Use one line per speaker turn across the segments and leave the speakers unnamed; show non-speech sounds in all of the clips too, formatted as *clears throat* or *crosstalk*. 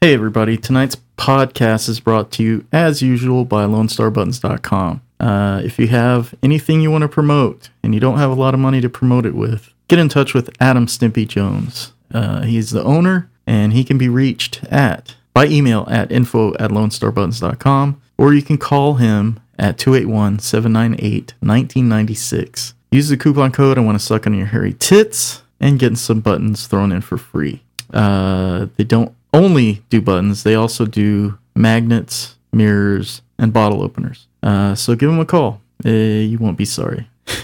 Hey, everybody. Tonight's podcast is brought to you, as usual, by LoneStarButtons.com. Uh, if you have anything you want to promote and you don't have a lot of money to promote it with, get in touch with Adam Stimpy Jones. Uh, he's the owner, and he can be reached at by email at info at lonestarbuttons.com, or you can call him at 281 798 1996. Use the coupon code I want to suck on your hairy tits and get some buttons thrown in for free. Uh, they don't only do buttons, they also do magnets, mirrors, and bottle openers. Uh, so give them a call. Uh, you won't be sorry. *laughs*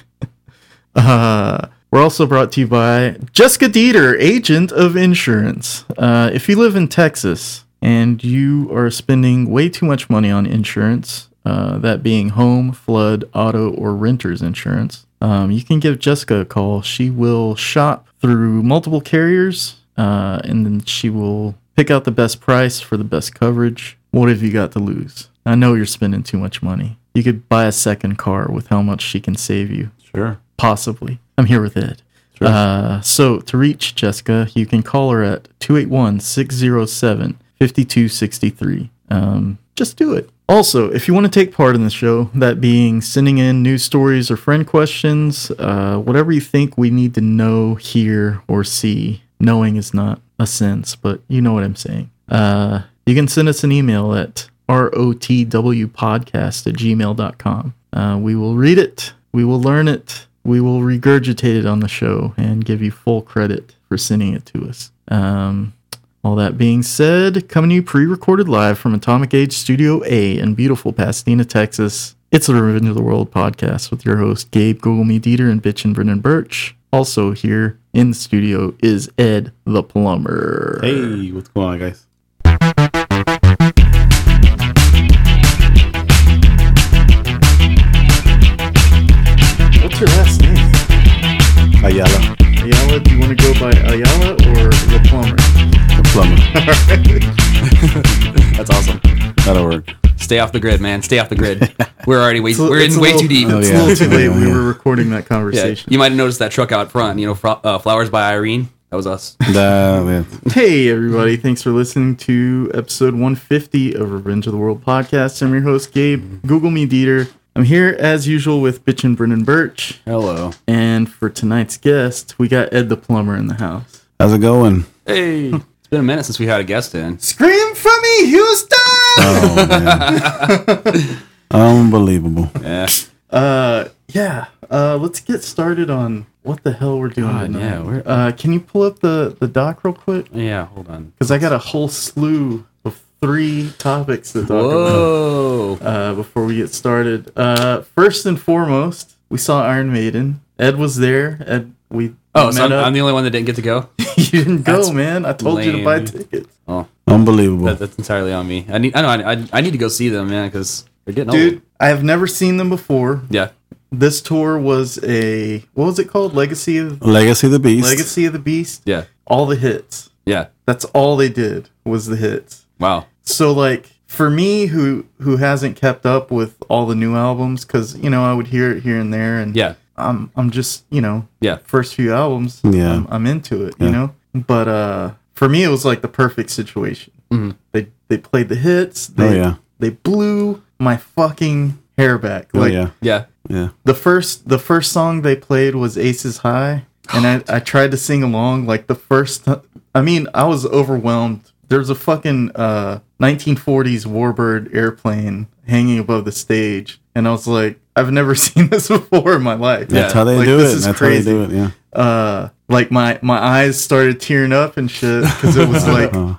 Uh, we're also brought to you by Jessica Dieter, agent of insurance. Uh, if you live in Texas and you are spending way too much money on insurance, uh, that being home, flood, auto, or renter's insurance, um, you can give Jessica a call. She will shop through multiple carriers uh, and then she will pick out the best price for the best coverage. What have you got to lose? I know you're spending too much money. You could buy a second car with how much she can save you
Sure.
possibly. I'm here with Ed.
Sure.
Uh, so to reach Jessica, you can call her at 281 607 5263. Um, Just do it. Also, if you want to take part in the show, that being sending in news stories or friend questions, uh, whatever you think we need to know, hear, or see, knowing is not a sense, but you know what I'm saying. Uh, you can send us an email at rotwpodcast at gmail.com. Uh, we will read it, we will learn it, we will regurgitate it on the show and give you full credit for sending it to us. Um, all that being said, coming to you pre recorded live from Atomic Age Studio A in beautiful Pasadena, Texas. It's the Revenge of the World podcast with your host, Gabe Google Me Dieter and Bitchin' Brendan Birch. Also, here in the studio is Ed the Plumber.
Hey, what's going on, guys?
What's your last name?
Ayala,
Ayala, do you want to go by Ayala or the Plumber?
the plumber. That's awesome. *laughs* That'll work.
Stay off the grid, man. Stay off
*laughs*
the grid. We're already way,
It's a-
we're
it's
in
a
way
little-
too deep.
Oh,
It's
yeah.
a little too late.
Yeah,
We
yeah.
were recording that
*laughs* Yeah,
conversation.
you might have noticed that truck out front. You know, fro- uh, flowers by Irene. That was us.
Nah, man.
Hey, everybody. Thanks for listening to episode 150 of Revenge of the World podcast. I'm your host, Gabe. Google me, Dieter. I'm here, as usual, with Bitch and Brendan Birch.
Hello.
And for tonight's guest, we got Ed the Plumber in the house.
How's it going?
*laughs*
Hey, it's been a minute since we had a guest in.
Scream for me, Houston!
Oh, man.
*laughs*
Unbelievable.
Yeah,
Uh, yeah. Uh, let's get started on what the hell we're doing
God,
tonight.
yeah, we're-
uh, can you pull up the, the doc real quick?
yeah. Hold on.
Because I got a whole slew of three topics to talk about.
Whoa.
uh, before we get started. Uh, first and foremost, we saw Iron Maiden. Ed was there. Ed, we
Oh, so
met
I'm,
up. *laughs*
I'm the only one that didn't get to go.
you didn't go,
That's
man. I told you to buy
lame.
tickets.
Oh,
Unbelievable.
that, that's entirely on me. I need. I know. I, I, I need to go see them, man, because they're getting
Dude,
old.
I have never seen them before.
Yeah.
This tour was a what was it called? Legacy of
Legacy of the Beast.
Legacy of the Beast.
Yeah.
All the hits.
Yeah.
That's all they did was the hits.
Wow.
so like for me who who hasn't kept up with all the new albums because you know i would hear it here and there and
Yeah.
i'm i'm just you know
Yeah.
first few albums
Yeah.
i'm, I'm into it you
Yeah.
know but uh for me it was like the perfect situation
Mhm.
they they played the hits
Mm-hmm. Oh,
they
yeah.
they blew my fucking hair back
Oh,
like
yeah.
Yeah.
Yeah.
the first the first song they played was aces high and I, I tried to sing along like the first i mean i was overwhelmed there's a fucking uh 1940s warbird airplane hanging above the stage and i was like i've never *laughs* seen this before in my life
That's how they
Like,
do
this
it.
is
That's
crazy.
how they do it. Yeah.
uh like my my eyes started tearing up and shit because it
*laughs*
was like
Oh,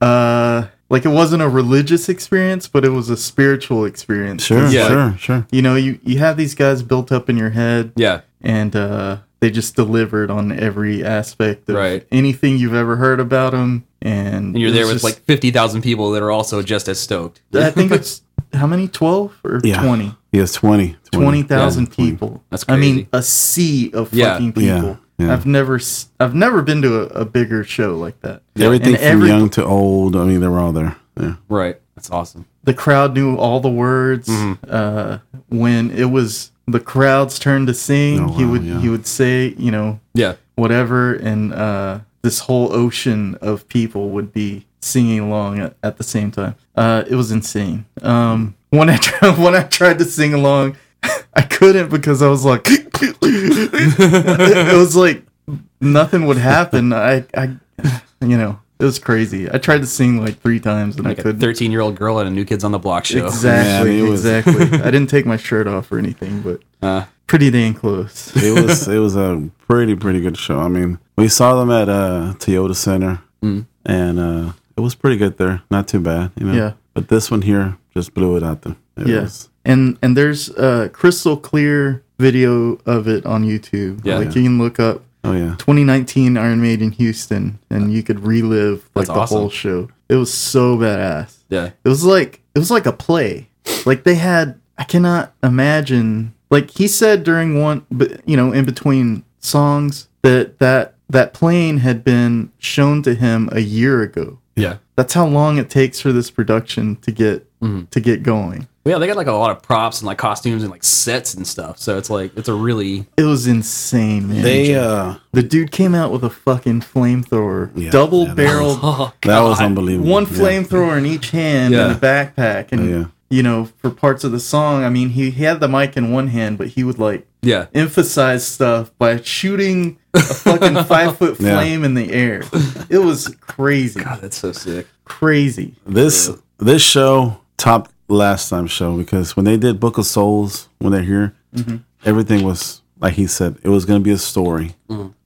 uh like it wasn't a religious experience but it was a spiritual experience
sure.
'Cause,
Yeah.
like,
Sure. Sure.
you know you you have these guys built up in your head
Yeah.
and uh, they just delivered on every aspect of
Right.
anything you've ever heard about them. And,
And you're
it
there
was
with
just-
like fifty thousand people that are also just as stoked.
I
*laughs*
think it's how many, twelve or
Yeah.
twenty?
He has 20.
Twenty thousand
Yeah, 20.
people.
That's
I mean,
crazy.
a sea of
Yeah.
fucking people.
Yeah, yeah.
I've never, s- I've never been to a, a bigger show like that.
Everything
And
from
every-
young to old. I mean, they were all there. Yeah.
Right. That's awesome.
The crowd knew all the words. Uh, when it was the crowd's turn to sing,
Oh,
he
wow,
would,
yeah.
he would say, you know,
Yeah.
whatever and uh this whole ocean of people would be singing along at, at the same time. Uh, it was insane. Um, when I tried, *laughs* when I tried to sing along, *laughs* I couldn't because I was like, *laughs* it was like nothing would happen. I, I, you know, it was crazy. I tried to sing like three times and
Like
I
a
couldn't.
13 year old girl at a New Kids on the Block show.
Exactly,
Yeah, I mean, it was-
exactly. I didn't take my shirt off or anything, but
*laughs* Uh,
pretty dang close.
it
*laughs*
was it was a pretty pretty good show. I mean, we saw them at uh, Toyota Center,
Mm.
and uh, it was pretty good there. Not too bad, you know.
Yeah.
But this one here just blew it out there. It
Yeah.
was-
and and there's a crystal clear video of it on YouTube.
Yeah.
like you can look up
oh yeah.
2019 Iron Maiden Houston, and you could relive like
That's
the
awesome.
whole show. It was so badass.
yeah.
It was like it was like a play. Like they had, I cannot imagine. Like he said during one, but you know, in between songs, that that that plane had been shown to him a year ago.
Yeah.
That's how long it takes for this production to get
Mhm.
to get going.
Well, yeah, they got like a lot of props and like costumes and like sets and stuff. So it's like it's a really
It was insane, man.
They uh,
the dude came out with a fucking flamethrower,
Yeah,
double
yeah, that
barreled
oh,
that was
God.
unbelievable.
one
Yeah.
flamethrower in each hand
Yeah.
and a backpack and
Yeah.
you know for parts of the song i mean he, he had the mic in one hand but he would like
yeah.
emphasize stuff by shooting a
*laughs*
fucking five foot
Yeah.
flame in the air it was crazy
God, that's so sick.
crazy
This this show topped last time's show because when they did Book of Souls when they're here, everything was like he said it was going to be a story,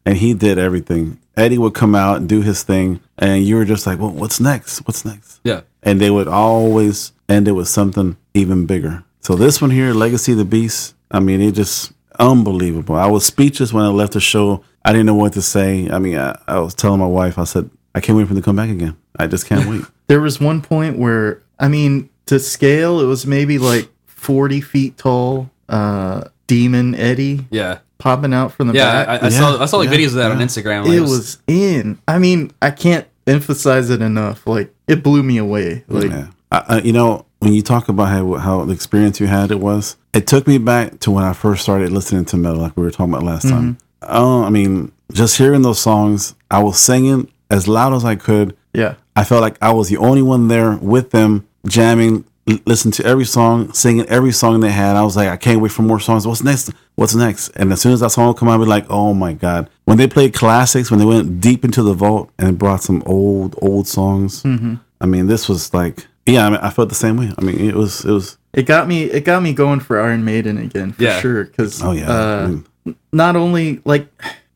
and he did everything. Eddie would come out and do his thing, and you were just like, "Well, what's next? What's next?"
Yeah.
And they would always end it with something even bigger. So this one here, Legacy of the Beast. I mean, it just unbelievable. I was speechless when I left the show. I didn't know what to say. I mean, I, I was telling my wife, I said, "I can't wait for them to come back again. I just can't wait."
there was one point where i mean to scale it was maybe like 40 feet tall uh demon eddie
Yeah.
popping out from the
Yeah.
back
I, I saw I saw like
yeah,
videos of that on Instagram. Like,
it was in. I mean, I can't emphasize it enough. Like it blew me away. Like
Yeah. I, I, you know, when you talk about how, how the experience you had it was, it took me back to when I first started listening to metal, like we were talking about last time. Oh, I mean, just hearing those songs, I was singing as loud as I could.
yeah,
I felt like I was the only one there with them, jamming, l- listening to every song, singing every song they had. I was like, I can't wait for more songs. What's next? What's next? And as soon as that song would come out, I'd be like, oh my God. When they played classics, when they went deep into the vault and brought some old, old songs,
Mm-hmm.
I mean, this was like, yeah, I, mean, I felt the same way. I mean, it was, it was,
it got me. It got me going for Iron Maiden again for
Yeah.
sure. Because
oh yeah. I
uh,
mean,
not only like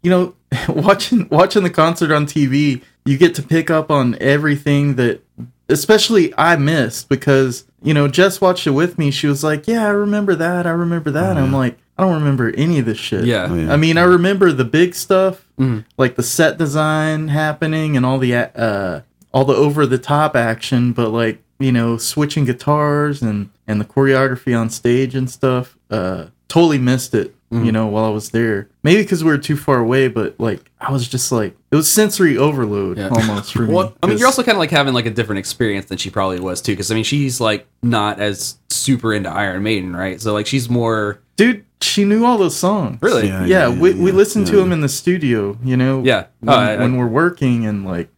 you know *laughs* watching watching the concert on TV, you get to pick up on everything that, especially I missed because you know Jess watched it with me. She was like, "Yeah, I remember that. I remember that." I'm like, I don't remember any of this shit.
Yeah.
Oh, yeah.
I mean, I remember the big stuff,
Mhm.
like the set design happening and all the uh, all the over the top action, but like you know, switching guitars and and the choreography on stage and stuff. Uh, totally missed it,
Mm.
you know, while I was there. Maybe because we were too far away, but like I was just like it was sensory overload
Yeah.
almost
*laughs*
for me.
Well, I mean,
'cause-
you're also kind of like having like a different experience than she probably was too, because I mean, she's like not as super into Iron Maiden, right? So like, she's more
dude. She knew all those songs.
really, yeah,
Yeah.
Yeah, we, we listened to
yeah.
them in the studio, you know.
Yeah.
when,
Oh, I- I-
when we're working and like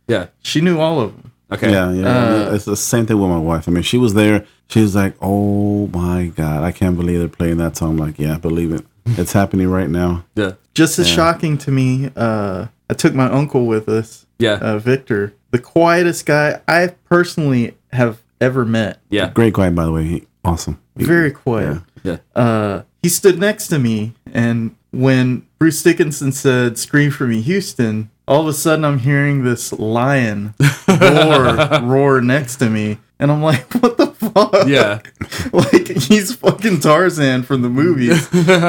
she knew all of them.
okay,
Yeah, yeah.
Uh,
it's the same thing with my wife. I mean, she was there. She was like, "Oh my god, I can't believe they're playing that song." I'm like, yeah, believe it. It's happening right now.
yeah,
just as
Yeah.
shocking to me uh i took my uncle with us
yeah, *laughs*
uh victor the quietest guy i personally have ever met
yeah,
Great guy, by the way. He- Awesome. He-
very quiet
yeah.
uh he stood next to me and when bruce dickinson said scream for me houston all of a sudden i'm hearing this lion
*laughs*
roar roar next to me and i'm like what the fuck
yeah.
*laughs* like he's fucking tarzan from the
*laughs*
movies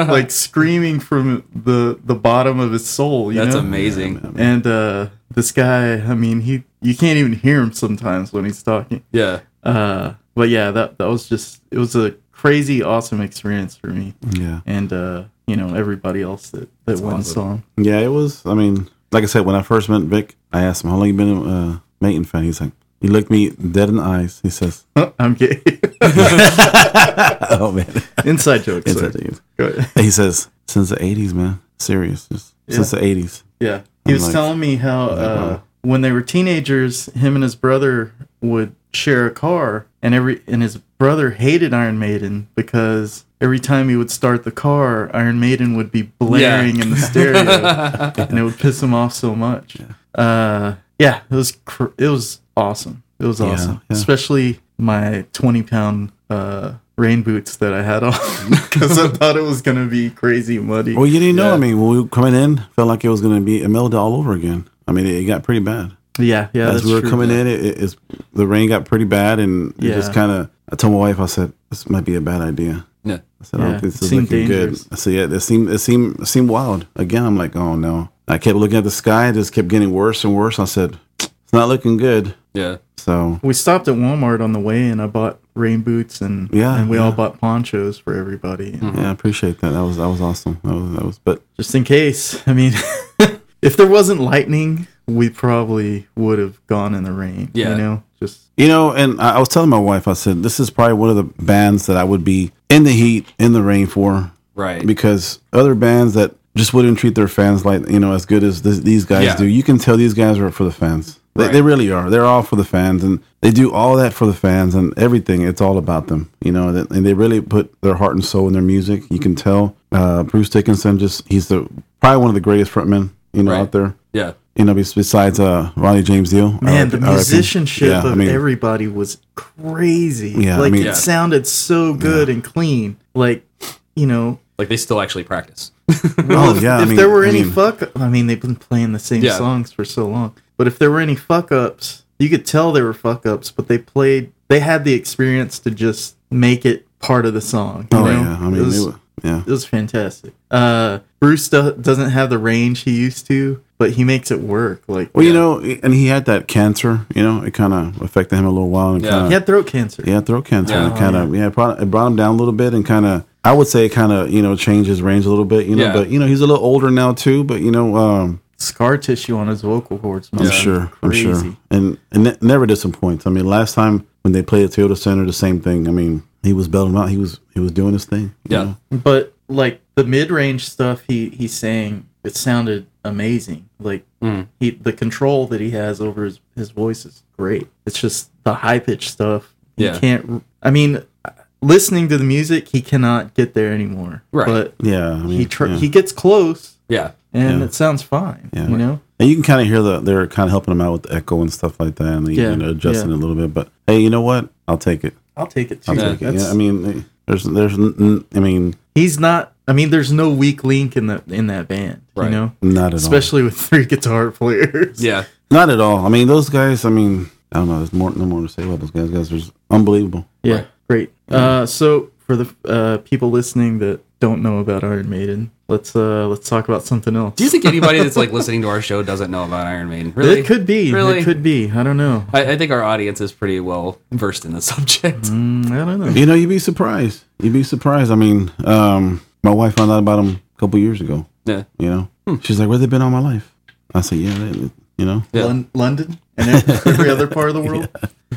like screaming from the the bottom of his soul you
That's
know?
amazing.
And uh, this guy, I mean, he you can't even hear him sometimes when he's talking.
Yeah,
Uh, but yeah, that that was just it was a crazy awesome experience for me
Yeah,
and uh, you know everybody else that that went and saw him.
yeah. It was. I mean, like I said, when I first met Vic, I asked him how long you been a uh, Maiden fan. He's like, he looked me dead in the eyes. He says, *laughs*
*laughs* I'm gay.
"Oh man."
Inside joke. sorry.
Inside jokes.
Go ahead.
he says, "Since the '80s, man. Serious. Just Since the '80s."
Yeah, he was
like-
telling me how
like,
uh,
wow.
when they were teenagers, him and his brother would share a car, and every and his brother hated Iron Maiden because every time he would start the car, Iron Maiden would be blaring in the stereo,
*laughs*
and it would piss him off so much. Yeah, uh, yeah it was cr- it was awesome. It was
Yeah,
awesome,
yeah.
especially my twenty pound. Uh, rain boots that I had on *laughs* because I thought it was gonna be crazy muddy.
Well, you didn't know.
Yeah.
I mean, when we were coming in, felt like it was going to be a meltdown all over again. I mean, it got pretty bad.
Yeah, yeah.
As
that's
we were
true.
coming in, it, it, it's, the rain got pretty bad, and it
Yeah.
just kind of. I told my wife, I said, "This might be a bad idea."
*laughs* Yeah.
I said, "I
Yeah,
don't think
it
this is
seemed
looking
dangerous.
good." I said, "Yeah, it seemed it seemed it seemed wild." Again, I'm like, "Oh no!" I kept looking at the sky. It just kept getting worse and worse. I said, "It's not looking good."
Yeah.
So
We stopped at Walmart on the way, and I bought rain boots, and
Yeah,
and we all
yeah. Hmm.
bought ponchos for everybody,
yeah, I appreciate that. That was that was awesome. That was that was. But
just in case. *laughs* I mean, if there wasn't lightning, we probably would have gone in the rain.
Yeah.
you know, just
You know, and I I was telling my wife, I said, this is probably one of the bands that I would be in the heat, in the rain for,
Right.
because other bands that just wouldn't treat their fans like, you know, as good as this, these guys
Yeah.
do. You can tell these guys are for the fans. They,
Right.
they really are. They're all for the fans, and they do all that for the fans and everything. It's all about them, you know. And and they really put their heart and soul in their music. You can tell. Uh, Bruce Dickinson, just he's the probably one of the greatest frontmen, you know,
Right.
out there.
Yeah.
You know, bes- besides uh, Ronnie James Dio.
man, the
RIP.
musicianship
Yeah,
of
I mean,
everybody was crazy.
Yeah, I
like
mean-
it
Yeah.
sounded so good and clean. Like, you know,
Like they still actually practice.
Oh
if,
yeah.
if there were any
mean,
fuck, I mean, they've been playing the same
Yeah.
songs for so long. But if there were any fuck ups, you could tell they were fuck ups. But they played, they had the experience to just make it part of the song. You
oh
know?
yeah. I mean,
it was,
they were- yeah.
it was fantastic. Uh, Bruce do- doesn't have the range he used to, but he makes it work. Like
Well, you
Yeah.
know, and he had that cancer. You know, it kind of affected him a little while, and
Yeah.
kind
he
of
had throat cancer.
yeah, throat cancer.
Yeah.
and kind
Oh,
of yeah, it brought, it brought him down a little bit, and kind of I would say kind of you know changed his range a little bit. You know,
Yeah.
but you know he's a little older now too. But you know, um,
Scar tissue on his vocal cords.
I'm
must be
sure, I'm sure,
crazy.
and and it never disappoints. I mean, last time when they played at Toyota Center, the same thing. I mean, he was belting out. He was he was doing his thing. you
Yeah.
know?
But like the mid range stuff he he sang, it sounded amazing. Like
Mm.
he the control that he has over his, his voice is great. It's just the high pitched stuff. He
Yeah.
can't. I mean, listening to the music, he cannot get there anymore.
Right.
But
yeah. I mean,
he tr-
yeah.
he gets close,
Yeah.
and
Yeah.
it sounds fine.
Yeah.
You know.
And you can kind of hear that they're kind of helping him out with the echo and stuff like that, and
Yeah,
you know, adjusting it a little bit. But hey, you know what? I'll take it.
I'll take it too.
I'll take it.
That's-
Yeah, I mean, eh, there's, there's, n- n- I mean,
he's not. I mean, there's no weak link in the in that band. You
Right.
know,
not at
especially with three guitar players. *laughs*
Yeah.
all. Not at all. I mean, those guys. I mean, I don't know. There's more, no more to say about those guys. Guys, was unbelievable.
Yeah,
Right.
great. Uh, so for the uh, people listening that don't know about Iron Maiden, let's uh, let's talk about something else.
Do you think anybody that's like listening to our show doesn't know about Iron Maiden? Really?
It could be.
Really?
It could be. I don't
*laughs*
know.
I, I think our audience is pretty well versed in the *laughs* subject.
Mm, I don't know.
You know, you'd be surprised. You'd be surprised. I mean, um, my wife found out about them a couple years ago.
Yeah.
You know,
Hmm.
she's like, "Where they been all my life?" I said, "Yeah, they, you know,
Yeah.
Lon- London
*laughs*
and every other part of the world.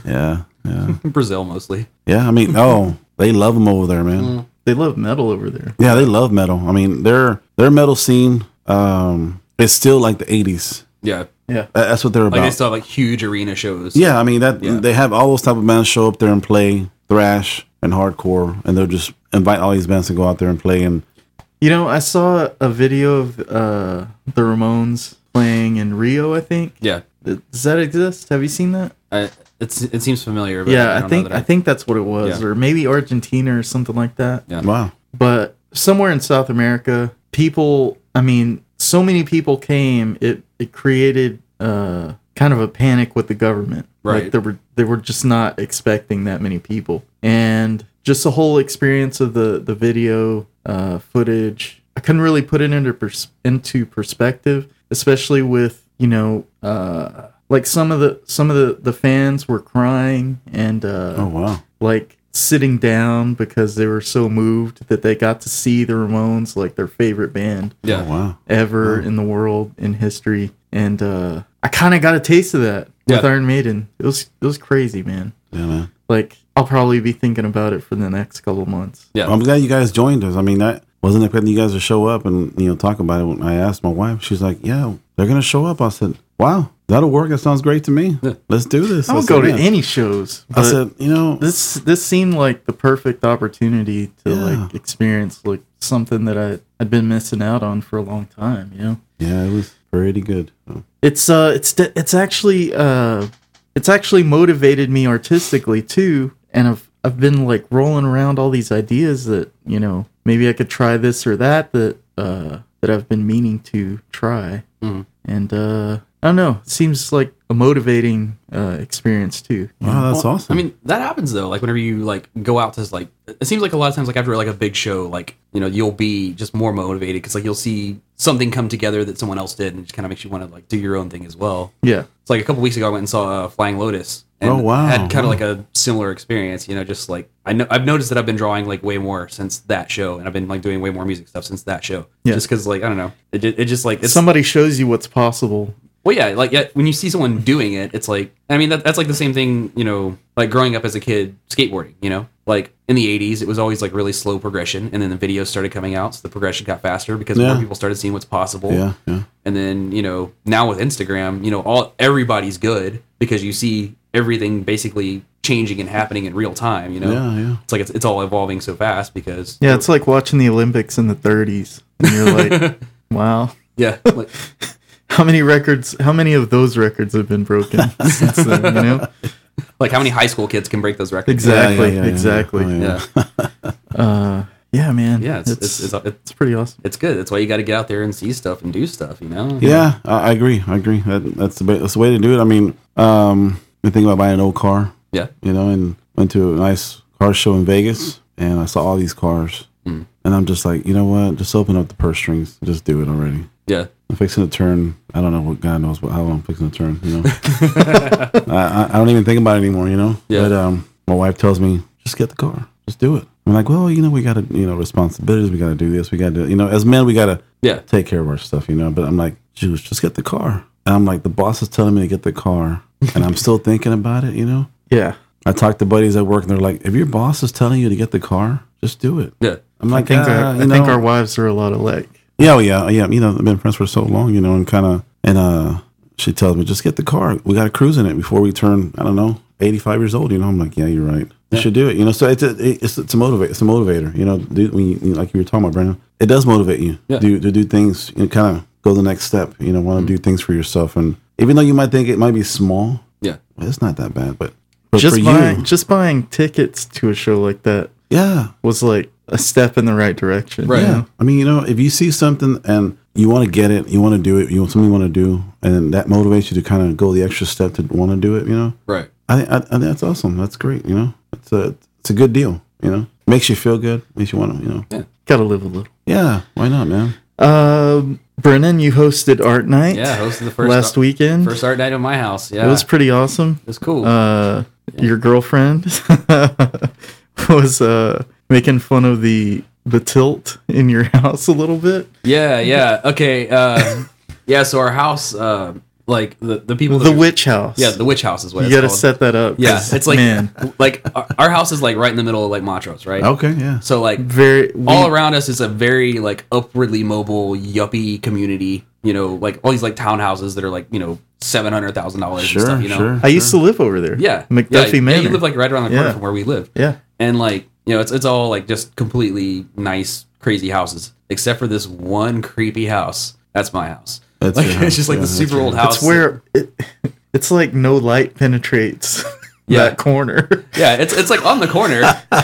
yeah, yeah,
Brazil mostly.
yeah." I mean, oh, they love them over there, man.
Hmm.
They love metal over there.
Yeah, they love metal. I mean, their their metal scene um is still like the 80s.
Yeah.
Yeah.
Tha- That's what they're about.
Like they still have like huge arena shows.
yeah, I mean that
Yeah.
they have all those type of bands show up there and play thrash and hardcore, and they'll just invite all these bands to go out there and play. And
You know, I saw a video of uh, the Ramones playing in Rio. I think.
Yeah.
Th- Does that exist? Have you seen that?
I, it's it seems familiar. But
yeah,
I,
I,
don't
think
Know
I,
that I,
think that's what it was,
Yeah.
or maybe Argentina or something like that.
wow,
but somewhere in South America, people, I mean, so many people came, it, it created uh, kind of a panic with the government.
Right.
Like there were, they were just not expecting that many people. And just the whole experience of the, the video uh, footage, I couldn't really put it into, pers- into perspective, especially with, you know, uh, like some of the some of the, the fans were crying and uh,
oh wow,
like sitting down because they were so moved that they got to see the Ramones, like their favorite band
Yeah.
oh, wow,
ever in the world in history. And uh, I kind of got a taste of that with
Yeah.
Iron Maiden. It was it was crazy, man.
yeah, man.
Like I'll probably be thinking about it for the next couple months.
Yeah.
I'm glad you guys joined us. I mean, I wasn't expecting you guys to show up and you know talk about it. When I asked my wife, she's like, "Yeah, they're gonna show up." I said, "Wow, That'll work. That sounds great to me. Let's do this.
I would
said,
go to
"Man."
any shows.
I
but
said, you know,
this this seemed like the perfect opportunity to
Yeah.
like experience like something that I had been missing out on for a long time. You know,
yeah, it was pretty good. So,
it's uh, it's de- it's actually uh, it's actually motivated me artistically too, and I've I've been like rolling around all these ideas that you know maybe I could try this or that that uh that I've been meaning to try,
Mhm.
and uh, I don't know, it seems like a motivating uh experience too. you know?
wow, Oh, that's
Well,
awesome.
I mean, that happens though. Like whenever you like go out to like, it seems like a lot of times like after like a big show, like you know you'll be just more motivated because like you'll see something come together that someone else did, and it just kind of makes you want to like do your own thing as well.
Yeah.
It's like a couple weeks ago, I went and saw uh, Flying Lotus. And
Oh, wow.
Had kind
Wow.
of like a similar experience, you know. Just like I know, I've noticed that I've been drawing like way more since that show, and I've been like doing way more music stuff since that show.
Yeah.
Just because like I don't know, it, ju- it just like it's
somebody shows you what's possible.
Well, yeah, like yeah, when you see someone doing it, it's like I mean that, that's like the same thing, you know, like growing up as a kid skateboarding, you know, like in the '80s it was always like really slow progression, and then the videos started coming out, so the progression got faster because
Yeah.
more people started seeing what's possible.
yeah, yeah.
And then you know now with Instagram, you know all everybody's good because you see everything basically changing and happening in real time. You know,
Yeah, yeah.
it's like it's, it's all evolving so fast because
Yeah, it's like watching the Olympics in the 30s. And you're *laughs* like, wow,
yeah, like,
how many records, how many of those records have been broken *laughs* since then, you know?
like how many high school kids can break those records?
Exactly,
Yeah, yeah, yeah, yeah.
exactly.
Oh, yeah.
Yeah,
Uh, yeah, man.
yeah, it's
it's,
it's, it's, it's
it's pretty awesome.
it's good. That's why you got to get out there and see stuff and do stuff. You know.
Yeah, I, I agree. I agree. That, that's the ba- that's the way to do it. I mean, um, I think about buying an old car,
Yeah.
you know, and went to a nice car show in Vegas, and I saw all these cars,
Mm.
and I'm just like, you know what? Just open up the purse strings, just do it already.
Yeah.
I'm fixing to turn. I don't know what God knows what how long I'm fixing to turn. You know, *laughs* I, I- I don't even think about it anymore. You know,
Yeah.
But um, my wife tells me just get the car, just do it. I'm like, well, you know, we got to, you know, responsibilities. We got to do this. We got to, you know, as men, we got to
Yeah.
take care of our stuff, you know. But I'm like, Jews, just get the car. And I'm like, the boss is telling me to get the car, and I'm still thinking about it, you know.
Yeah.
I talked to buddies at work, and they're like, if your boss is telling you to get the car, just do it.
Yeah.
I'm
I
like,
think,
"Ah,
our,
you
I think
know."
our wives are a lot alike.
yeah, oh, yeah, yeah. You know, I've been friends for so long, you know, and kind of, and uh, she tells me, just get the car. We got to cruise in it before we turn, I don't know, 85 years old. You know, I'm like, yeah, you're right. You should do it. You know, so it's a, it's it's a motivate, it's a motivator. You know, do, when you, like you were talking about, Brandon, it does motivate you
Yeah.
do to do things. You know, kind of go the next step. You know, want to do things for yourself, and even though you might think it might be small,
Yeah.
well, it's not that bad. But, but
just
for
buying,
you,
just buying tickets to a show like that
yeah,
was like a step in the right direction.
Right.
You
Yeah.
know?
I mean, you know, if you see something and you want to get it, you want to do it, you want something you want to do, and that motivates you to kind of go the extra step to want to do it, you know,
Right.
I, I, I think that's awesome. That's great. You know, it's a, it's a good deal, you know, makes you feel good, makes you want to, you know,
Gotta live a little.
yeah, why not, man?
Um, Brennan, you hosted Art Night
Yeah. Hosted the first
last
ar-
weekend.
First art night at my house. Yeah.
It was pretty awesome.
cool.
uh, your girlfriend *laughs* was uh, making fun of the the tilt in your *laughs* house a little bit.
yeah. Yeah. Okay. Uh, yeah. So our house, uh, like the the people.
The
we-
witch house.
Yeah. The witch house is what
you
it's
gotta
called.
set that up.
yeah.
'cause,
It's like
man,
like our, our house is like right in the middle of like Montrose, right?
Okay. Yeah.
So like
very we-
all around us is a very like upwardly mobile yuppie community. You know, like all these like townhouses that are like you know seven hundred thousand dollars
Sure.
and stuff. You know.
sure.
I used to live over there.
Yeah.
McDuffie
yeah,
Manor.
Yeah, you live like right around the corner
Yeah.
from where we live.
yeah.
And like, you know, it's it's all like just completely nice, crazy houses. Except for this one creepy house. That's my house.
That's
like
your house.
*laughs* it's just like
Yeah,
the
that's
super
your
old
house.
house.
It's where it, *laughs* it's like no light penetrates *laughs*
Yeah.
that corner. *laughs*
Yeah, it's it's like on the corner,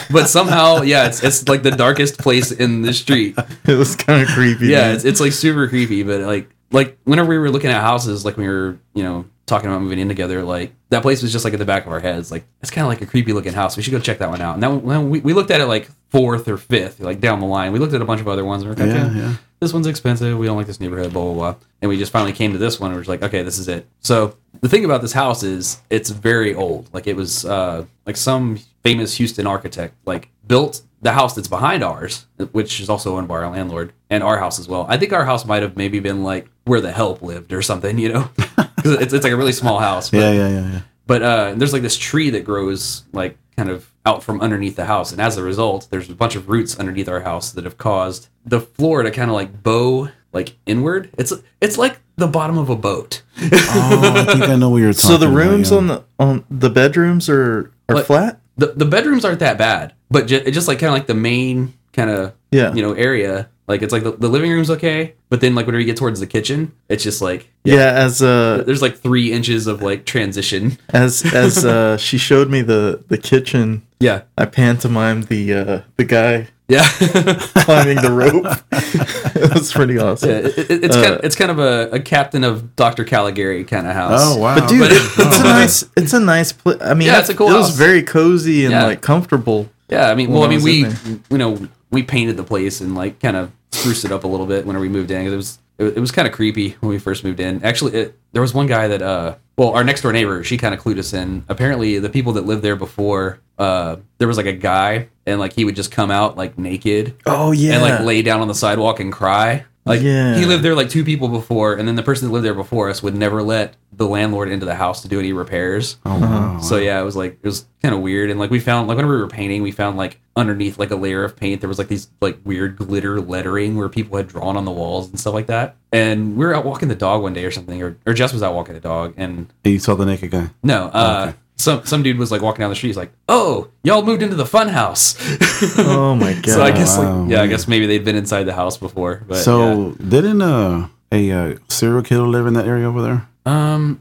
but somehow, yeah, it's it's like the darkest place in the street.
it was kind of creepy.
Yeah,
man.
it's, it's like super creepy, but like like whenever we were looking at houses, like we were, you know, talking about moving in together, like that place was just like at the back of our heads. Like it's kind of like a creepy looking house. We should go check that one out. And then when we, we looked at it like fourth or fifth, like down the line. We looked at a bunch of other ones and we we're like,
Yeah.
okay,
Yeah.
this one's expensive. We don't like this neighborhood, blah, blah, blah. And we just finally came to this one. And we're just like, okay, this is it. So the thing about this house is it's very old. Like it was uh, like some famous Houston architect, like built the house that's behind ours, which is also owned by our landlord and our house as well. I think our house might have maybe been like where the help lived or something, you know? *laughs* 'Cause it's, it's like a really small house. But,
Yeah. Yeah. Yeah. Yeah.
but uh, there's like this tree that grows like kind of out from underneath the house, and as a result, there's a bunch of roots underneath our house that have caused the floor to kind of like bow like inward. It's it's like the bottom of a boat. *laughs*
Oh, I think I know what you're talking
So
about.
the rooms
yeah.
on the on the bedrooms are are
Like-
flat.
the The bedrooms aren't that bad, but ju- just like kind of like the main kind of
Yeah.
you know area. Like it's like the, the living room's okay, but then like whenever you get towards the kitchen, it's just like
yeah. As uh
there's like three inches of like transition.
as as uh she showed me the the kitchen,
Yeah,
I pantomimed the uh the guy
yeah. *laughs*
climbing the rope. *laughs* it was pretty awesome.
Yeah, it, it- it's kind of, it's kind of a, a captain of Dr. Caligari kind of house.
*laughs* Oh wow!
But dude,
but
it,
it-
it's a nice, it's a nice place. I mean,
Yeah, it's a cool
It was
house.
very cozy and
Yeah.
like comfortable.
Yeah, I mean,
When
well,
I
I mean,
was
we
in
you know we painted the place and like kind of spruced it up a little bit whenever we moved in. 'cause It was it, was- it was kind of creepy when we first moved in. Actually, it, there was one guy that uh well our next door neighbor she kind of clued us in. Apparently, the people that lived there before uh there was like a guy and like he would just come out like naked
Oh yeah,
and like lay down on the sidewalk and cry. Like
Yeah.
he lived there like two people before, and then the person that lived there before us would never let the landlord into the house to do any repairs.
oh wow!
So yeah, it was like it was kind of weird, and like we found like whenever we were painting, we found like underneath like a layer of paint there was like these like weird glitter lettering where people had drawn on the walls and stuff like that. And we were out walking the dog one day or something, or, or Jess was out walking the dog, and
And you saw the naked guy.
no, uh, some some dude was like walking down the street, he's like, "Oh, y'all moved into the fun house." *laughs*
oh my god.
so I guess
Wow,
like yeah, I
man.
guess maybe they'd been inside the house before. But yeah.
so didn't uh, a uh, serial killer live in that area over there?
um,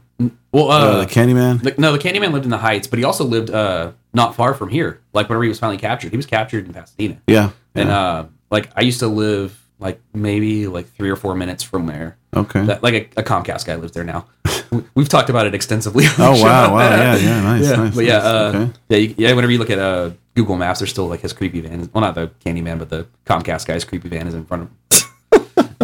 well, uh,
Uh, the Candyman.
the- no, the Candyman lived in the Heights, but he also lived uh not far from here. Like whenever he was finally captured, he was captured in Pasadena.
yeah.
And
yeah.
uh, like I used to live like maybe like three or four minutes from there.
okay.
That, like a, a Comcast guy lives there now. *laughs* We- We've talked about it extensively. on the
oh
show
wow!
about *laughs*
Wow! Yeah!
that.
Yeah! Nice!
yeah.
nice
but yeah,
nice,
uh,
okay.
yeah, you, yeah. Whenever you look at uh, Google Maps, there's still like his creepy van. Well, not the Candyman, but the Comcast guy's creepy van is in front of. him.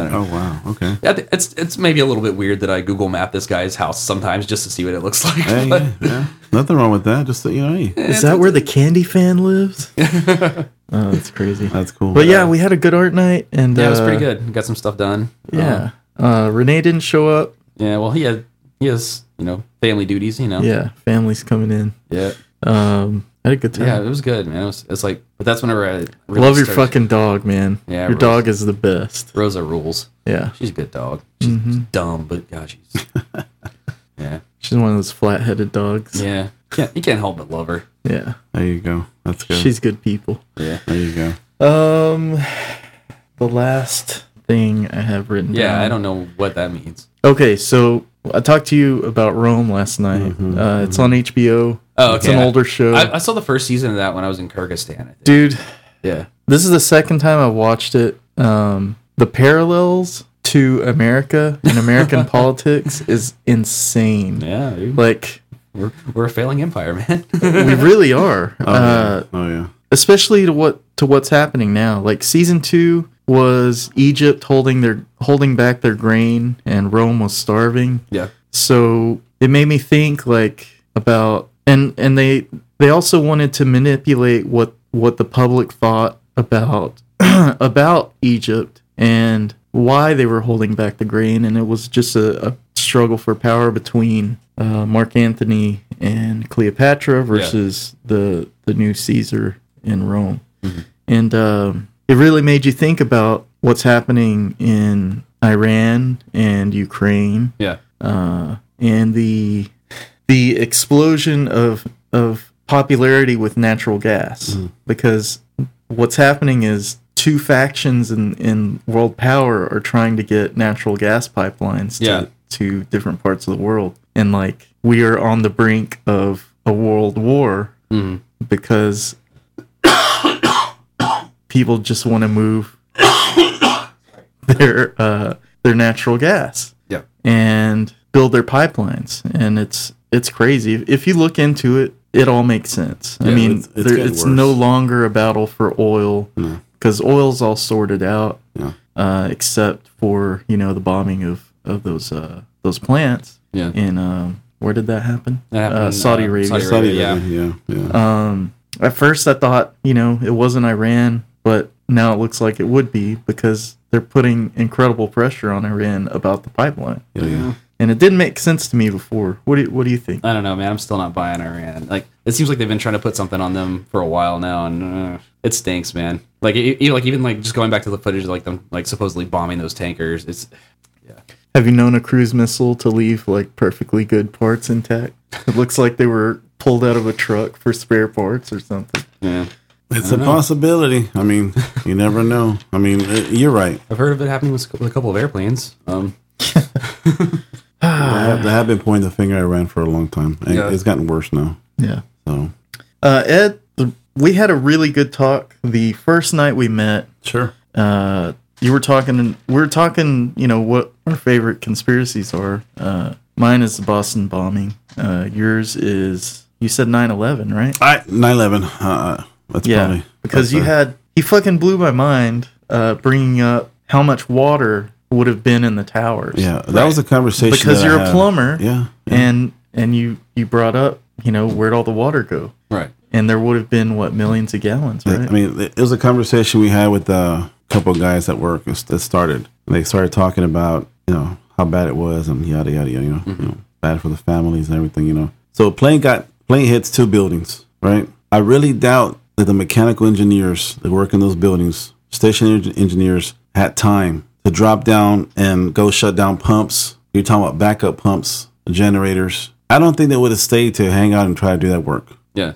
Oh wow!
*laughs*
Okay.
Yeah, it's it's maybe a little bit weird that I Google Map this guy's house sometimes just to see what it looks *laughs* like.
Hey,
but-
yeah, yeah. Nothing wrong with that. Just that, you know, hey,
Is that where the candy fan
*laughs*
lives? oh, that's crazy.
that's cool.
But yeah, we had a good art night, and
yeah, it was
uh,
pretty good. Uh-huh. Got some stuff done. Um,
Yeah, uh, Renee didn't show up.
Yeah. Well, he had he has you know family duties. You know.
Yeah, family's coming in.
Yeah.
Um, I had a good time.
Yeah, it was good, man. It was, it's like, but that's whenever I really
Love your
started-
fucking dog, man.
Yeah,
your
Rose.
dog is the best.
Rosa rules.
Yeah,
She's a good dog. She's
Mm.
she's dumb, but
*laughs*
God, she's yeah,
she's one of those flat-headed dogs.
yeah. Can't, you can't help but love her.
Yeah,
there you go. That's good.
she's good people.
Yeah,
there you go.
Um, the last thing I have written.
yeah.
down.
I don't know what that means.
Okay, so I talked to you about Rome last night. uh, it's on HBO.
Oh,
It's
okay.
an older show,
I, I saw the first season of that when I was in Kyrgyzstan. I think.
dude.
Yeah,
This is the second time I watched it. Um, the parallels to America and
*laughs*
American politics is insane.
yeah. dude.
Like
We're, we're a failing empire, man.
*laughs* we really
*laughs*
are.
Oh,
uh,
yeah. oh yeah.
especially to what to what's happening now. Like season two was Egypt holding their holding back their grain, and Rome was starving.
yeah,
So it made me think like about and and they they also wanted to manipulate what what the public thought about *clears throat* about Egypt and why they were holding back the grain, and it was just a, a struggle for power between uh, Mark Antony and Cleopatra versus the the new Caesar in Rome and um, it really made you think about what's happening in Iran and Ukraine
yeah,
uh, and the the explosion of of popularity with natural gas
Mm-hmm.
because what's happening is two factions in, in world power are trying to get natural gas pipelines to,
Yeah.
to different parts of the world and like we are on the brink of a world war
Mhm.
because people just want to move *coughs* their uh, their natural gas
yeah.
and build their pipelines and it's it's crazy If- if you look into it it all makes sense i
Yeah,
mean
it's-
it's,
it's
there,
getting
it's no
worse.
longer a battle for oil
No.
because oil's all sorted out
Yeah.
uh, except for you know the bombing of of those uh those plants
Yeah.
in um where did that happen,
That happened
uh,
in,
saudi
uh,
arabia
Saudi
Saudi
Yeah.
Arabia, Yeah. Yeah.
um, at first, I thought, you know, it wasn't Iran, but now it looks like it would be because they're putting incredible pressure on Iran about the pipeline.
yeah. yeah.
and it didn't make sense to me before. What do you, what do you think?
I don't know, man. I'm still not buying Iran. Like it seems like they've been trying to put something on them for a while now, and uh, it stinks, man. Like e- e- like even like just going back to the footage of like them like supposedly bombing those tankers. It's
Have you known a cruise missile to leave like perfectly good parts intact? It looks like they were pulled out of a truck for spare parts or something.
yeah.
It's a possibility. I
*laughs*
mean, you never know. I mean, uh, you're
*sighs*
right.
I've heard of it happening with a couple of airplanes. Um,
They have, they have been pointing the finger at Iran for a long time. and
Yeah.
It's gotten worse now.
Yeah.
So
Uh, Ed, the, we had a really good talk the first night we met.
sure.
Uh, you were talking, we were talking, you know, what our favorite conspiracies are. Uh, mine is the Boston bombing. Uh, yours is, you said 9 11, right?
I 9/11. Uh, that's
Yeah,
probably
because
that's
you
a-
had he fucking blew my mind uh, bringing up how much water would have been in the towers.
Yeah, that was a conversation
because
that I
you're a
had.
plumber.
Yeah, yeah.
and and you you brought up you know where'd all the water go,
right.
and there would have been what millions of gallons,
Like,
right?
I mean, it it was a conversation we had with uh, a couple of guys at work that that started. They started talking about you know how bad it was and yada yada yada. You know, you know bad for the families and everything. You know, so a plane got plane hits two buildings. Right, I really doubt that the mechanical engineers that work in those buildings, station en- engineers, had time to drop down and go shut down pumps. You're talking about backup pumps, generators. I don't think they would have stayed to hang out and try to do that work
Yeah.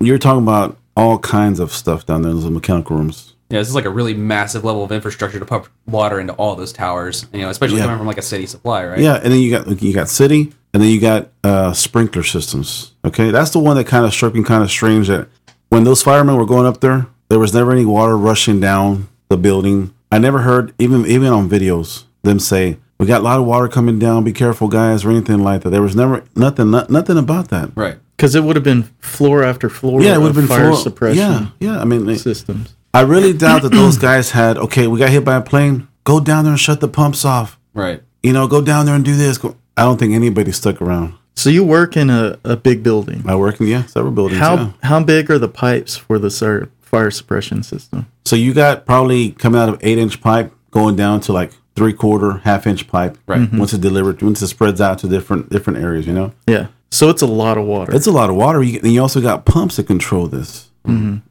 you're talking about all kinds of stuff down there in those mechanical rooms.
Yeah, this is like a really massive level of infrastructure to pump water into all those towers. You know, especially
Yeah.
coming from like a city supply, right?
Yeah, and then you got you got city, and then you got uh, sprinkler systems. Okay, that's the one that kind of struck me kind of strange that when those firemen were going up there, there was never any water rushing down the building. I never heard even even on videos them say we got a lot of water coming down. Be careful, guys, or anything like that. There was never nothing no- nothing about that.
Right.
Because it would have been floor after floor.
Yeah, it would
of
have been
fire
full-
suppression
Yeah, yeah. I mean, it-
systems.
I really doubt that those guys had. Okay, we got hit by a plane. Go down there and shut the pumps off.
Right.
you know, go down there and do this. Go- I don't think anybody stuck around.
So you work in a, a big building.
I work in yeah several buildings.
How
yeah.
how big are the pipes for the sur- fire suppression system?
So you got probably coming out of eight inch pipe going down to like three quarter half inch pipe.
Right.
Mm-hmm.
Once it delivered, once it spreads out to different different areas, you know,
Yeah, so it's a lot of water.
it's a lot of water. You, and you also got pumps that control this.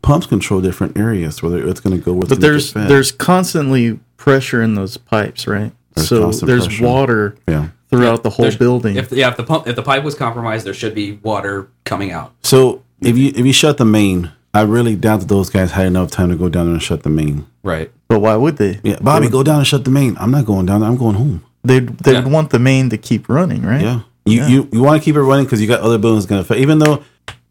Pumps control different areas whether it's going to go with.
But there's there's constantly pressure in those pipes, right?
There's
so
constant
there's
pressure.
water
yeah.
throughout the whole
There's-
building.
If yeah, if the pump if the pipe was compromised, there should be water coming out.
So if you if you shut the main, I really doubt that those guys had enough time to go down there and shut the main.
Right.
but why would they?
Yeah, Bobby, go down and shut the main. I'm not going down there. I'm going home.
They'd they'd
Yeah.
want the main to keep running, right?
Yeah. You you, you want to keep it running because you got other buildings going to fail. Even though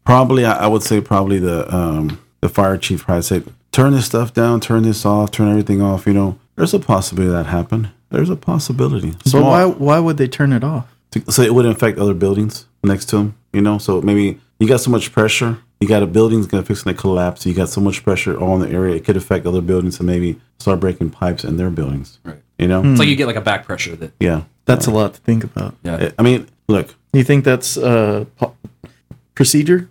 probably I, I would say probably the um the fire chief probably said turn this stuff down, turn this off, turn everything off. You know, there's a possibility that happened. There's a possibility.
But
Small,
why why would they turn it off?
to- so it would affect other buildings next to them. You know, so maybe you got so much pressure. You got a building's gonna fix and collapse. You got so much pressure all in the area. It could affect other buildings and maybe start breaking pipes in their buildings.
Right. Hmm.
You know?
It's like you get like a back pressure that
Yeah.
That's a lot to think about.
yeah.
I- I mean, look,
You think that's uh po- procedure?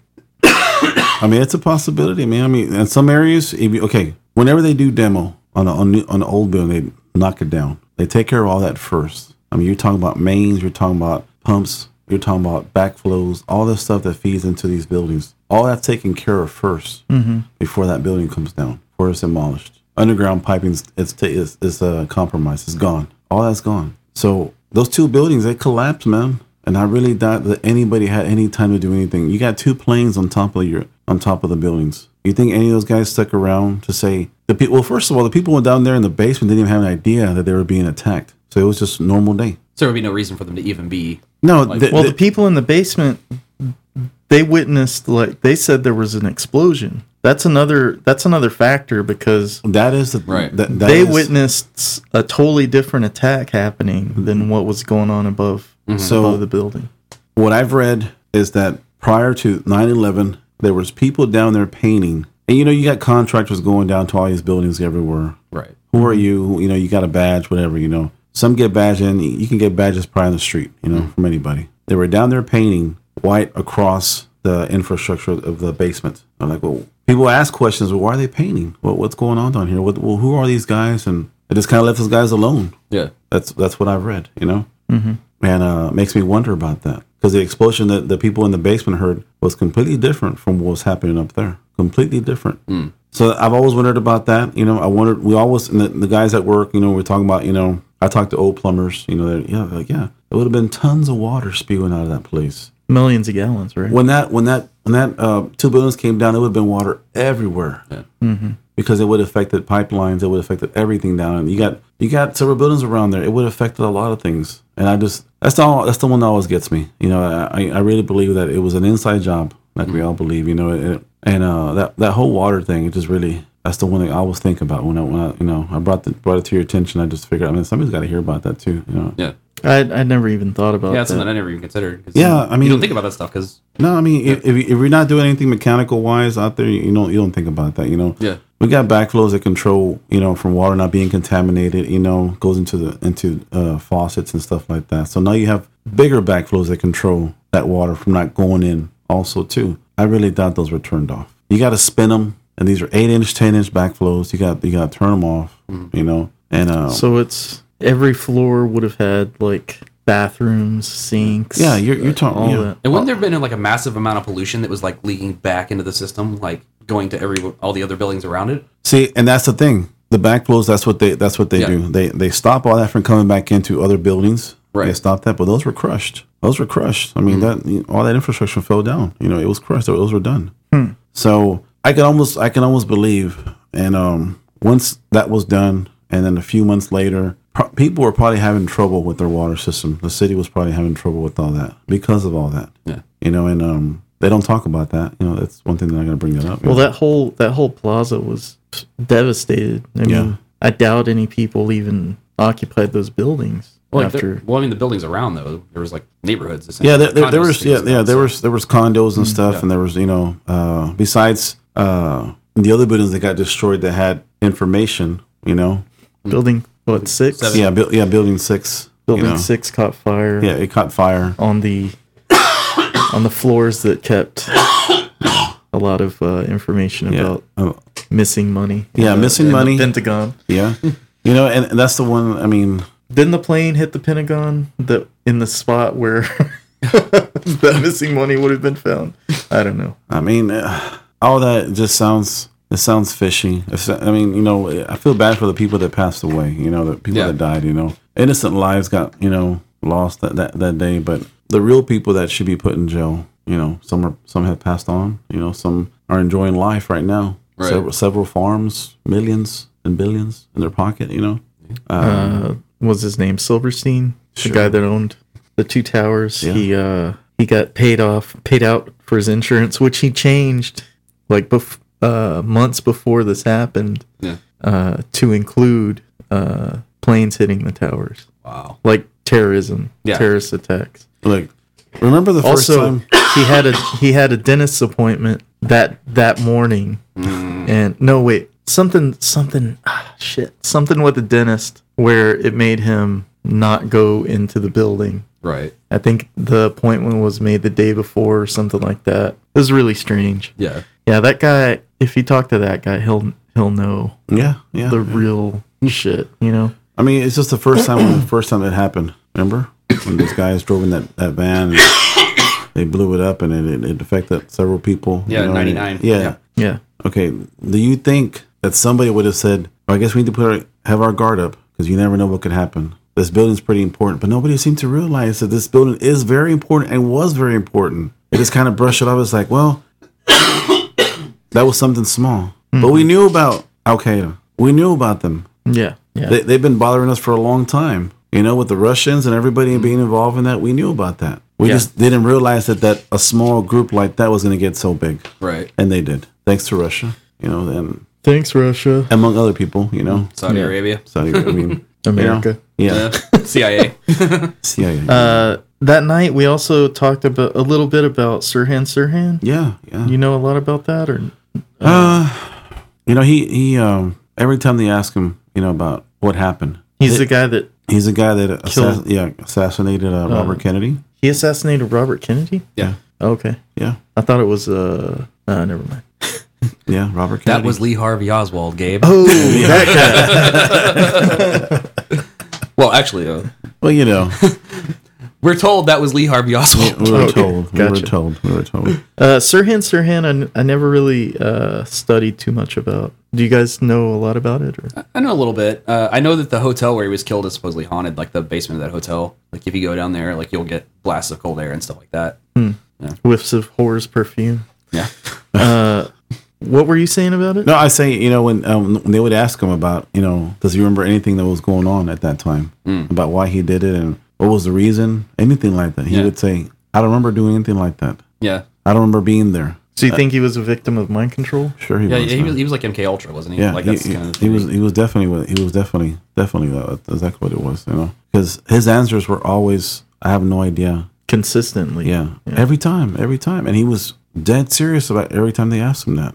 I mean, it's a possibility, man. I mean, in some areas, if you, okay, whenever they do demo on a, on, new, on an old building, they knock it down. They take care of all that first. I mean, you're talking about mains, you're talking about pumps, you're talking about backflows, all the stuff that feeds into these buildings. All that's taken care of 1st before that building comes down, before it's demolished. Underground piping is it's, ta- is is uh, compromised. It's gone. All that's gone. So those two buildings, they collapsed, man. And I really doubt that anybody had any time to do anything. You got two planes on top of your on top of the buildings. You think any of those guys stuck around to say the people? Well, first of all, the people down there in the basement didn't even have an idea that they were being attacked. So it was just a normal day.
So there would be no reason for them to even be
No, the-
Well,
the-
the people in the basement they witnessed like they said there was an explosion. That's another that's another factor because
that is the
Right.
That, that
they
is-
witnessed a totally different attack happening than what was going on above
Mm-hmm. So-
above the building.
what I've read is that prior to 9/11, there was people down there painting, and you know you got contractors going down to all these buildings everywhere.
right.
Who are you? You know you got a badge, whatever. You know some get badge in. You can get badges probably on the street. You know from anybody. They were down there painting white across the infrastructure of the basement. I'm like, well, people ask questions. Well, why are they painting? Well, what's going on down here? What, well, who are these guys? And I just kind of left those guys alone.
Yeah.
That's that's what I've read. You know, and uh, makes me wonder about that because the explosion that the people in the basement heard was completely different from what was happening up there. Completely different. So I've always wondered about that. You know, I wondered. We always and the, the guys at work. You know, we're talking about. You know, I talked to old plumbers. You know, they're, yeah, they're like, yeah, it would have been tons of water spewing out of that place
Millions of gallons, right?
when that when that when that uh, two balloons came down, it would have been water everywhere. Because it would have affected pipelines, it would have affected everything down. And you got you got several buildings around there. It would have affected a lot of things. And I just that's all that's the one that always gets me. You know, I, I really believe that it was an inside job, like we all believe. You know, and, and uh, that that whole water thing, it just really that's the one thing I always think about when I when I you know I brought the, brought it to your attention. I just figured, I mean, somebody's got to hear about that too. You know,
Yeah.
I I never even thought about
Yeah, that's
that.
something I never even considered. 'cause
Yeah, I mean-
you don't think about that stuff because
No, I mean, if, if you- if you're not doing anything mechanical wise out there, you don't you don't think about that. You know,
Yeah.
we got backflows that control, you know, from water not being contaminated. You know, goes into the into uh, faucets and stuff like that. So now you have bigger backflows that control that water from not going in. Also, too, I really thought those were turned off. You got to spin them, and these are eight inch, ten inch backflows. You got you got to turn them off. You know, and uh,
Mm-hmm. So it's every floor would have had like bathrooms, sinks.
yeah, you're you're
all
talking. Yeah.
that.
and wouldn't there have been like a massive amount of pollution that was like leaking back into the system, like going to every all the other buildings around it?
See, and that's the thing. The backflows. That's what they. That's what they
Yeah.
do. They they stop all that from coming back into other buildings. They
Right. Mm-hmm.
stop that, but those were crushed. Those were crushed. I mean, that all that infrastructure fell down. You know, it was crushed. Those were done. So I can almost I can almost believe. And um, once that was done, and then a few months later, pro- people were probably having trouble with their water system. The city was probably having trouble with all that because of all that.
Yeah.
You know, and um, they don't talk about that. You know, that's one thing that I'm gonna bring that up.
Well, that whole that whole plaza was devastated. I mean,
Yeah.
I doubt any people even occupied those buildings
Well, Like
after.
there- well, I mean, the buildings around though, there was like neighborhoods. essentially,
Yeah, there, there, there
condos,
was
things
yeah,
like
yeah
that,
there
so-
was there was condos and stuff, and there was you know uh, besides uh, the other buildings that got destroyed that had information, you know,
Building what six?
Seven.
yeah, bu- yeah, building six, you
Building
know.
six caught fire
yeah, it caught fire.
on the on the floors that kept a lot of uh, information
Yeah,
about
Uh,
missing money.
Yeah,
in the-
missing
in the
money.
Pentagon.
yeah, you know, and, and that's the one. I mean,
Didn't the plane hit the Pentagon? The in the spot where *laughs* that missing money would have been found. I don't know.
I mean, uh, all that just sounds it sounds fishy. It's- I mean, you know, I feel bad for the people that passed away. You know, the people
Yeah.
that died. You know, innocent lives got you know lost that, that that day. But the real people that should be put in jail. You know, some are some have passed on. You know, some are enjoying life right now.
Right.
Several, several farms, millions and billions in their pocket. You know.
uh, was his name Silverstein, the guy that owned the two towers. He uh, he got paid off, paid out for his insurance, which he changed like bef- uh, months before this happened
Yeah.
uh, to include uh, planes hitting the towers,
Wow.
like terrorism,
Yeah.
terrorist attacks.
Like, remember the first
Also,
time?
he had a he had a dentist's appointment that that morning,
Mm.
and no wait, something something ah, shit something with the dentist where it made him not go into the building.
Right.
I think the appointment was made the day before or something like that. It was really strange.
Yeah.
Yeah, that guy. If you talk to that guy, he'll he'll know
Yeah, yeah.
the real shit. You know.
I mean, it's just the first time. the *coughs* first time it happened. Remember when those guys drove in that, that van? And they blew it up, and it, it, it affected several people.
Yeah,
and it-
99,
Yeah.
yeah.
Yeah.
Okay. Do you think that somebody would have said, well, "I guess we need to put our, have our guard up because you never know what could happen." This building's pretty important, but nobody seemed to realize that this building is very important and was very important. They just kind of brushed it off. It's like, well, *coughs* that was something small, but we knew about Al Qaeda. We knew about them
Yeah. Yeah.
they, they've been bothering us for a long time. You know, with the Russians and everybody being involved in that, we knew about that. We
Yeah.
just didn't realize that, that a small group like that was going to get so big,
Right.
and they did, thanks to Russia. You know, and
Thanks, Russia.
among other people, you know,
Saudi
Yeah.
*laughs*
Arabia. Uh,
Saudi. I mean, you know,
America.
yeah,
Yeah. CIA.
yeah, yeah,
Uh, that night we also talked about a little bit about Sirhan Sirhan.
yeah, yeah.
You know a lot about that, or
Uh, you know, he he. Um, every time they ask him, you know, about what happened,
he's the guy that
he's the guy that
Killed-
assass- yeah assassinated uh, Robert Kennedy.
he assassinated Robert Kennedy.
Yeah.
Oh, Okay,
Yeah,
I thought it was uh, uh never mind.
yeah, Robert Kennedy.
That was Lee Harvey Oswald, Gabe.
*laughs* Oh, that guy.
Well, actually, uh,
well, you know,
We're told that was Lee Harvey Oswald.
We were
Okay,
told. We
gotcha.
were told. We were told.
Uh, Sirhan, Sirhan, I, n- I never really uh, studied too much about. Do you guys know a lot about it? Or?
I know a little bit. Uh, I know that the hotel where he was killed is supposedly haunted, like the basement of that hotel. Like if you go down there, like you'll get blasts of cold air and stuff like that.
whiffs of horror's perfume.
Yeah. *laughs*
Uh, what were you saying about it?
*laughs* No, I say, you know, when, um, when they would ask him about, you know, does he remember anything that was going on at that time about why he did it and what was the reason, anything like that. He
Yeah.
would say, I don't remember doing anything like that.
Yeah.
I don't remember being there.
So you think he was a victim of mind control?
Sure, he
Yeah,
was.
he
man.
was, he was like MK Ultra, wasn't he?
yeah,
like
he,
that's
he-
kind of the
he
thing.
was. He was definitely. with- He was definitely, definitely uh, that's exactly what it was. You know, because his answers were always, I have no idea.
Consistently.
Yeah. Every time, every time. And he was dead serious about every time they asked him that.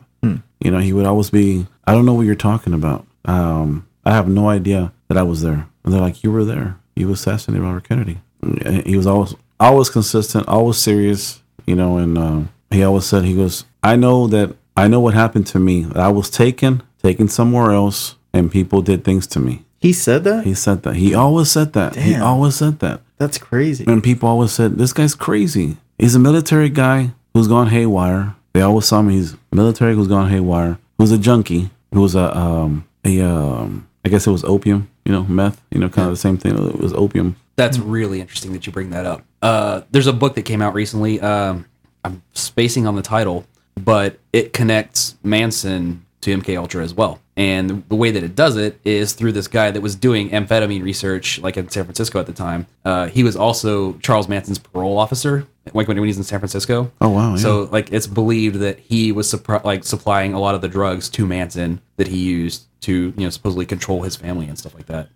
You know, he would always be, I don't know what you're talking about. Um, I have no idea that I was there. And they're like, You were there. You assassinated Robert Kennedy. And he was always always consistent, always serious, you know, and um, he always said, He goes, I know that I know what happened to me. I was taken, taken somewhere else, and people did things to me.
He said that?
He said that. He always said that. He
Damn.
always said that.
That's crazy.
And people always said, this guy's crazy. He's a military guy who's gone haywire. They always saw him. He's military who's gone haywire. Who's a junkie. Who was a, um, a, um, I guess it was opium, you know, meth, you know, kind of the same thing. It was opium.
That's really interesting that you bring that up. Uh, there's a book that came out recently. Um, I'm spacing on the title, but it connects Manson to MK Ultra as well. And the way that it does it is through this guy that was doing amphetamine research, like in San Francisco at the time. Uh, he was also Charles Manson's parole officer, like when, when he's in San Francisco.
Oh, wow. Yeah.
So like it's believed that he was suppri- like supplying a lot of the drugs to Manson that he used to you know supposedly control his family and stuff like that.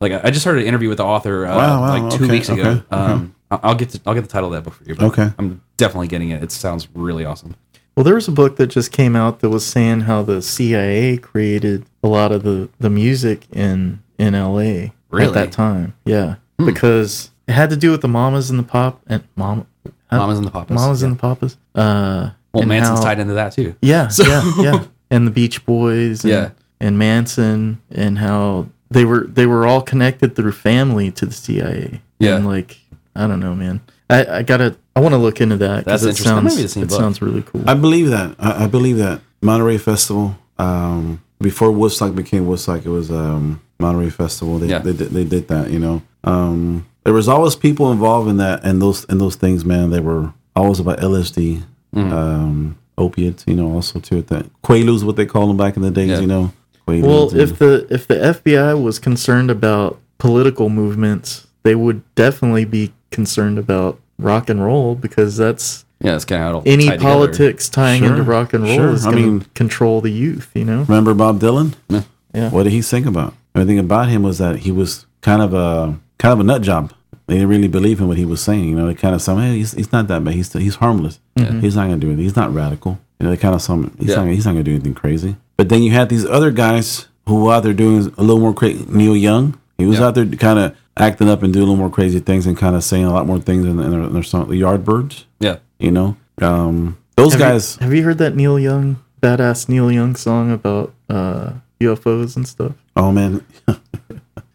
Like I I just heard an interview with the author uh,
Hmm. Wow, wow,
like two
okay,
weeks ago.
okay,
Um, I- I'll get to, I'll get the title of that book for you. but
Okay.
I'm definitely getting it. It sounds really awesome.
Well, there was a book that just came out that was saying how the CIA created a lot of the, the music in, in LA
Really? Hmm.
at that time. Yeah. Because it had to do with the mamas and the pop and mama.
Uh, Mamas and the Papas,
Mamas and the papas. Uh,
Well,
and
Manson's
how-
tied into that too.
Yeah, yeah,
*laughs*
yeah. And the Beach Boys, and,
Yeah.
and Manson, and how they were they were all connected through family to the CIA.
Yeah.
and like I don't know, man. I, I gotta I want to look into that. 'cause
That's
it
interesting. That
Sounds,
might be the same
it
book.
sounds really cool.
I believe that. I, I believe that Monterey Festival. Um, before Woodstock became Woodstock, it was um, Monterey Festival. They,
Yeah.
they did they did that. You know, um, there was always people involved in that and those and those things. Man, they were always about LSD,
Mm-hmm.
um, opiates. You know, also too at that Quaaludes, what they call them back in the days.
Yeah.
You know, Quaaludes.
well,
and-
if the if the FBI was concerned about political movements, they would definitely be concerned about rock and roll because that's
Yeah, that's kind of how it'll
any
tie together.
politics tying
Sure,
into rock and roll
sure.
is
I
going
mean-
to control the youth. You know,
remember Bob Dylan,
Yeah.
what did he sing about? Everything about him was that he was kind of a kind of a nut job. They didn't really believe in what he was saying. You know, they kind of said, "Hey, he's, he's not that bad. He's he's harmless. He's not going to do anything. He's not radical." You know, they kind of saw him. He's
Mm-hmm. Yeah.
not he's not going to do anything crazy. But then you had these other guys who were out there doing a little more crazy. Neil Young, he was
Yeah.
out there kind of acting up and doing a little more crazy things and kind of saying a lot more things in, in, their, in their song, the Yardbirds.
Yeah.
You know, um, those
Have you-
guys.
have you heard that Neil Young, badass Neil Young song about uh, UFOs and stuff?
oh man,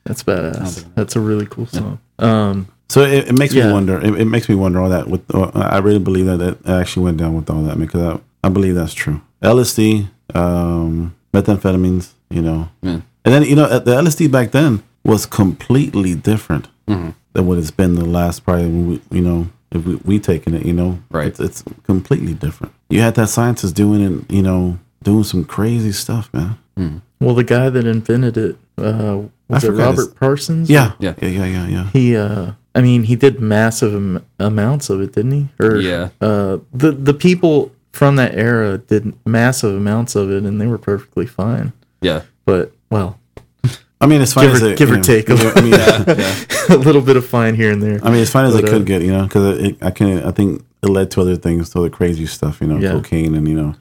That's badass. That's a really cool song. Um,
So it, it makes
Yeah.
me wonder. It, it makes me wonder all that. With uh, I really believe that that actually went down with all that because I, I believe that's true. LSD, um, methamphetamines, you know,
Yeah.
and then you know uh, the LSD back then was completely different
Mm-hmm.
than what it's been the last probably we, you know if we, we taking it you know
Right.
it's, it's completely different. You had that scientist doing it, you know, doing some crazy stuff, man.
well, the guy that invented it uh, was it
forgot his-
Robert Parsons?
Yeah,
Yeah.
yeah, yeah, yeah. yeah.
He, uh, I mean, he did massive am- amounts of it, didn't he? Or
Yeah.
uh, the the people from that era did massive amounts of it, and they were perfectly fine.
Yeah.
But well,
I mean, it's fine
give
as
or,
it,
give
you
or
know,
take a,
I mean,
*laughs* a little bit of fine here and there.
I mean, as fine as
But,
it
uh,
could get, you know, because it, I can. I think it led to other things, to other crazy stuff, you know,
Yeah.
cocaine and you know,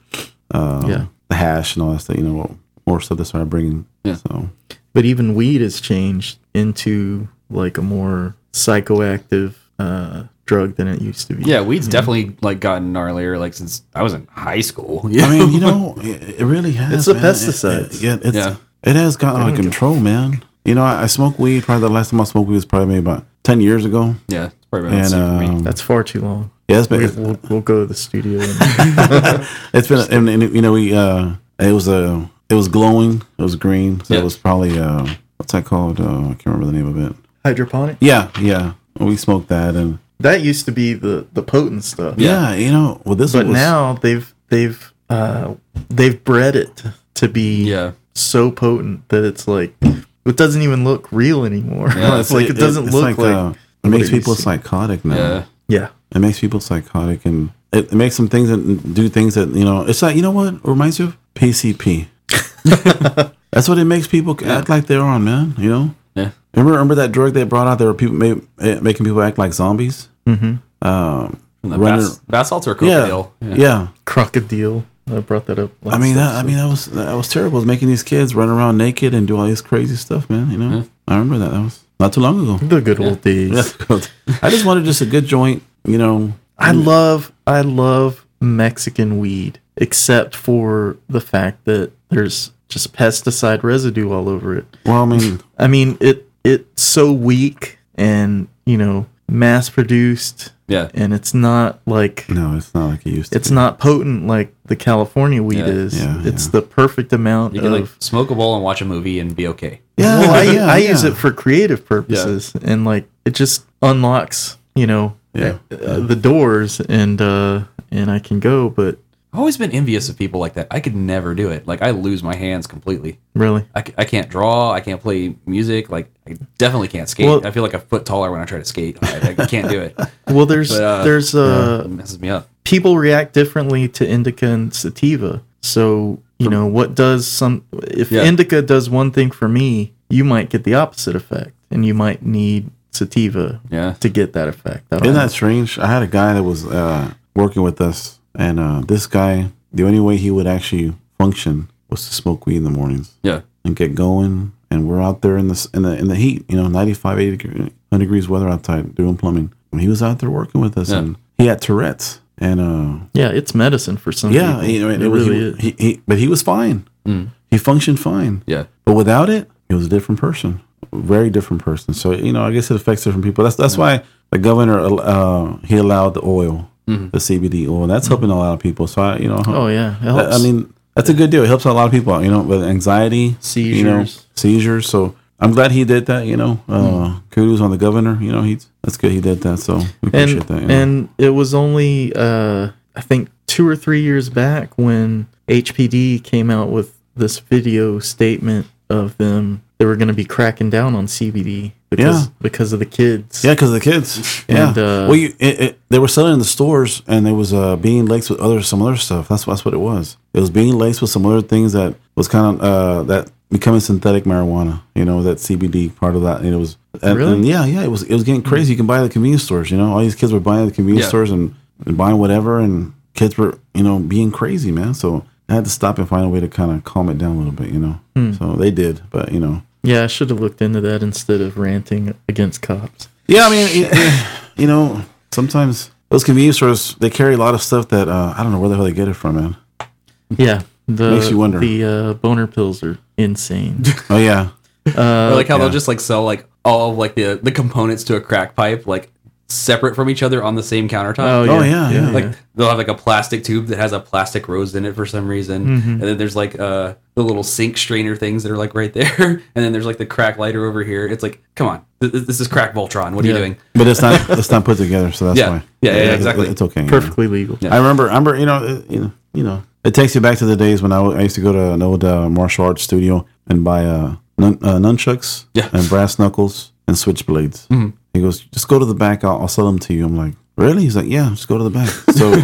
uh,
Yeah.
the hash and all that stuff. You know, more stuff they started bringing.
Yeah.
*laughs*
So
but even weed has changed into like a more psychoactive uh, drug than it used to be.
Yeah, weed's
Mm-hmm.
definitely like gotten gnarlier like since I was in high school. Yeah.
I mean, you know, it, it really has.
It's the
man. It-
pesticides.
It, yeah, it's,
Yeah.
it has gotten out of control, man. You know, I, I smoked weed. Probably the last time I smoked weed was probably maybe about ten years ago.
yeah. Probably around
and
the same for me.
um,
That's far too long.
yeah, it's
We,
been,
we'll, we'll go to the studio.
*laughs*
And,
it's been and, and, you know we uh it was uh, it was glowing it was green so
Yeah.
it was probably uh what's that called uh, I can't remember the name of it
hydroponic.
yeah yeah we smoked that and
That used to be the the potent stuff.
yeah, you know well this
But
was
now they've they've uh, they've bred it to be
yeah.
so potent that it's like it doesn't even look real anymore.
Yeah,
it's *laughs* like it, doesn't
it's
look like,
uh, it
what
makes
it used
people
to be.
psychotic now
Yeah.
yeah.
it makes people psychotic and it, it makes them things that do things that you know it's like you know what it reminds you of
*laughs*
PCP that's what it makes people act like they're on man you know
Yeah.
remember remember that drug they brought out there were people made, eh, making people act like zombies
Mm-hmm.
um
From the
Runner-
bath, bath salts or crocodile.
yeah yeah
Crocodile. I brought that up. Last
I mean, that, I
episode.
mean, that was that was terrible. Was making these kids run around naked and do all this crazy stuff, man. You know,
Yeah.
I remember that. That was not too long ago.
the good old
*laughs*
days.
I just wanted just a good joint, you know.
I love I love Mexican weed, except for the fact that there's just pesticide residue all over it.
Well, I mean,
I mean, it it's so weak and you know mass produced,
Yeah.
and it's not like
*laughs* no, it's not like it used to.
it's
be.
not potent like the California weed
Yeah.
is.
Yeah,
it's
yeah.
the perfect amount
You can
of.
like smoke a bowl and watch a movie and be okay.
yeah, well, I,
yeah,
I use
yeah.
it for creative purposes, and like it just unlocks, you know,
Yeah.
uh, the doors, and uh and I can go. But
I've always been envious of people like that. I could never do it. Like I lose my hands completely.
really,
I, c- I can't draw. I can't play music. Like I definitely can't skate.
Well-
I feel like a foot taller when I try to skate. I, I can't do it.
well, there's
But, uh,
there's uh
It messes me up.
people react differently to indica and sativa. So, you know, what does some if
Yeah.
indica does one thing for me, you might get the opposite effect and you might need sativa
Yeah.
to get that effect. I don't
Isn't
know.
that strange? I had a guy that was uh, working with us, and uh, this guy, the only way he would actually function was to smoke weed in the mornings
Yeah.
and get going. And we're out there in the s- in the in the heat, you know, 95, 80 degree, 100 degrees weather outside doing plumbing. And he was out there working with us,
Yeah.
and he had Tourette's, and uh,
yeah, it's medicine for some
yeah,
people.
you know,
it,
it, was,
really
he,
is.
He, he, but he was fine.
Mm.
He functioned fine.
Yeah.
But without it, he was a different person, very different person. So you know, I guess it affects different people. That's that's why the governor uh, he allowed the oil, the CBD oil. That's helping a lot of people. So I, you know,
Oh yeah, it
I,
helps.
I mean, that's a good deal. It helps a lot of people. You know, with anxiety, you know,
Seizures.
seizures. So. I'm glad he did that, you know. Uh, Kudos on the governor, you know. He's that's good. He did that, so we appreciate
and
that. you know.
and it was only uh I think 2 or 3 years back when HPD came out with this video statement of them they were going to be cracking down on CBD because
Yeah.
because of the kids.
Yeah, because the kids. Yeah.
And, uh,
well, you, it, it, they were selling in the stores, and there was uh, being laced with other some other stuff. That's that's what it was. It was being laced with some other things that was kind of uh, that becoming synthetic marijuana. You know that CBD part of that. And it was and,
Really?
and yeah, yeah. It was it was getting crazy. You can buy it at convenience stores. You know, all these kids were buying at the convenience
Yeah.
stores and, and buying whatever, and kids were you know being crazy, man. So I had to stop and find a way to kind of calm it down a little bit. You know,
Hmm.
so they did, but you know.
Yeah, I should have looked into that instead of ranting against cops.
Yeah, I mean, it- it- you know, sometimes those convenience stores they carry a lot of stuff that uh, I don't know where the hell they get it from, man.
Yeah, the
Makes you wonder.
The uh, boner pills are
*laughs*
insane.
Oh yeah,
or like how they'll just like sell like all of like the the components to a crack pipe like separate from each other on the same countertop.
Oh, yeah, yeah.
Like they'll have like a plastic tube that has a plastic rose in it for some reason, and then there's like uh the little sink strainer things that are like right there, *laughs* and then there's like the crack lighter over here. It's like, come on, th- th- this is crack Voltron. What are
Yeah.
you doing?
but it's not it's not put together, so that's
Yeah.
why.
Yeah, yeah,
it's-
exactly.
It's okay. you know.
perfectly legal.
Yeah.
I remember, I remember, you know, it- you know, you know, it takes you back to the days when I wa- I used to go to an old uh, martial arts studio and buy uh, nun, uh, nunchucks
Yeah. Mm-hmm.
and brass knuckles and switchblades. He goes, just go to the back. I'll, I'll sell them to you. I'm like, really? He's like, yeah, just go to the back.
*laughs*
So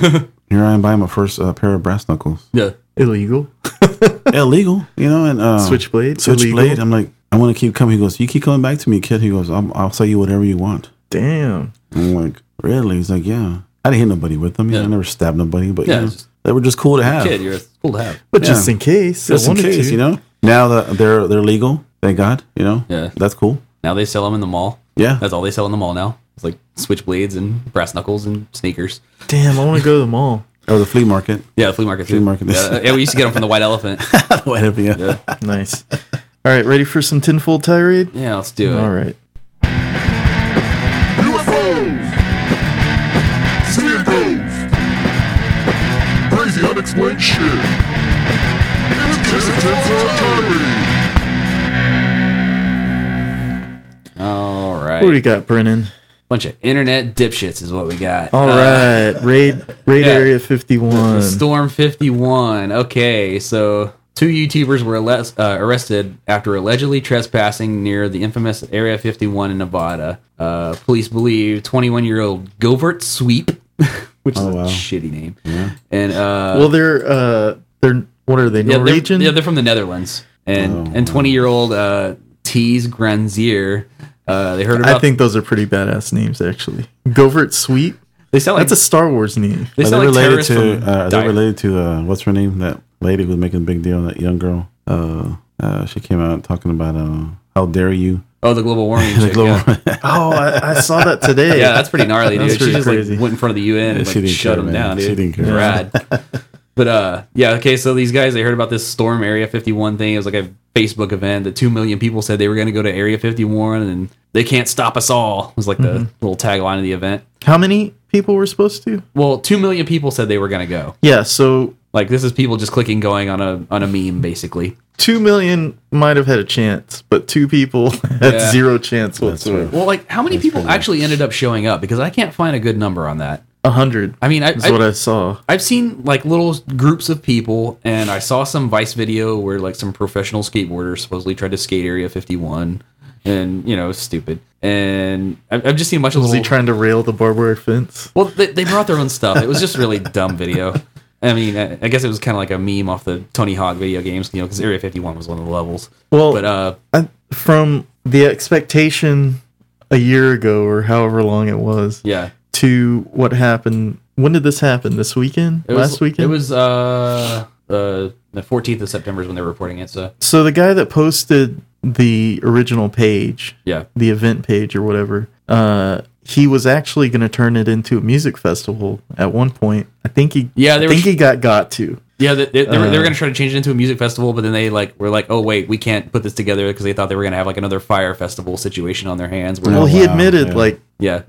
here I am buying my first uh, pair of brass knuckles.
Yeah,
Illegal.
illegal, you know, and uh,
Switchblade,
Switchblade.
illegal.
I'm like, I want to keep coming. He goes, you keep coming back to me, kid. He goes, I'm, I'll sell you whatever you want.
Damn.
I'm like, really? He's like, yeah. I didn't hit nobody with them. Yeah.
Yeah.
I never stabbed nobody, but
Yeah,
you know,
just-
they were just cool to have.
kid, you're Oh, cool to have.
But
Yeah.
just in case,
just
I
in
wanted
case,
to.
you know. Now that they're they're legal, thank God. You know,
Yeah.
that's cool.
Now they sell them in the mall.
Yeah,
That's all they sell in the mall now. It's like switchblades and brass knuckles and sneakers.
Damn, I want to go to the mall. *laughs*
or the flea market. *laughs*
Yeah, flea market. Flea
market.
Yeah, yeah, we used to get them from the White *laughs* Elephant.
Whatever. Yeah.
Nice. All right, ready for some tinfoil tirade?
Yeah, let's do it.
All right.
UFOs! explain shit. It's hesitant for autonomy.
All
What do
right.
you got, Brennan?
Bunch of internet dipshits is what we got.
All
Uh,
right, raid raid
yeah.
area fifty one.
Storm 51. Okay, so two YouTubers were alle- uh, arrested after allegedly trespassing near the infamous Area 51 in Nevada. Uh, police believe 21 year old Gilbert Sweep, *laughs* which is a
Oh, wow.
shitty name, and uh,
Well, they're uh, they're what are they
yeah, they're,
Norwegian?
yeah, they're from the Netherlands, and
Oh,
and 20 year old uh, Tees Granzier. Uh, they heard about.
I think those are pretty badass names, actually. Govert Sweet.
they sound like
That's a Star Wars name.
they
Are
sound
they
like
related
terrorists
to?
from
Uh, are
Dire-
they related to uh, what's her name? That lady who's making a big deal. That young girl. Uh, uh, she came out talking about uh, how dare you.
oh the global warming.
*laughs* The
chick,
global-
yeah.
Oh, I, I saw that today.
*laughs*
*laughs*
yeah, that's pretty gnarly, dude.
That's
she
pretty
just
crazy.
like went in front of the UN and
She
like,
didn't
shut
care,
them
man.
down, dude.
She didn't care. *laughs*
Rad. but uh, yeah, okay. So these guys, they heard about this storm Area 51 thing. It was like a Facebook event that two million people said they were going to go to Area 51, and they can't stop us all. Was like the
Mm-hmm.
little tagline of the event.
How many people were supposed to?
Well, two million people said they were going to go.
Yeah, so
Like this is people just clicking going on a on a meme basically.
two million might have had a chance, but two people *laughs* had
Yeah.
zero chance whatsoever.
Well, like how many people actually ended up showing up? Because I can't find a good number on that.
A hundred
I mean, I,
is
I,
what I saw.
I've seen like little groups of people, and I saw some Vice video where like some professional skateboarders supposedly tried to skate Area 51, and you know, it's stupid. And I've, I've just seen a bunch of
Was
little.
he trying to rail the barbed wire fence?
well, they, they brought their own stuff. It was just really dumb video. I mean, I, I guess it was kind of like a meme off the Tony Hawk video games, you know, because Area 51 was one of the levels.
Well,
but uh,
I, from the expectation a year ago or however long it was
yeah,
to what happened. When did this happen? This weekend?
it
Last
was,
weekend?
It was uh, uh, the 14th of September is when they're reporting it. So
So the guy that posted the original page,
yeah,
the event page or whatever, uh, he was actually going to turn it into a music festival at one point. I think he,
Yeah, they
I
were
think
tr-
he got got to.
Yeah, they, they, they were, they were
Uh,
going to try to change it into a music festival, but then they like were like, "Oh wait, we can't put this together" because they thought they were going to have like another fire festival situation on their hands. Where,
Well, he
Oh, wow,
admitted
yeah.
like
yeah,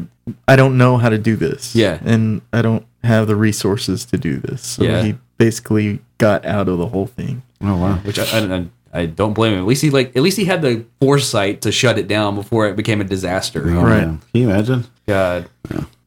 I don't know how to do this.
Yeah.
and I don't have the resources to do this. So
Yeah.
he basically got out of the whole thing.
Oh wow.
which I, I, don't- I don't blame him. At least he like at least he had the foresight to shut it down before it became a disaster.
Oh,
Right.
man. Can you imagine?
God,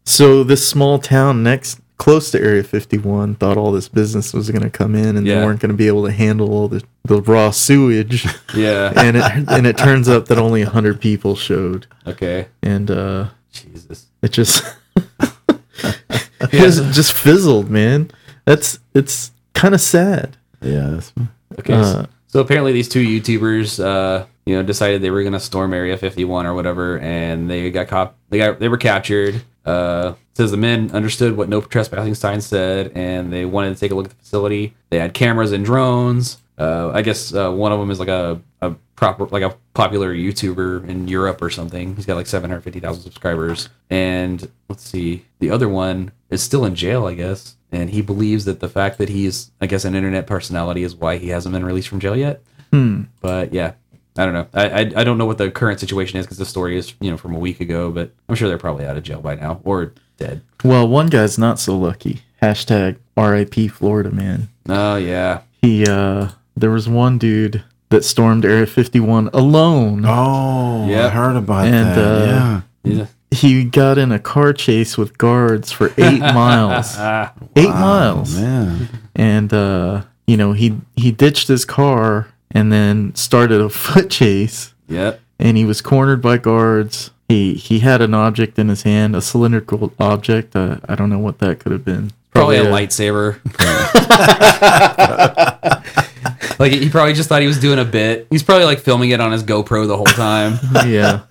So this small town next close to Area 51 thought all this business was going to come in and
Yeah.
they weren't going to be able to handle all the, the raw
*laughs*
sewage.
yeah,
and it and it turns up that only 100 people showed
okay,
and uh
Jesus,
it just *laughs* it just, just fizzled man that's it's kind of sad
Yeah. That's,
okay.
Uh,
so apparently these two YouTubers, uh, you know, decided they were going to storm Area 51 or whatever, and they got cop. They got they were captured. Uh, says the men understood what no trespassing signs said, and they wanted to take a look at the facility. They had cameras and drones. Uh, I guess uh, one of them is like a, a proper like a popular YouTuber in Europe or something. He's got like 750,000 subscribers, and let's see, the other one is still in jail, I guess. And he believes that the fact that he's, I guess, an internet personality is why he hasn't been released from jail yet Hmm. but yeah i don't know i i, I don't know what the current situation is because the story is you know from a week ago but i'm sure they're probably out of jail by now or dead
well one guy's not so lucky hashtag rip florida man
oh yeah
he uh there was one dude that stormed area 51 alone
oh,
Yeah.
I heard about
And,
that.
uh,
yeah.
yeah
he got in a car chase with guards for
*laughs*
eight miles
ah,
eight
Wow,
miles
Man.
and uh, you know he he ditched his car and then started a *laughs* foot chase
yep
and he was cornered by guards he he had an object in his hand a cylindrical object uh, i don't know what that could have been
probably a *laughs* lightsaber like he probably just thought he was doing a bit he's probably like filming it on his gopro the whole *laughs* time
yeah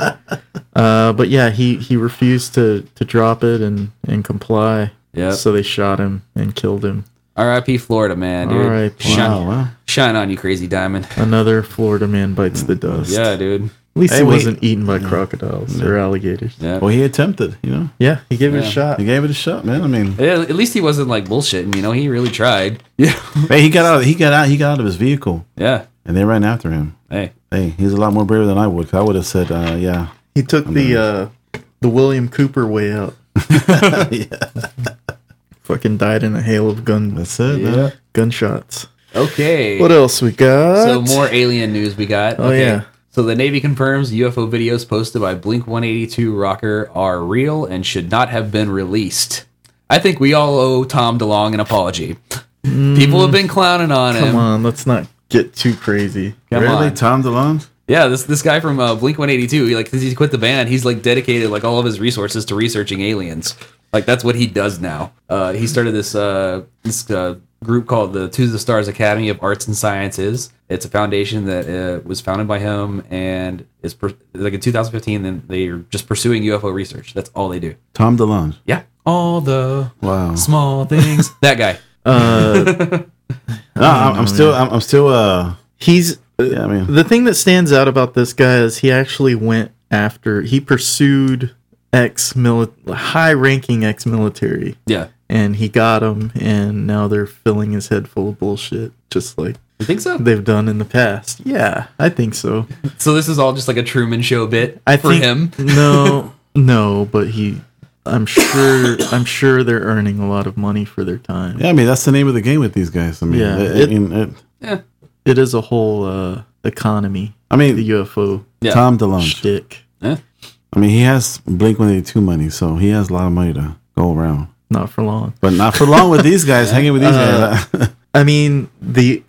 uh, but yeah he he refused to to drop it and and comply
Yep.
so they shot him and killed him
rip florida man dude
R.I.P..
shine,
Wow. wow.
shine on you crazy diamond
another florida man bites the dust
yeah dude
at least
Hey,
he
wait.
wasn't eaten by crocodiles or alligators
yeah
Well, he attempted. You know,
yeah he gave it
Yeah.
a shot
he gave it a shot, man. I mean,
Yeah, at least he wasn't like bullshitting you know he really tried yeah
hey, he got out. He got out. He got out of his vehicle,
*laughs* yeah
and they ran after him.
hey
Hey, he's a lot more braver than I would. 'cause I would have said, uh, yeah,
He
*laughs*
took the uh, the William Cooper way out.
yeah.
*laughs* Fucking died in a hail of gun
That's it.
Yeah.
man.
gunshots.
Okay.
What else we got?
So more alien news we got.
Oh, yeah.
So the Navy confirms UFO videos posted by Blink 182 rocker are real and should not have been released. I think we all owe Tom DeLong an apology. People have been clowning on him.
Mm. Come on, let's not get too
*laughs*
crazy.
Come
really,
on.
Tom DeLonge?
Yeah, this this guy from uh, Blink 182, he like since he quit the band, he's like dedicated like all of his resources to researching aliens. Like that's what he does now. Uh, he started this uh, this uh, group called the To the Stars Academy of Arts and Sciences. It's a foundation that uh, was founded by him and is per- like in 2015. Then they're just pursuing UFO research. That's all they do.
Tom DeLonge.
Yeah, all the
Wow.
*laughs*
small things. that guy.
Uh,
No, I'm, I'm still. I'm, I'm still. Uh.
he's
Yeah. I mean.
the thing that stands out about this guy is he actually went after he pursued ex high ranking ex military
Yeah,
and he got him and now they're filling his head full of bullshit just like
you think so?
they've done in the past. Yeah, I think so.
So this is all just like a Truman Show bit
I
for
think
him. *laughs*
no, no, but he I'm sure I'm sure they're earning a lot of money for their time.
Yeah. I mean, that's the name of the game with these guys. I mean.
Yeah,
It,
it-
I mean, it-
Yeah,
It is a whole uh economy,
I mean
the UFO
yeah.
Tom DeLonge.
shtick.
Yeah.
I mean, he has Blink One Eighty Two money, so he has a lot of money to go around.
Not for long.
But not for long with these guys. Hanging with these guys. *laughs*
I mean the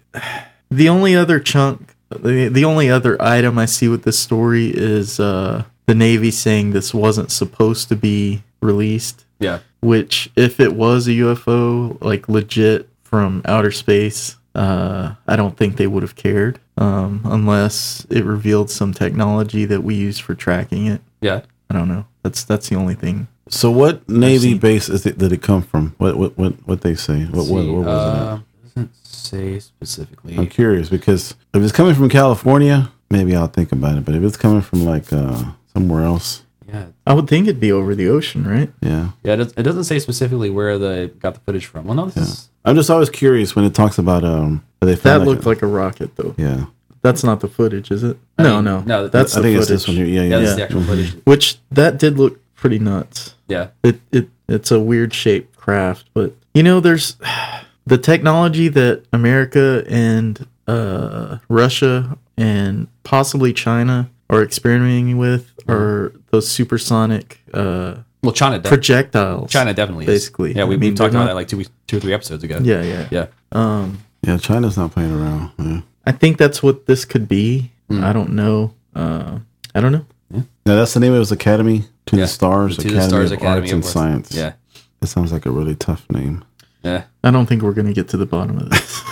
the only other chunk the, the only other item I see with this story is uh the Navy saying this wasn't supposed to be released.
yeah.
which if it was a UFO, like legit from outer space, uh, I don't think they would have cared um, unless it revealed some technology that we use for tracking it.
Yeah.
I don't know. That's that's the only thing.
So, what Navy
seen-
base is it, did it come from? What what what what they say? What what, what was
uh, Doesn't say specifically.
it? I'm curious because if it's coming from California, maybe I'll think about it. But if it's coming from like uh, somewhere else,
Yeah,
I would think it'd be over the ocean, right?
yeah.
yeah. It, does, it doesn't say specifically where they got the footage from. Well, no, this is
I'm just always curious when it talks about um. They
That
found like
looked
a-
like a rocket, though.
yeah.
That's not the footage, is it? no,
mean,
no,
no,
That's
I
the
think
footage.
it's this one here. Yeah,
yeah,
yeah.
This is the actual
Mhm.
footage.
Which that did look pretty nuts.
Yeah,
It it it's a weird shaped craft, but you know, there's *sighs* the technology that America and uh, Russia and possibly China are experimenting with are those supersonic uh,
well, China, de-
projectiles.
China definitely is.
basically.
Yeah, we,
I
we
mean,
talked
they're
about
not-
that like two, weeks- two or three episodes ago.
Yeah, yeah,
yeah.
Um,
Yeah, China's not playing around. Yeah.
I think that's what this could be.
Hmm.
I don't know. Uh, I don't know.
Now that's the name of his academy. To
Yeah.
the Stars
To
Academy,
the Stars
of Arts
Academy of
and
Arts.
Science.
Yeah,
it sounds like a really tough name.
yeah.
I don't think we're gonna get to the bottom of this.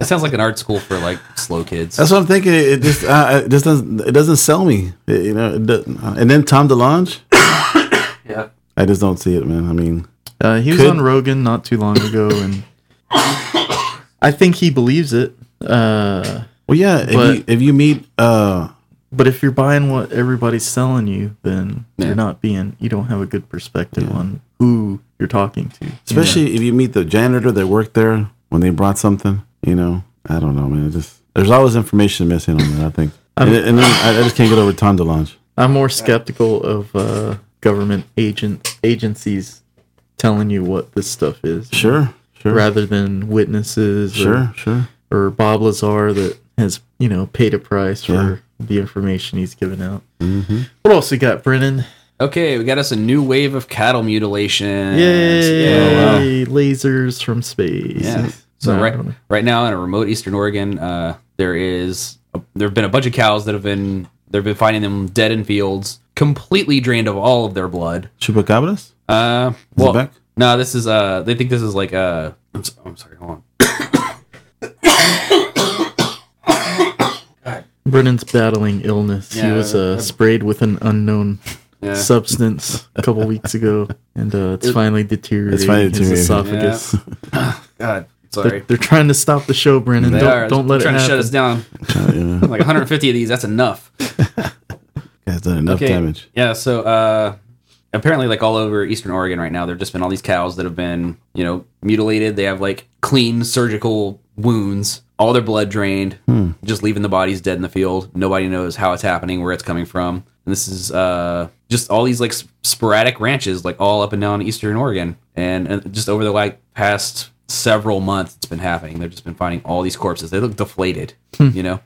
It sounds like an art school for like slow kids.
That's what I'm thinking. It it just uh, it just doesn't it doesn't sell me. It- you know, it doesn't- and then Tom DeLonge.
yeah,
I just don't see it, man. I mean,
Uh, he was
Could-
on Rogan not too long ago, and *coughs* I think he believes it. Uh,
well, yeah. If,
But-
you, if you meet, uh,
but if you're buying what everybody's selling you, then
Yeah.
you're not being, you don't have a good perspective on who you're talking to.
especially if you meet the janitor that worked there when they brought something, you know, I don't know, man. It just there's always information missing on that. I think, and, and then I, I just can't get over Tom DeLonge.
I'm more skeptical of uh, government agent agencies telling you what this stuff is,
Sure, sure,
rather than witnesses
sure, sure.
or, or Bob Lazar that has, you know, paid a price for the information he's given out.
Mm-hmm.
What else we got, Brennan?
Okay, we got us a new wave of cattle mutilation.
Oh,
Yeah.
Yay! Lasers from space.
Yeah. So
No, I
right
don't know.
right now in a remote eastern Oregon, uh, there is a, there have been a bunch of cows that have been they've been finding them dead in fields, completely drained of all of their blood.
Chupacabras.
Uh, well, *laughs*
back?
no, this is uh, they think this is like uh, I'm, so, am sorry, hold on.
Brennan's battling illness. he
Yeah,
was uh,
that-
sprayed with an unknown
Yeah.
substance a couple weeks ago, and uh, it's finally deteriorating
It's finally
his
deteriorating.
esophagus.
*laughs*
They're,
God, sorry.
they're trying to stop the show, Brennan.
They
don't
are
don't let it
trying
happen.
to shut us down.
Uh, yeah,
Like 150 of these, that's enough.
guys done enough damage.
Yeah, so uh apparently like all over eastern Oregon right now, there've just been all these cows that have been, you know, mutilated. They have like clean surgical wounds, all their blood drained, just leaving the bodies dead in the field. Nobody knows how it's happening, where it's coming from. And And this is uh, just all these like s- sporadic ranches, like all up and down eastern Oregon, and, and just over the like past several months, it's been happening. They've just been finding all these corpses. They look deflated, you know.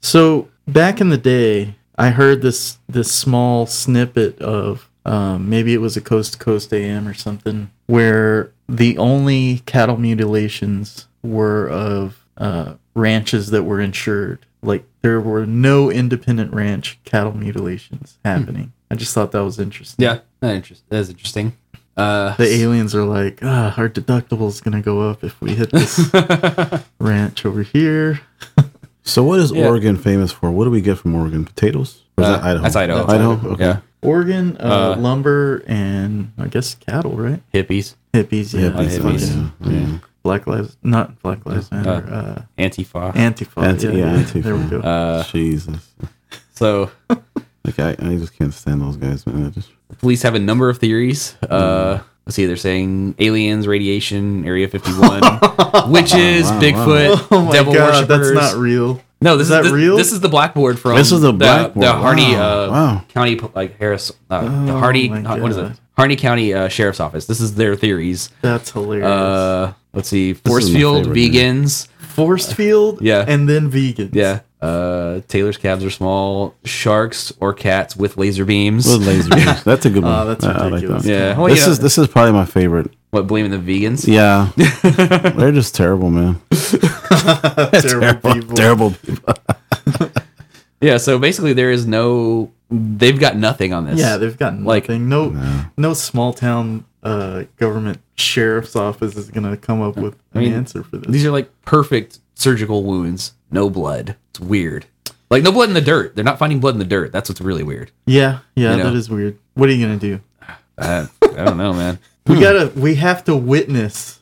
So back in the day, I heard this this small snippet of um, maybe it was a coast to coast AM or something where the only cattle mutilations were of uh, ranches that were insured. Like there were no independent ranch cattle mutilations happening. I just thought that was interesting.
Hmm. Yeah, that interest that is interesting. Uh,
The aliens are like, ah, our deductible's gonna go up if we hit
*laughs*
this ranch over here.
So what is
Yeah.
Oregon famous for? What do we get from Oregon? Potatoes? Or is
Uh,
that Idaho?
That's Idaho.
Idaho. Okay.
Yeah,
Oregon, uh,
Uh,
lumber, and I guess cattle, right?
hippies,
Hippies, yeah.
Yeah, please,
hippies.
fucking
yeah, yeah.
Black lives, not Black lives matter.
Antifa.
Uh, Antifa.
Anti-
yeah,
yeah, Antifa.
There we go.
uh,
Jesus.
so
Like I, I just can't stand those guys, man. I
*laughs*
just
police have a number of theories. Uh, let's see, they're saying aliens, radiation,
*laughs*
Area 51, witches,
Wow, wow.
Bigfoot,
oh my
devil
god,
worshippers.
that's not real.
no, this is,
is that
this,
real?
This is the blackboard from
This is the blackboard.
the Harney
Wow,
uh,
wow.
County like Harris uh, the
Oh
Hardy
my
uh, what is
God.
it? Harney County uh, Sheriff's Office. This is their theories.
That's hilarious.
Uh, let's see, force
is my
field,
favorite, man.
vegans.
Forced field,
yeah.
and then vegans.
Yeah. Uh, Taylor's calves are small. Sharks or cats with laser beams.
Those laser beams. That's a good one.
Oh, that's
I- I like
ridiculous.
that.
yeah. Well,
this
yeah.
is this is probably my favorite.
what blaming the vegans? *laughs*
Yeah, they're just terrible, man.
*laughs* terrible people.
*laughs* Terrible. people.
Yeah. So basically, there is no. They've got nothing on this.
Yeah, they've got nothing.
Like-
no, no, small town uh, government sheriff's office is gonna come up with
mean,
an answer for this.
These are like perfect surgical wounds. No blood. It's weird. Like no blood in the dirt. They're not finding blood in the dirt. That's what's really weird.
Yeah, yeah,
you know.
that is weird. What are you gonna do?
I, I don't know, man.
We gotta, we have to witness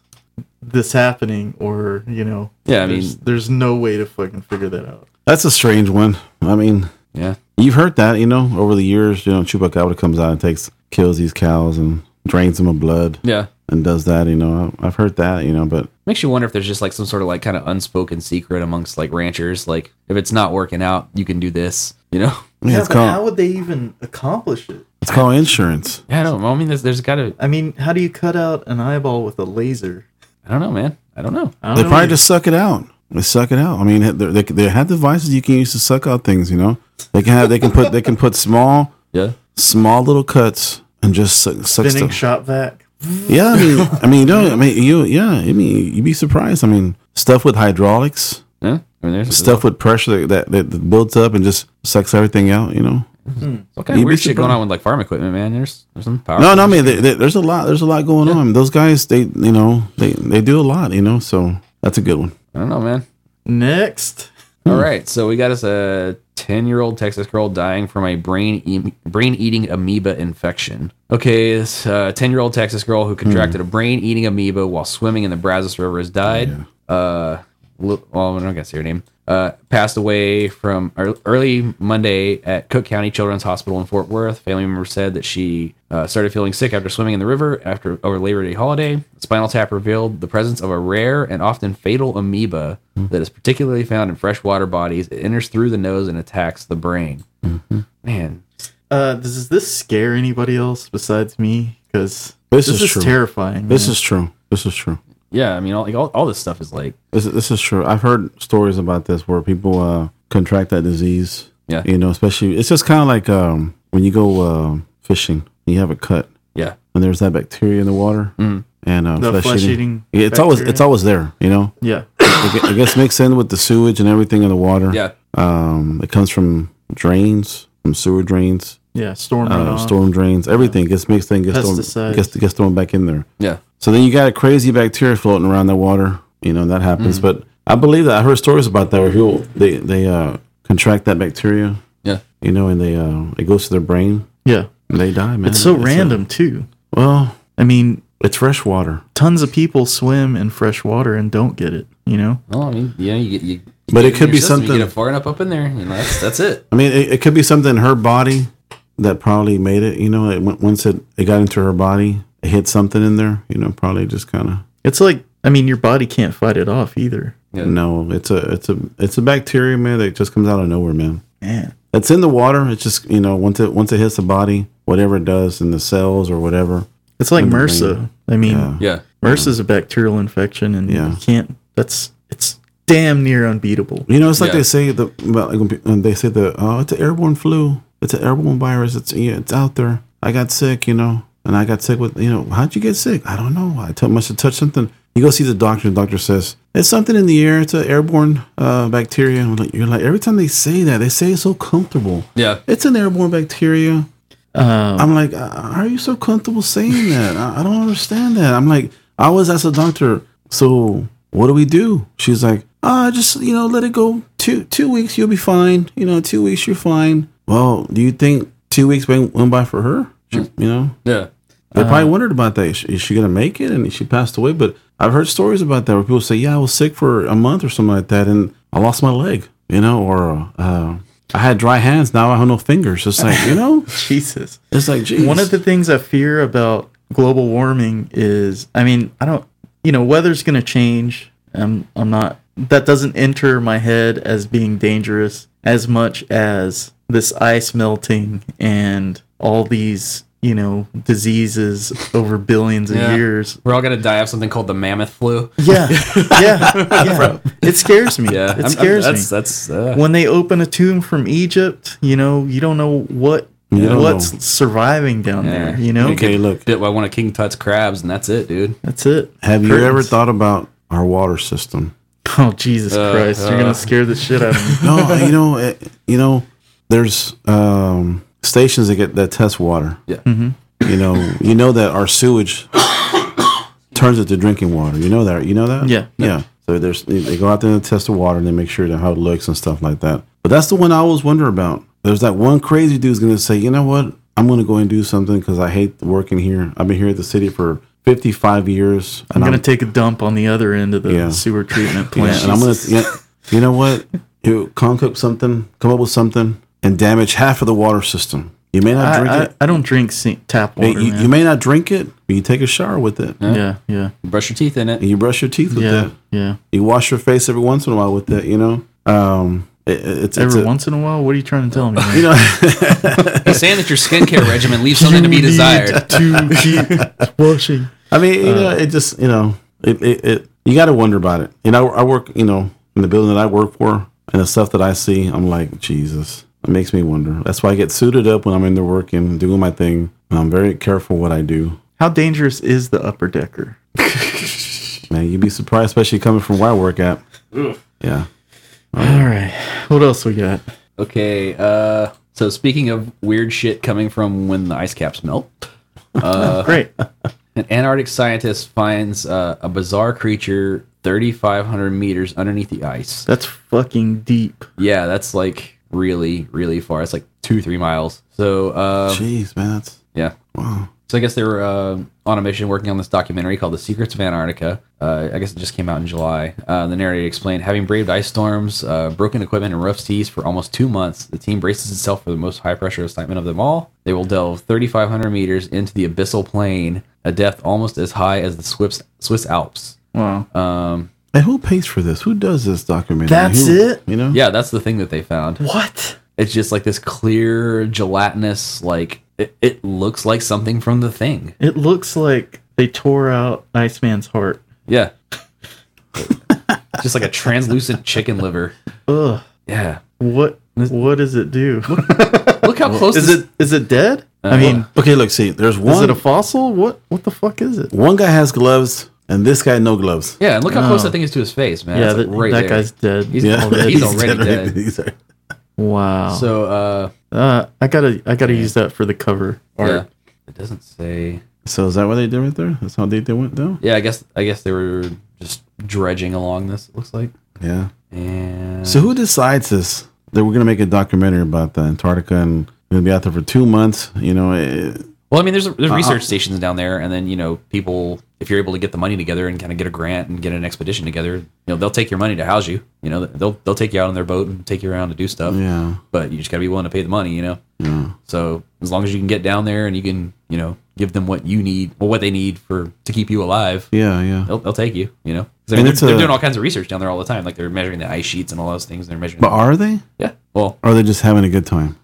this happening, or you know,
Yeah, I
there's,
mean-
there's no way to fucking figure that out.
That's a strange one. I mean,
Yeah.
you've heard that, you know, over the years, you know, Chupacabra comes out and takes kills these cows and drains them of blood
Yeah.
and does that. You know, I- I've heard that. You know, but
Makes you wonder if there's just like some sort of like kind of unspoken secret amongst like ranchers. Like if it's not working out, you can do this. You know. *laughs*
yeah, it's called
would they even accomplish it?
it's called insurance.
Yeah, I don't. I mean, there's, there's got to.
I mean, how do you cut out an eyeball with a laser?
I don't know, man. I don't know.
I don't
They
know
probably
either.
just suck it out. They suck it out. I mean, they, they, they have devices you can use to suck out things. You know, they can have they can put they can put small
Yeah.
small little cuts and just suck, suck
spinning
stuff.
shot vac.
Yeah, I mean, I mean, you know, I mean, you, yeah, I mean, you'd be surprised. I mean, stuff with hydraulics,
Yeah. I mean, there's
stuff with pressure that, that, that builds up and just sucks everything out. You know,
there's all kind of
you'd be
weird shit going
surprised.
on with like farm equipment, man. There's there's some power.
no, no, I mean, they, they, there's a lot, there's a lot going on. Those guys, they, you know, they, they do a lot. You know, so that's a good one.
I don't know, man.
Next,
All right, so we got us a ten-year-old Texas girl dying from a brain e- brain-eating amoeba infection. Okay, this uh, ten-year-old Texas girl who contracted a brain-eating amoeba while swimming in the Brazos River has died. Uh, Lu- well, I'm not gonna say her name. Uh, passed away from ear- early Monday at Cook County Children's Hospital in Fort Worth. Family members said that she uh, started feeling sick after swimming in the river after over Labor Day holiday. Spinal Tap revealed the presence of a rare and often fatal amoeba that is particularly found in freshwater bodies. It enters through the nose and attacks the brain. Mm-hmm. Man,
uh, does, does this scare anybody else besides me? Because
This
this,
is
is,
true.
terrifying.
This
man.
is true. This is true.
yeah, I mean, all, like, all, all this stuff is like
This, this is true. I've heard stories about this where people uh, contract that disease.
Yeah.
You know, especially it's just kind of like um, when you go uh, fishing, and you have a cut,
yeah,
and there's that bacteria in the water,
Mm-hmm.
and uh,
The
flesh,
flesh-eating
eating. Yeah, it's always
bacteria.
it's always there. You know,
yeah.
it, ge- it gets mixed in with the sewage and everything in the water.
yeah.
Um, it comes from drains, from sewer drains,
Yeah, storm
uh,
runoff.
storm drains. Everything gets mixed in, gets thrown,
Pesticides.
gets gets thrown back in there.
Yeah.
So then you got a crazy bacteria floating around the water. You know that happens,
Mm.
but I believe that I heard stories about that where people they they uh, contract that bacteria,
Yeah.
you know, and they uh, it goes to their brain
Yeah,
and they die. Man,
it's so
a-
random too.
well,
I mean,
it's fresh water,
tons of people swim in fresh water and don't get it. You know,
Well, I mean, yeah, you get you.
but it
in
could
your
be
system, You
something.
get it far enough up in there, you know, that's that's it.
I mean, it, it could be something in her body that probably made it. You know, it, went- once it it got into her body, it hit something in there. You know, probably just kind of.
it's like I mean, your body can't fight it off either.
Yeah.
No, it's a it's a it's a bacteria, man. That just comes out of nowhere, man.
Man,
It's in the water. It's just you know once it once it hits the body, whatever it does in the cells or whatever.
It's like
In the rain.
MRSA. I mean,
Yeah.
Yeah.
MRSA's a bacterial infection, and
Yeah.
you can't. That's it's damn near unbeatable.
You know, it's like
Yeah.
they say the well, like, when pe- when they say the oh, it's an airborne flu. It's an airborne virus. It's yeah, it's out there. I got sick, you know, and I got sick with you know. How'd you get sick? I don't know. I t- must have touched something. You go see the doctor. The doctor says it's something in the air. It's an airborne uh, bacteria. And like- You're like every time they say that, they say it's so comfortable.
Yeah.
It's an airborne bacteria.
Um,
I'm like, uh, how are you so comfortable saying that? I, I don't understand that. I'm like, I always ask the doctor, so what do we do? She's like, ah, just you know, let it go two two weeks, you'll be fine. You know, two weeks, you're fine. Well, do you think two weeks went, went by for her? She, you know,
Yeah.
they
Uh-huh.
probably wondered about that. Is she, is she gonna make it? And she passed away. But I've heard stories about that where people say, yeah, I was sick for a month or something like that, and I lost my leg. You know, or uh, I had dry hands. Now I have no fingers. It's like
*laughs*
you know,
Jesus.
it's like geez.
One of the things I fear about global warming is, I mean, I don't, you know, weather's going to change. I'm, I'm not. That doesn't enter my head as being dangerous as much as this ice melting and all these, you know, diseases over billions of
Yeah.
years.
We're all gonna die of something called the mammoth flu.
Yeah,
*laughs*
yeah, yeah. It scares me.
Yeah. I'm-
it
I'm-
scares me
that's, That's uh,
when they open a tomb from Egypt, you know, you don't know what
You don't
what's
know.
surviving down there. You know,
Okay, look.
I want a King Tut's crabs, and that's it, dude.
that's it.
Have you ever
Curtains.
thought about our water system?
Oh Jesus
Uh,
Christ! You're
uh.
gonna scare the shit out of me.
No, you know, it, you know, there's um, stations that get that test water.
Yeah.
Mm-hmm.
You know, you know that our sewage turns it to drinking water. You know that. You know that.
Yeah.
Yeah. So there's they- they go out there and test the water and they make sure that how it looks and stuff like that. But that's the one I always wonder about. There's that one crazy dude's gonna say, you know what? I'm gonna go and do something because I hate working here. I've been here at the city for 55 years.
I'm
*laughs* and
gonna take a dump on the other end of the
Yeah.
sewer treatment
Yeah,
plant.
and I'm gonna, yeah, you know what? You conk up something, come up with something, and damage half of the water system. You may not drink
I, I,
it.
I don't drink sink, tap water.
you,
man.
you may not drink it, but you take a shower with it.
yeah, yeah,
Brush your teeth in it.
And you brush your teeth with
yeah,
it.
yeah.
You wash your face every once in a while with it. You know, um, it, it- it's it's
Every
a-
once in a while, what are you trying to tell me?
*laughs*
man?
*laughs* You know,
He's saying that your *laughs* skincare regimen leaves something to be
You need
*laughs*
desired.
to keep washing.
I mean,
Uh.
you know, it just you know, it, it, it you got to wonder about it. And I, I work, you know, in the building that I work for, and the stuff that I see, I'm like, Jesus, it makes me wonder. That's why I get suited up when I'm in there working, doing my thing, and I'm very careful what I do.
How dangerous is the upper decker?
Man, you'd be surprised, especially coming from where I work at. Yeah,
All right, what else we got?
Okay. Uh, so speaking of weird shit coming from when the ice caps melt, Uh,
Great.
an Antarctic scientist finds uh, a bizarre creature 3,500 meters underneath the *laughs* ice.
That's fucking deep.
Yeah, that's like really, really far. It's like two, three miles. So uh,
jeez, man, that's
yeah,
wow.
So I guess they were uh, on a mission working on this documentary called "The Secrets of Antarctica." Uh, I guess it just came out in July. Uh, the narrator explained, having braved ice storms, uh, broken equipment, and rough seas for almost two months, the team braces itself for the most high-pressure assignment of them all. They will delve 3,500 meters into the abyssal plain, a depth almost as high as the Swiss Swiss Alps.
Wow.
Um,
And who pays for this? Who does this documentary?
That's
Who-
it?
You know?
yeah, that's the thing that they found.
What?
It's just like this clear, gelatinous, like it, it looks like something from the thing.
It looks like they tore out Iceman's heart.
Yeah. Just like a translucent chicken liver.
Ugh.
Yeah.
What? *laughs* What does it do?
Look how close
Is it? Is it dead? I
Uh,
mean,
Okay, look, see, there's
is
one.
it a fossil? What? What the fuck is it?
one guy has gloves, and this guy no gloves.
Yeah, and look how close
Oh.
that thing is to his face, man.
yeah,
It's, like,
that, that
there.
guy's dead.
He's-
Yeah,
Oh, *laughs*
*laughs*
already-
he's already
right-
dead.
he's already-
Wow. So,
So uh
uh, I gotta, I gotta use that for the cover art.
yeah. It doesn't say
So is that what they did right there? That's how deep they went down.
Yeah, I guess I guess they were just dredging along this, it looks like.
Yeah.
And
So who decides this? That we're gonna make a documentary about the Antarctica and we're gonna be out there for two months. You know, eh, it,
well, I mean, there's there's research stations down there, and then you know people, if you're able to get the money together and kind of get a grant and get an expedition together, you know they'll take your money to house you. You know they'll they'll take you out on their boat and take you around to do stuff.
yeah,
but you just got to be willing to pay the money, you know. So as long as you can get down there and you can, you know, give them what you need or what they need for to keep you alive.
Yeah, yeah.
They'll, they'll take you, you know. 'Cause I
And
mean, they're,
it's
they're
a-
doing all kinds of research down there all the time. Like they're measuring the ice sheets and all those things. They're measuring.
But are they?
yeah. Well,
Or are they just having a good time?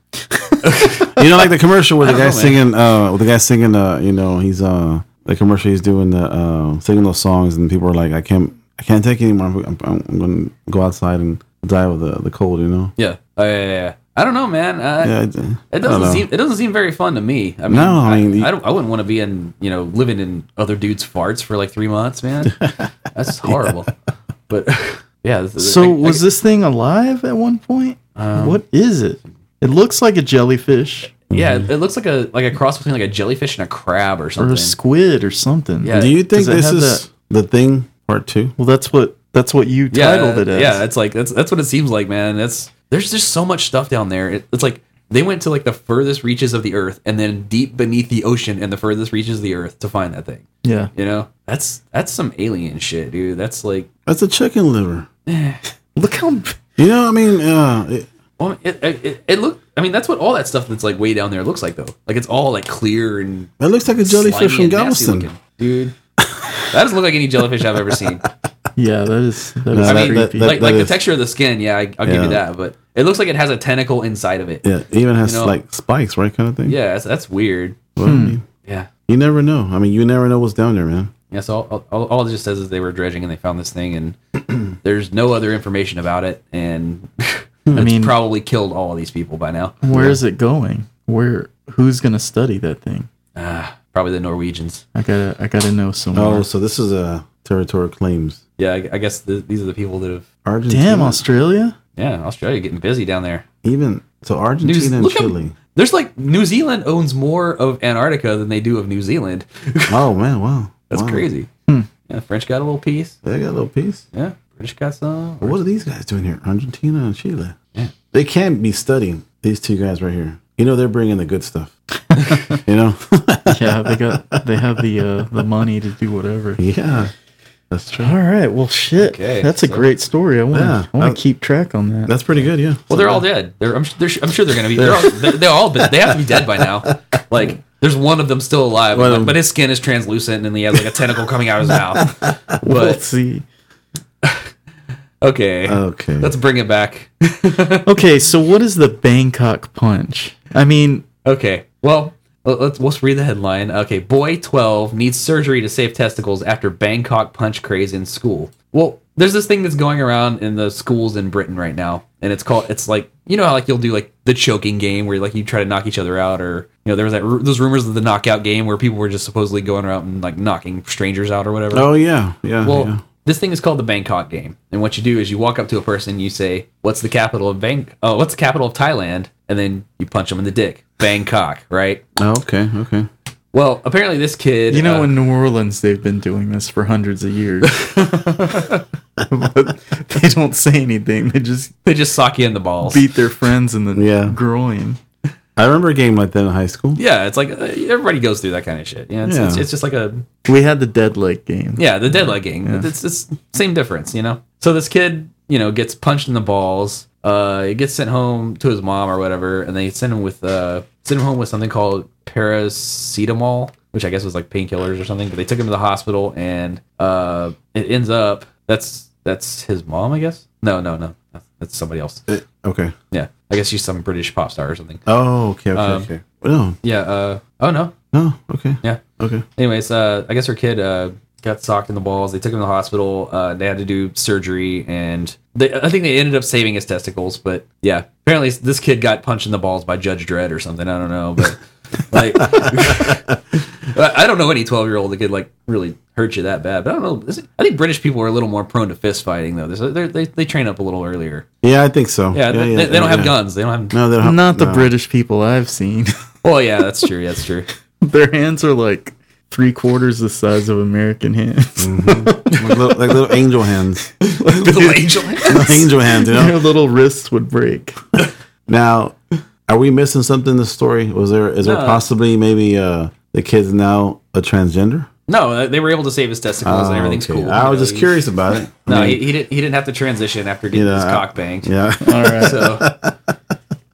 you know, like the commercial where the
I don't
guy
know,
singing, uh, with the guy singing, uh, you know, he's uh, the commercial he's doing the uh, singing those songs, and people are like, I can't, I can't take it anymore. I'm, I'm, I'm going to go outside and die with the, the cold, you know.
yeah. Oh, yeah, yeah, yeah. I don't know, man. I,
Yeah, I- I
It
don't
doesn't
know.
seem it doesn't seem very fun to me. I mean,
No, I mean,
I,
you-
don't, I wouldn't want to be in you know living in other dudes' farts for like three
*laughs*
months, man. That's horrible. But *laughs* yeah, this is-
So
I- I-
was this thing alive at one point?
Um,
what is it? It looks like a jellyfish
yeah? It it looks like a like a cross between like a jellyfish and a crab or
or
something.
a squid or something.
Yeah.
Do you
Does
think
it
this
have
is
that-
the thing part two?
Well, that's what that's what you
yeah,
titled it as.
yeah. It's like that's that's what it seems like, man. That's there's just so much stuff down there. It, it's like they went to like the furthest reaches of the earth and then deep beneath the ocean and the furthest reaches of the earth to find that thing.
yeah.
You know, that's that's some alien shit, dude. That's like
That's a chicken liver.
Look how
You know, I mean, uh, it,
Well, it, it, it, it look. I mean, that's what all that stuff that's like way down there looks like, though. Like it's all like clear and
it looks like a jellyfish
slimy
from
and nasty
Galveston.
looking. dude. That doesn't look like any jellyfish I've ever seen.
*laughs* yeah, that is that is
No, that-
creepy.
that- that-
like like
is-
the texture of the skin, yeah, I, I'll give
Yeah.
you that. But it looks like it has a tentacle inside of it.
Yeah,
Yeah,
it even has
You know-
like spikes, right? Kind of thing.
that's, that's weird.
Well, I mean,
Yeah.
you never know. I mean, you never know what's down there, man.
Yeah. So all, all, all it just says is they were dredging and they found this thing, and *clears throat* there's no other information about it, and *laughs* it's
mean-
probably killed all of these people by now.
Where is it going? Where who's gonna study that thing?
Ah, probably the Norwegians.
I gotta I gotta know some
Oh,
more.
so this is a territorial claims.
Yeah, I, I guess th these are the people that have
*laughs*
Argentina.
Damn,
*laughs*
Australia?
Yeah, Australia getting busy down there.
Even so,
New-
Argentina and
look how-
Chile.
there's like New Zealand owns more of Antarctica than they do of New Zealand. *laughs*
Oh man, wow,
That's
Wow. Hmm.
crazy. Yeah, French got a little piece.
They got a little piece.
Yeah, British got some.
What are these guys doing here? Argentina and Chile.
Yeah.
They can't be studying these two guys right here. You know they're bringing the good stuff. you know. *laughs*
Yeah, they got they have the uh, the money to do whatever.
yeah. That's true.
All right, well shit.
Okay,
That's a
so-
great story. I want
Yeah,
I want
that-
to keep track on that.
That's pretty good. Yeah.
Well, they're all dead. They're, I'm, su- they're, su- I'm sure they're gonna be. They're all, they're, they're all. been- They have to be dead
*laughs*
by now. Like, there's one of them still alive,
One of
but,
them-
but his skin is translucent and he has like a tentacle coming out of
*laughs*
his mouth.
Let's
But
see.
okay,
okay.
let's bring it back. *laughs*
Okay, so what is the Bangkok punch? I mean,
Okay. Well, let- let's let's read the headline. Okay, boy 12 needs surgery to save testicles after Bangkok punch craze in school. Well, there's this thing that's going around in the schools in Britain right now, and it's called it's like you know how like you'll do like the choking game where like you try to knock each other out, or you know there was that ru- those rumors of the knockout game where people were just supposedly going around and like knocking strangers out or whatever.
oh yeah. Yeah.
Well,
yeah.
this thing is called the Bangkok game, and what you do is you walk up to a person, you say, "What's the capital of Bang? Oh, what's the capital of Thailand?" And then you punch them in the dick. Bangkok, right?
Oh, okay. Okay.
Well, apparently this kid.
you know,
uh,
in New Orleans, they've been doing this for hundreds of
*laughs*
years. but they don't say anything. They just
they just sock you in the balls.
beat their friends in the
Yeah.
groin.
I remember a game like that in high school.
yeah, it's like uh, everybody goes through that kind of shit. Yeah, it's, It's,
Yeah.
it's just like a
We had the dead leg game.
yeah the deadlock game. It's it's same difference, you know. So this kid, you know, gets punched in the balls. Uh, he gets sent home to his mom or whatever, and they send him with uh send him home with something called paracetamol, which I guess was like painkillers or something. But they took him to the hospital, and uh, it ends up that's that's his mom, I guess. No, no, no, that's- that's somebody else.
Eh, Okay.
Yeah, I guess she's some British pop star or something.
Oh. Okay. Okay.
Um,
okay. No.
Yeah. Uh, oh no.
No. Okay.
Yeah.
Okay.
Anyways, uh, I guess her kid uh, got socked in the balls. They took him to the hospital. Uh, they had to do surgery, and they, I think they ended up saving his testicles. But yeah, apparently this kid got punched in the balls by Judge Dredd or something. I don't
*laughs*
know, but like, *laughs* I I don't know any twelve-year-old that could like really hurt you that bad. But I don't know. Is it- I think British people are a little more prone to fist fighting, though. They're- they're- They they train up a little earlier.
Yeah, I think so.
Yeah, they, they don't have
yeah.
guns. They don't have.
No, they don't. Have,
Not the
no.
British people I've seen. *laughs*
Well, yeah, that's true. That's true.
*laughs*
*laughs*
Their hands are like three quarters the size of American hands.
Mm. like little, like little angel hands.
Little angel. *laughs*
angel hands, you
*laughs*
know.
Their little wrists would break.
Now, are we missing something in the story? Was there is there
No.
possibly maybe uh the kid's now a transgender?
No, they were able to save his testicles,
Oh,
and everything's
okay.
cool.
I
You
was
know,
just
he-
curious about it.
No,
I mean,
he, he didn't. He didn't have to transition after getting
know,
his
I-
cock banged.
yeah. *laughs* Oh,
All *laughs* right.
So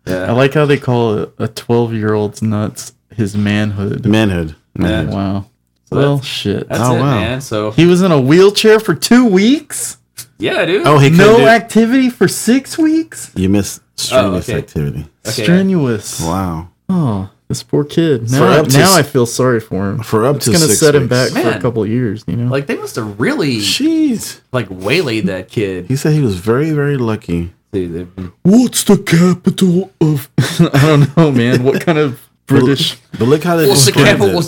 I like how they call a 12 year old's nuts his manhood.
Manhood.
Yeah.
Wow.
So
well,
that's-
shit.
That's
Oh,
it,
wow.
man. So
He was in a wheelchair for two weeks.
yeah, dude.
Oh, he
no
no do,
activity for six weeks.
You missed strenuous
Oh, okay.
activity.
Okay.
Strenuous.
Wow.
Oh, this poor kid.
For
Now,
up to
now
s-
I feel sorry for him.
For up
It's
to
gonna
six
set him
weeks.
back for a
Man.
couple years. You know.
Like they must have really
Jeez.
like waylaid that kid.
He said he was very, very lucky.
Dude, they-
What's the capital of? I don't know, man. What kind *laughs* of British?
But look how they
What's the
described
capital of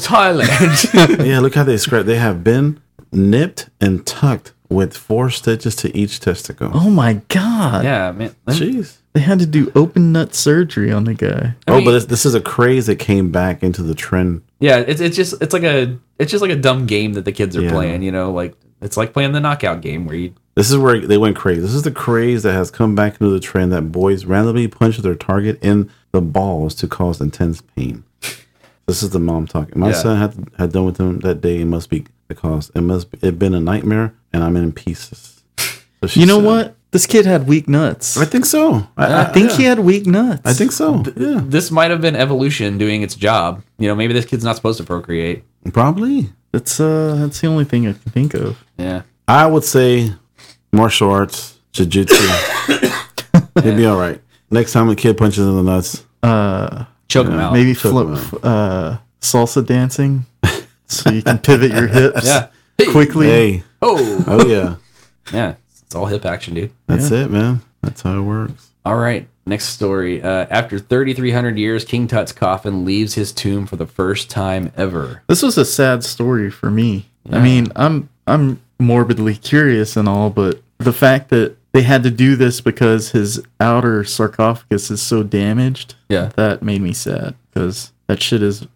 Thailand?
it. Yeah, look how they described. They have been nipped and tucked with four stitches to each testicle.
Oh my god!
*laughs* yeah, man. Let me-
jeez.
They had to do open nut surgery on the guy.
I
Oh,
mean-
but this, this is a craze that came back into the trend.
Yeah, it's it's just it's like a it's just like a dumb game that the kids are
Yeah.
playing. You know, like it's like playing the knockout game where you
This is where they went crazy. This is the craze that has come back into the trend that boys randomly punch their target in the balls to cause intense pain. This is the mom talking. My
Yeah.
son had had done with him that day. It must be the cause. It must be, it been a nightmare, and I'm
*laughs*
in pieces. So she
You know
said-
what? This kid had weak nuts.
I think so. I,
I think he
yeah.
had weak nuts.
I think so. Yeah,
this might have been evolution doing its job. You know, maybe this kid's not supposed to procreate.
probably.
that's uh, that's the only thing I can think of.
Yeah,
I would say martial arts, jiu-jitsu. He'd be all right. Next time a kid punches in the nuts,
Uh,
choke him out.
maybe
took
flip
him
uh, salsa dancing, so you can pivot your hips
Yeah. Hey.
quickly.
hey,
Oh,
oh yeah,
yeah. It's all hip action, dude.
that's it, man. That's how it works.
All right. Next story. Uh, after 3,300 years, King Tut's coffin leaves his tomb for the first time ever.
This was a sad story for me. I mean, I'm I'm morbidly curious and all, but the fact that they had to do this because his outer sarcophagus is so damaged,
Yeah.
that made me sad because that shit is.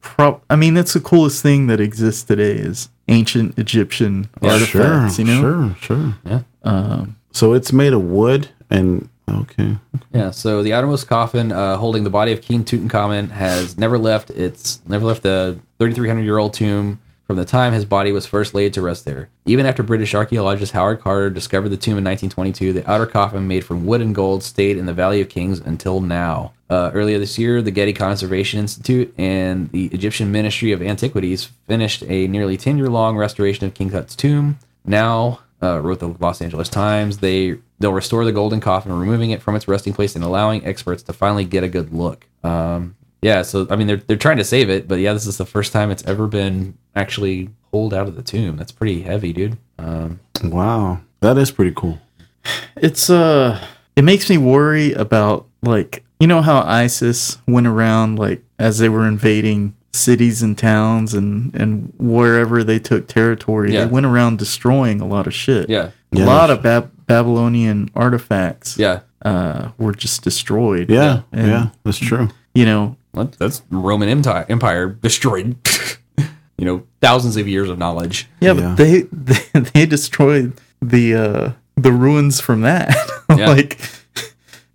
Prob- I mean, that's the coolest thing that exists today is ancient Egyptian artifacts. you know,
sure, sure.
um,
So it's made of wood and okay.
Yeah. So the outermost coffin uh, holding the body of King Tutankhamun has never left its never left the 3,300 year old tomb from the time his body was first laid to rest there. Even after British archaeologist Howard Carter discovered the tomb in 1922, the outer coffin made from wood and gold stayed in the Valley of Kings until now. Uh, earlier this year, the Getty Conservation Institute and the Egyptian Ministry of Antiquities finished a nearly 10 year long restoration of King Tut's tomb. Now, uh, wrote the Los Angeles Times. They they'll restore the golden coffin, removing it from its resting place and allowing experts to finally get a good look. Um, yeah, so I mean they're they're trying to save it, but yeah, this is the first time it's ever been actually pulled out of the tomb. That's pretty heavy, dude. Um,
Wow, that is pretty cool.
it's uh, it makes me worry about like you know how ISIS went around like as they were invading cities and towns and and wherever they took territory,
Yeah.
they went around destroying a lot of shit.
yeah,
a
Yeah.
lot of Bab- Babylonian artifacts
yeah,
uh, were just destroyed.
Yeah, yeah,
And,
that's true.
you know,
That- that's Roman Empire Empire destroyed. *laughs* you know, thousands of years of knowledge.
yeah,
Yeah.
but they, they *laughs* they destroyed the uh, the ruins from that. *laughs*
Yeah.
like,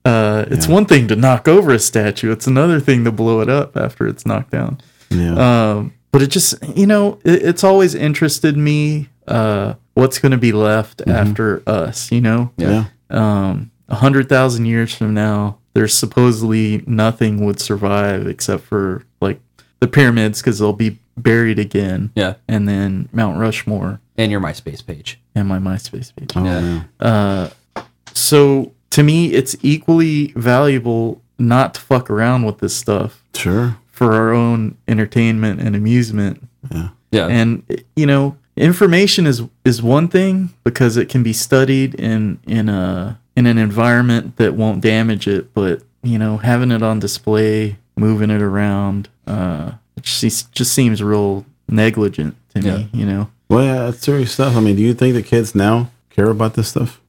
uh, it's one thing to knock over a statue; it's another thing to blow it up after it's knocked down.
Yeah,
Um, but it just, you know, it, it's always interested me uh, what's going to be left
Mm-hmm.
after us. You know,
yeah,
yeah.
um, a hundred thousand years from now, there's supposedly nothing would survive except for like the pyramids because they'll be buried again,
Yeah,
and then Mount Rushmore
and your MySpace page.
and my MySpace page.
Oh,
Yeah.
yeah.
Uh, so to me, it's equally valuable not to fuck around with this stuff
sure.
for our own entertainment and amusement
Yeah,
and you know information is is one thing because it can be studied in in a in an environment that won't damage it but you know having it on display moving it around uh it just, just seems real negligent to
Yeah.
me you know
Well, yeah, that's serious stuff. I mean, do you think the kids now care about this stuff?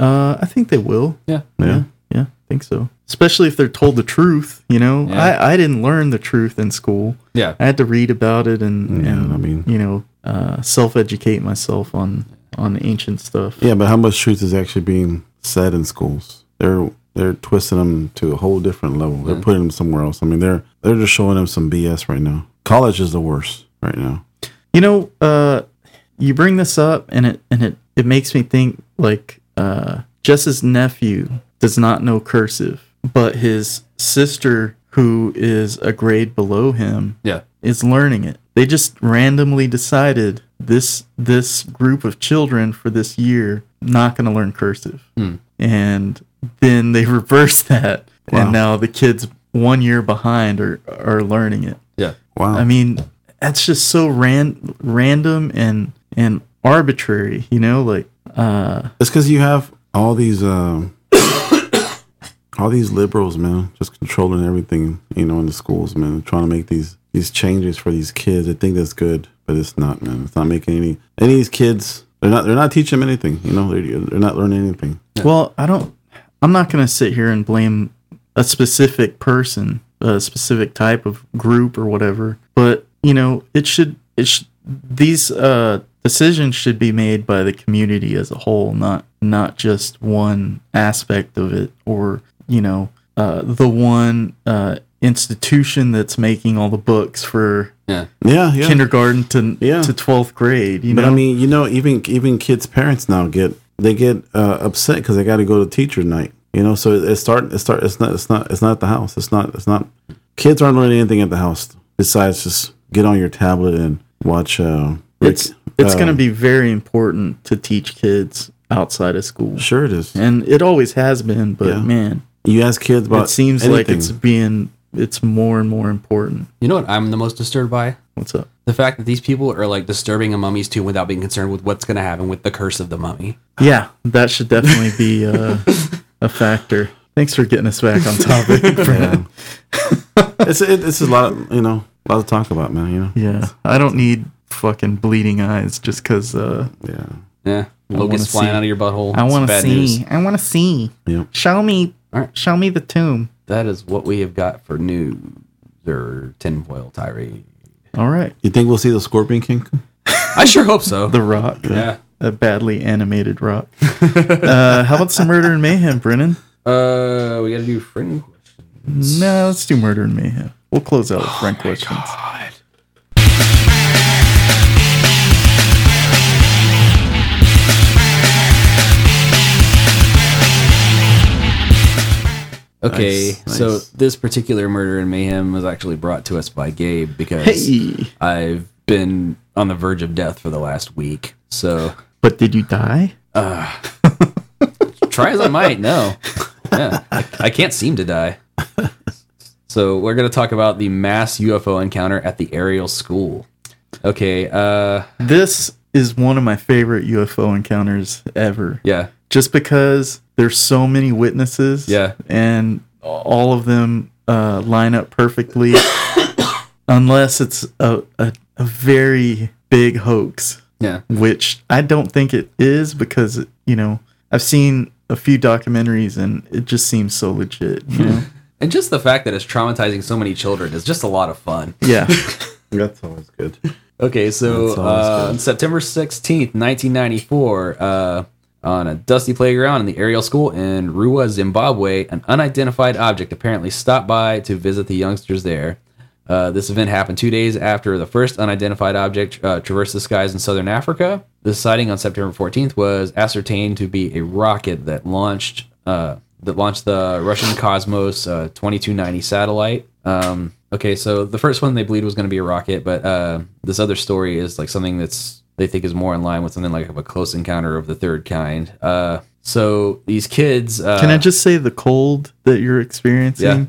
uh i think they will
yeah,
Yeah.
yeah i think so especially if they're told the truth you know
Yeah.
i i didn't learn the truth in school
yeah.
I had to read about it and,
Yeah,
and
I mean-
you know, uh, self educate myself on on ancient stuff.
Yeah, but how much truth is actually being said in schools? They're they're twisting them to a whole different level. They're putting them somewhere else. I mean, they're they're just showing them some BS right now. College is the worst right now.
You know, uh, you bring this up and it and it it makes me think like uh, Jess's nephew does not know cursive, but his sister, who is a grade below him,
Yeah.
is learning it. They just randomly decided this this group of children for this year not going to learn cursive, and then they *laughs* reversed that,
Wow.
and now the kids one year behind are are learning it.
Yeah.
Wow.
I mean, that's just so ran- random and and arbitrary, you know, like uh
It's because you have all these um, *coughs* all these liberals, man, just controlling everything, you know, in the schools, man, trying to make these these changes for these kids. They think that's good, but it's not, man. It's not making any any of these kids. They're not they're not teaching them anything, you know. They're, they're not learning anything.
well, I don't I'm not going to sit here and blame a specific person, a specific type of group or whatever, but you know, it should it should these uh decisions should be made by the community as a whole, not not just one aspect of it or, you know, uh the one uh institution that's making all the books for
Yeah.
Yeah, yeah.
kindergarten to
Yeah.
to twelfth grade. You
But
know,
I mean, you know, even even kids' parents now get they get uh, upset because they got to go to teacher night. You know, so it, it start it start it's not it's not it's not at the house. It's not it's not kids aren't learning anything at the house besides just get on your tablet and watch. Uh, Rick-
it's it's
uh,
going to be very important to teach kids outside of school,
sure it is.
and it always has been. But
Yeah.
man,
You ask kids about
it seems like it's
anything.
being it's more and more important.
You know what I'm the most disturbed by?
What's up?
The fact that these people are like disturbing a mummy's tomb without being concerned with what's going to happen with the curse of the mummy.
Yeah, that should definitely be uh, a factor. Thanks for getting us back on topic. Brad.
it's it, it's a lot of, you know a lot to talk about, man. You know,
yeah, I don't need fucking bleeding eyes just because uh,
yeah,
Yeah.
wanna
Locusts flying
see-
out of your butthole.
I
It's
want to
bad
see.
news.
I want to see.
yeah.
Show me.
Alright.
Show me the tomb.
That is what we have got for news or tinfoil tirade.
All right,
You think we'll see the Scorpion King?
I sure hope so.
The Rock.
yeah.
a badly animated
*laughs*
rock. uh, how about some murder and mayhem, Brennan?
Uh, we got to do friend question.
No, let's do murder and mayhem. We'll close out with friend questions.
Oh God. Okay,
Nice,
so
nice.
this particular murder and mayhem was actually brought to us by Gabe because
Hey,
I've been on the verge of death for the last week. So
but did you die?
try as I might, no. Yeah, I, I can't seem to die. So we're going to talk about the mass UFO encounter at the aerial school. Okay, uh
This is one of my favorite UFO encounters ever.
yeah.
Just because there's so many witnesses.
Yeah.
And all of them uh, line up perfectly, *coughs* unless it's a, a, a very big hoax.
Yeah.
which I don't think it is because you know I've seen a few documentaries and it just seems so legit. You
*laughs*
know?
And just the fact that it's traumatizing so many children is just a lot of fun.
yeah,
That's always *laughs* good.
Okay,
That
so
sounds
uh,
good.
on September 16th, 1994, uh, on a dusty playground in the aerial school in Rua, Zimbabwe, an unidentified object apparently stopped by to visit the youngsters there. Uh, this event happened two days after the first unidentified object uh, traversed the skies in southern Africa. The sighting on September 14th was ascertained to be a rocket that launched uh, that launched the Russian Cosmos uh, 2290 satellite. Um, okay, so the first one they believed was going to be a rocket, but uh, this other story is like something that's they think is more in line with something like of a close encounter of the third kind. Uh, so these kids, uh,
can I just say the cold that you're experiencing?
Yeah.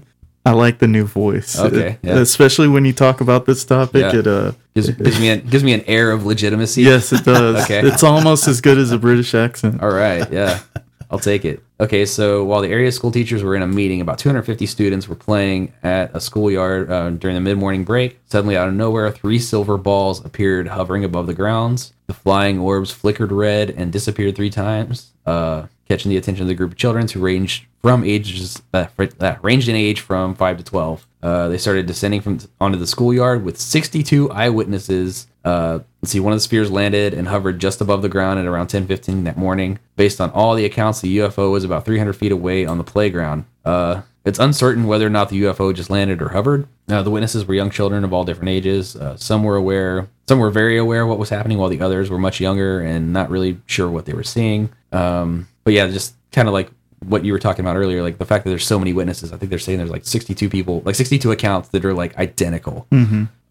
I like the new voice,
Okay, yeah.
especially when you talk about this topic.
Yeah.
It uh,
gives, gives me an, gives me an air of legitimacy.
yes, it does.
*laughs* Okay.
It's almost as good as a British accent. *laughs*
All right, yeah. I'll take it. Okay, so while the area school teachers were in a meeting, about 250 students were playing at a schoolyard uh, during the mid morning break. Suddenly, out of nowhere, three silver balls appeared hovering above the grounds. The flying orbs flickered red and disappeared three times, uh, catching the attention of the group of children who ranged from ages uh, fr- uh, ranged in age from five to 12. Uh, they started descending from onto the schoolyard with 62 eyewitnesses uh, let's see, one of the spheres landed and hovered just above the ground at around 10:15 that morning. Based on all the accounts, the UFO was about 300 feet away on the playground. Uh, it's uncertain whether or not the UFO just landed or hovered. Uh, the witnesses were young children of all different ages. Uh, some were aware, some were very aware of what was happening, while the others were much younger and not really sure what they were seeing. Um, but yeah, just kind of like what you were talking about earlier, like the fact that there's so many witnesses. I think they're saying there's like 62 people, like 62 accounts that are like identical.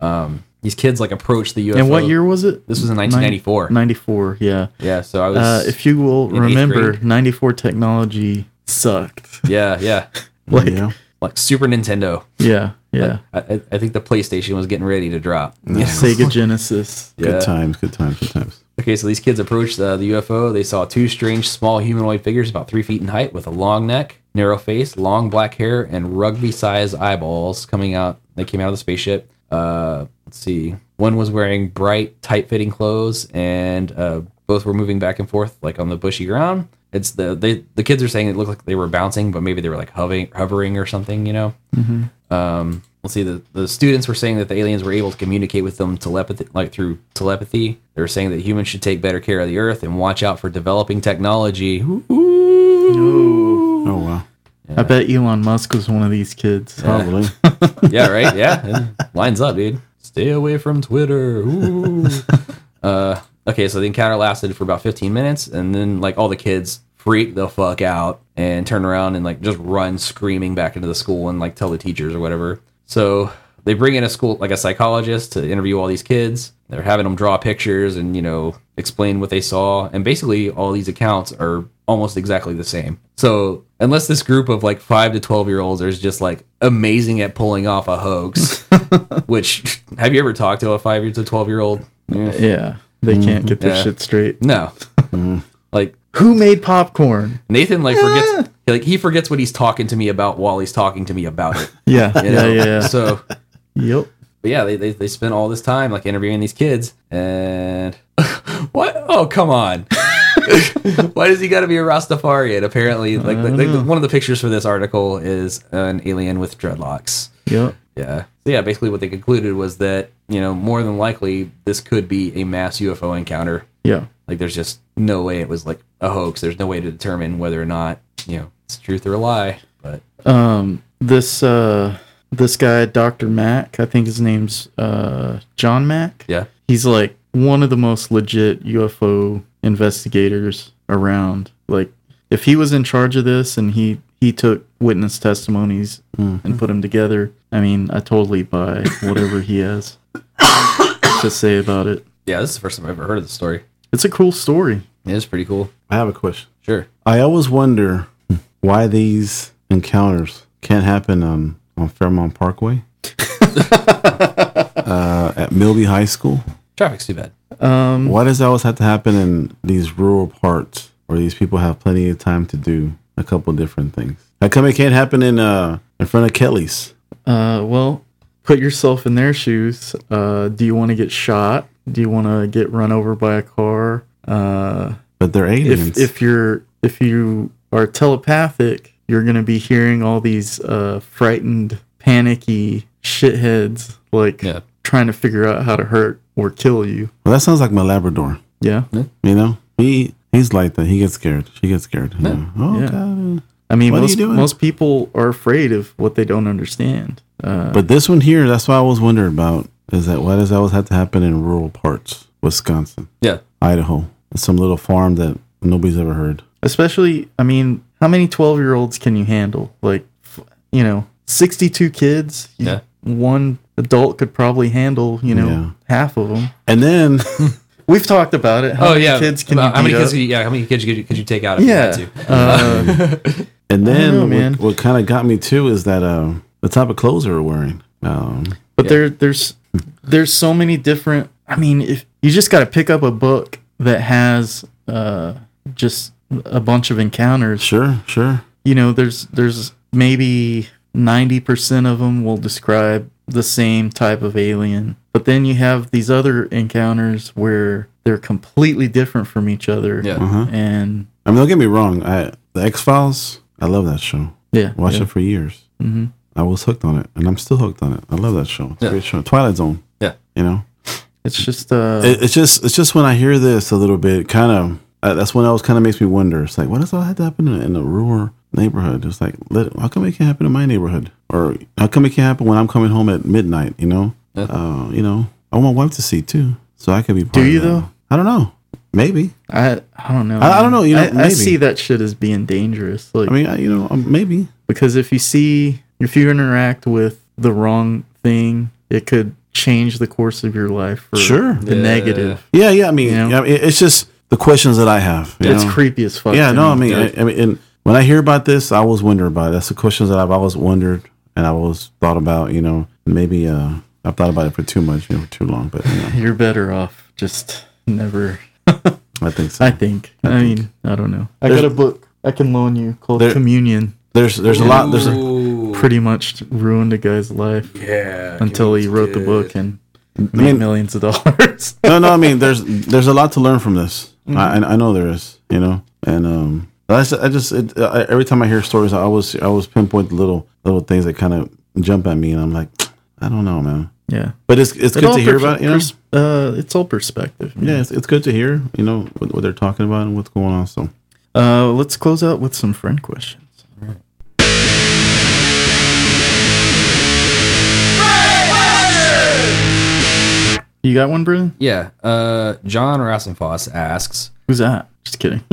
um, these kids like approached the UFO.
Hmm. And what year was it?
This was in
Nin-
1994.
94, yeah.
Yeah, so I was.
Uh, if you will
in eighth
remember,
grade.
94 technology sucked.
yeah, yeah,
Like, yeah,
yeah.
*laughs* like Super Nintendo.
yeah.
I, I I think the PlayStation was getting ready to drop. *laughs*
Sega Genesis.
Yeah.
Good times, good times, good times.
Okay, so these kids approached uh, the UFO. They saw two strange, small humanoid figures about three feet in height with a long neck, narrow face, long black hair, and rugby sized eyeballs coming out. They came out of the spaceship. Uh, let's see. One was wearing bright, tight fitting clothes, and uh, both were moving back and forth, like on the bushy ground. It's the they, the kids are saying it looked like they were bouncing, but maybe they were like hovering, hovering or something, you know? Um, let's see. The, the students were saying that the aliens were able to communicate with them telepathy, like through telepathy. They were saying that humans should take better care of the Earth and watch out for developing technology.
Oh wow.
I bet Elon Musk was one of these kids.
Probably.
yeah, right. Yeah, it lines up, dude. Stay away from Twitter. Ooh. uh, okay, so the encounter lasted for about 15 minutes, and then like all the kids freak the fuck out and turn around and like just run screaming back into the school and like tell the teachers or whatever. So they bring in a school like a psychologist to interview all these kids. They're having them draw pictures and you know explain what they saw, and basically all these accounts are almost exactly the same. So unless this group of like five to twelve year olds is just like amazing at pulling off a hoax, which have you ever talked to a five to twelve year old?
Yeah. Mm-hmm. They can't get this
Yeah.
shit straight.
No, Mm. like
Who made popcorn?
Nathan like forgets like he forgets what he's talking to me about while he's talking to me about it. *laughs*
Yeah.
you know?
Yeah, yeah, yeah.
So
Yep.
but yeah, they, they they spent all this time like interviewing these kids and *laughs* what? Oh come on. *laughs* Why does he got to be a Rastafarian? Apparently, like, like, like, one of the pictures for this article is an alien with dreadlocks.
Yep.
Yeah. So yeah, basically what they concluded was that, you know, more than likely this could be a mass UFO encounter.
Yeah.
Like there's just no way it was like a hoax. There's no way to determine whether or not, you know, it's truth or a lie. But
um this uh this guy dr mack i think his name's uh john mack
yeah.
he's like one of the most legit ufo investigators around like if he was in charge of this and he he took witness testimonies and put them together i mean i totally buy whatever he has to say about it
Yeah, this is the first time I've ever heard of the story.
it's a cool story
It is pretty cool.
I have a question.
Sure.
I always wonder why these encounters can't happen on, on
*laughs*
Fairmont Parkway. uh, at Milby High School.
Traffic's too bad.
um
Why does that always have to happen in these rural parts where these people have plenty of time to do a couple different things? How come it can't happen in uh in front of Kelly's?
Uh, well, put yourself in their shoes. Uh, do you want to get shot? Do you want to get run over by a car? Uh,
But they're aliens.
if if you're if you are telepathic, you're gonna be hearing all these uh, frightened, panicky shitheads like
Yeah.
trying to figure out how to hurt or kill you.
well, that sounds like my Labrador.
Yeah,
You know, he he's like that. He gets scared. She gets scared. you know. Oh
Yeah.
God.
I mean,
What are you
most
doing?
most people are afraid of what they don't understand. Uh,
But this one here, that's what I was wondering about. Is that why does that always have to happen in rural parts, Wisconsin,
Yeah.
Idaho, some little farm that nobody's ever heard?
especially i mean how many 12 year olds can you handle like f- you know 62 kids you-
Yeah.
one adult could probably handle you know
Yeah.
half of them
And then
*laughs* we've talked about it how
Oh
many
yeah.
kids can
About
you
how many
beat
kids?
up?
Could you, yeah. How many kids could you, could you take out? If You
yeah
had to?
uh,
and then
know,
what,
man.
what kind of got me too is that uh, the type of clothes they were wearing. Um,
but there there's there's so many different i mean if you just got to pick up a book that has uh just a bunch of encounters
sure, sure.
you know there's there's maybe 90% of them will describe the same type of alien but then you have these other encounters where they're completely different from each other
Yeah.
Uh-huh.
and
I mean, don't get me wrong. I the X Files. I love that show.
yeah
Watched
yeah.
it for years.
Mhm.
I was hooked on it, and I'm still hooked on it. I love that show. It's a
Yeah.
great show. Twilight Zone.
Yeah.
You know,
it's just uh
it, it's just it's just when I hear this a little bit, kind of uh, that's when I was kind of makes me wonder. It's like, what does all have to happen in, in a rural neighborhood? It's like, let, how come it can't happen in my neighborhood, or how come it can't happen when I'm coming home at midnight? You know,
Yeah.
uh, you know, I want my wife to see too, so I could be. Part
Do
of
you,
that.
though?
I don't know. Maybe.
i i don't know
I- I
man.
don't know, you know,
I- I,
maybe.
see that shit as being dangerous like
I mean, I, you know, um, maybe.
because if you see if you interact with the wrong thing it could change the course of your life for
Sure.
the
Yeah.
negative.
Yeah, yeah. I mean,
You know?
yeah, it- it's just the questions that I have. you
It's
know?
creepy as fuck.
Yeah,
to
no, I
me.
mean, I, I mean, and when I hear about this, I always wonder about it. That's the questions that I've always wondered and I always thought about. You know, maybe uh, I've thought about it for too much, you know, for too long. But you know,
you're better off just never.
I think so.
I think. I, mean, I don't know. I
There's-
got a book I can loan you called
There-
Communion.
There's there's a lot. There's a,
Ooh,
Pretty much ruined a guy's life
yeah.
until he wrote the
good.
book and made
mean-
millions of dollars. *laughs*
no, no. I mean, there's there's a lot to learn from this. I I I know there is. You know, and um, that's I just it, I, every time I hear stories, I always I always pinpoint the little little things that kind of jump at me, and I'm like, I don't know, man.
yeah.
But it's it's
It
good
all
to hear
pers-
about. You know?
pers- uh, it's all perspective. man.
Yeah, it's, it's good to hear. You know what, what they're talking about and what's going on. So.
Uh, let's close out with some friend questions. You got one, Brendan?
Yeah. Uh, John Rassenfoss asks,
Who's that? Just kidding. *laughs*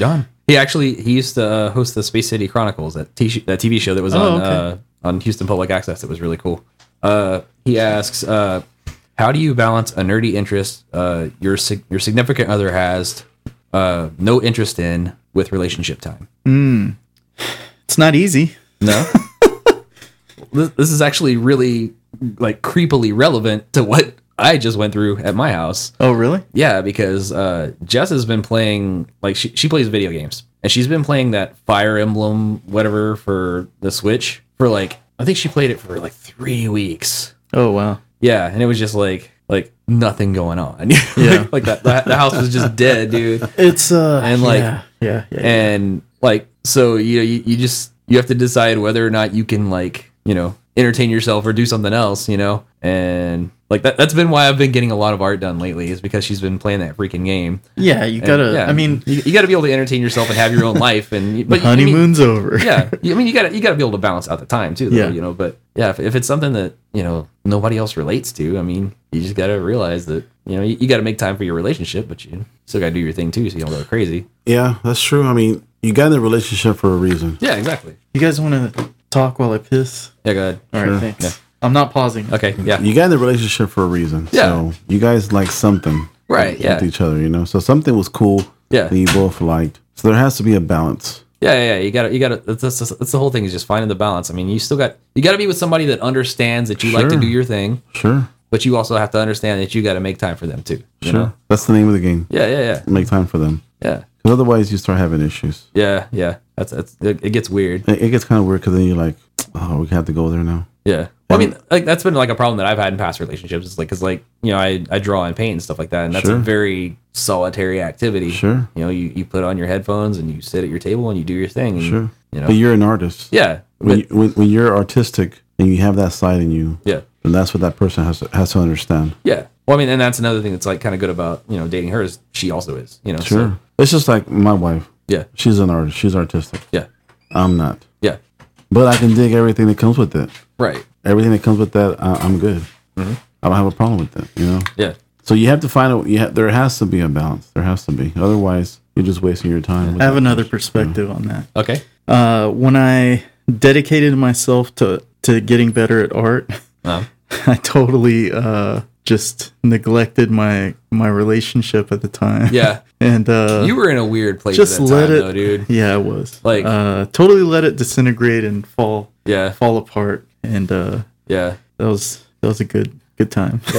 John. He actually he used to uh, host the Space City Chronicles, that, t- that TV show that was on
okay.
uh, on Houston Public Access. That was really cool. Uh, he asks, uh, "How do you balance a nerdy interest uh, your sig- your significant other has uh, no interest in with relationship time?"
it's not easy.
No. this, this is actually really like creepily relevant to what I just went through at my house.
Oh, really?
Yeah, because uh, Jess has been playing like she, she plays video games, and she's been playing that Fire Emblem whatever for the Switch for like I think she played it for like three weeks.
Oh, wow.
Yeah, and it was just like like nothing going on. *laughs*
Yeah.
like that the, the house was just dead, dude.
It's uh,
And, like-
yeah, yeah, yeah, yeah.
And like so, you know, you, you just you have to decide whether or not you can like you know entertain yourself or do something else, you know. And like that that's been why I've been getting a lot of art done lately is because she's been playing that freaking game.
Yeah, you
And,
gotta.
yeah,
I mean,
you, you gotta be able to entertain yourself and have your own life,
*laughs*
and but I mean,
honeymoon's over.
yeah, you- I mean, you gotta you gotta be able to balance out the time too, though,
Yeah.
you know. But yeah, if, if it's something that you know nobody else relates to, I mean, you just gotta realize that you know you, you gotta make time for your relationship, but you still gotta do your thing too, so you don't go crazy.
Yeah, that's true. I mean, you got in a relationship for a reason.
Yeah, exactly.
You guys want to talk while I piss?
Yeah, go ahead.
All right,
Sure.
thanks. I'm not pausing.
Okay, yeah,
You got in a relationship for a reason.
Yeah.
So you guys like something.
Right,
With
yeah.
each other, you know? So something was cool
Yeah.
that you both liked. So there has to be a balance.
yeah, yeah. yeah, You gotta, you gotta. That's, that's, that's the whole thing is just finding the balance. I mean, you still got you gotta be with somebody that understands that you like to
Sure.
do your thing,
Sure.
but you also have to understand that you gotta make time for them too.
Sure.
You know?
That's the name of the game.
Yeah, yeah, yeah,
Make time for them.
yeah.
Because otherwise, you start having issues.
Yeah, yeah. That's that's it, it gets weird.
It, it gets kind of weird because then you're like, oh, we have to go there now.
Yeah. Well, I mean, like that's been like a problem that I've had in past relationships. It's like because like you know I I draw and paint and stuff like that, and that's a
Sure.
very solitary activity.
Sure.
You know, you you put on your headphones and you sit at your table and you do your thing. And,
Sure.
Mm, You know.
But you're an artist.
yeah.
When,
But,
you, when, when you're artistic and you have that side in you,
yeah.
then that's what that person has to, has to understand.
Yeah. Well, I mean, and that's another thing that's like kind of good about you know dating her is she also is. You know. so-
Sure. It's just like my wife.
yeah.
She's an artist. She's artistic.
Yeah.
I'm not.
Yeah.
But I can dig everything that comes with it.
Right.
Everything that comes with that, I, I'm good. I don't have a problem with that. You know.
Yeah.
So you have to find a. You ha- there has to be a balance. There has to be. Otherwise, you're just wasting your time. With
I have
it.
another perspective
Mm.
on that.
Okay.
Uh, when I dedicated myself to to getting better at art, *laughs*
Uh-huh.
Um,
I totally uh, just neglected my my relationship at the time.
yeah.
*laughs* and uh,
You were in a weird place
just
at that
let
time,
it,
though, dude.
Yeah, I was
Like-
uh, totally let it disintegrate and fall
Yeah.
fall apart, and uh,
Yeah.
that was that was a good good time.
it,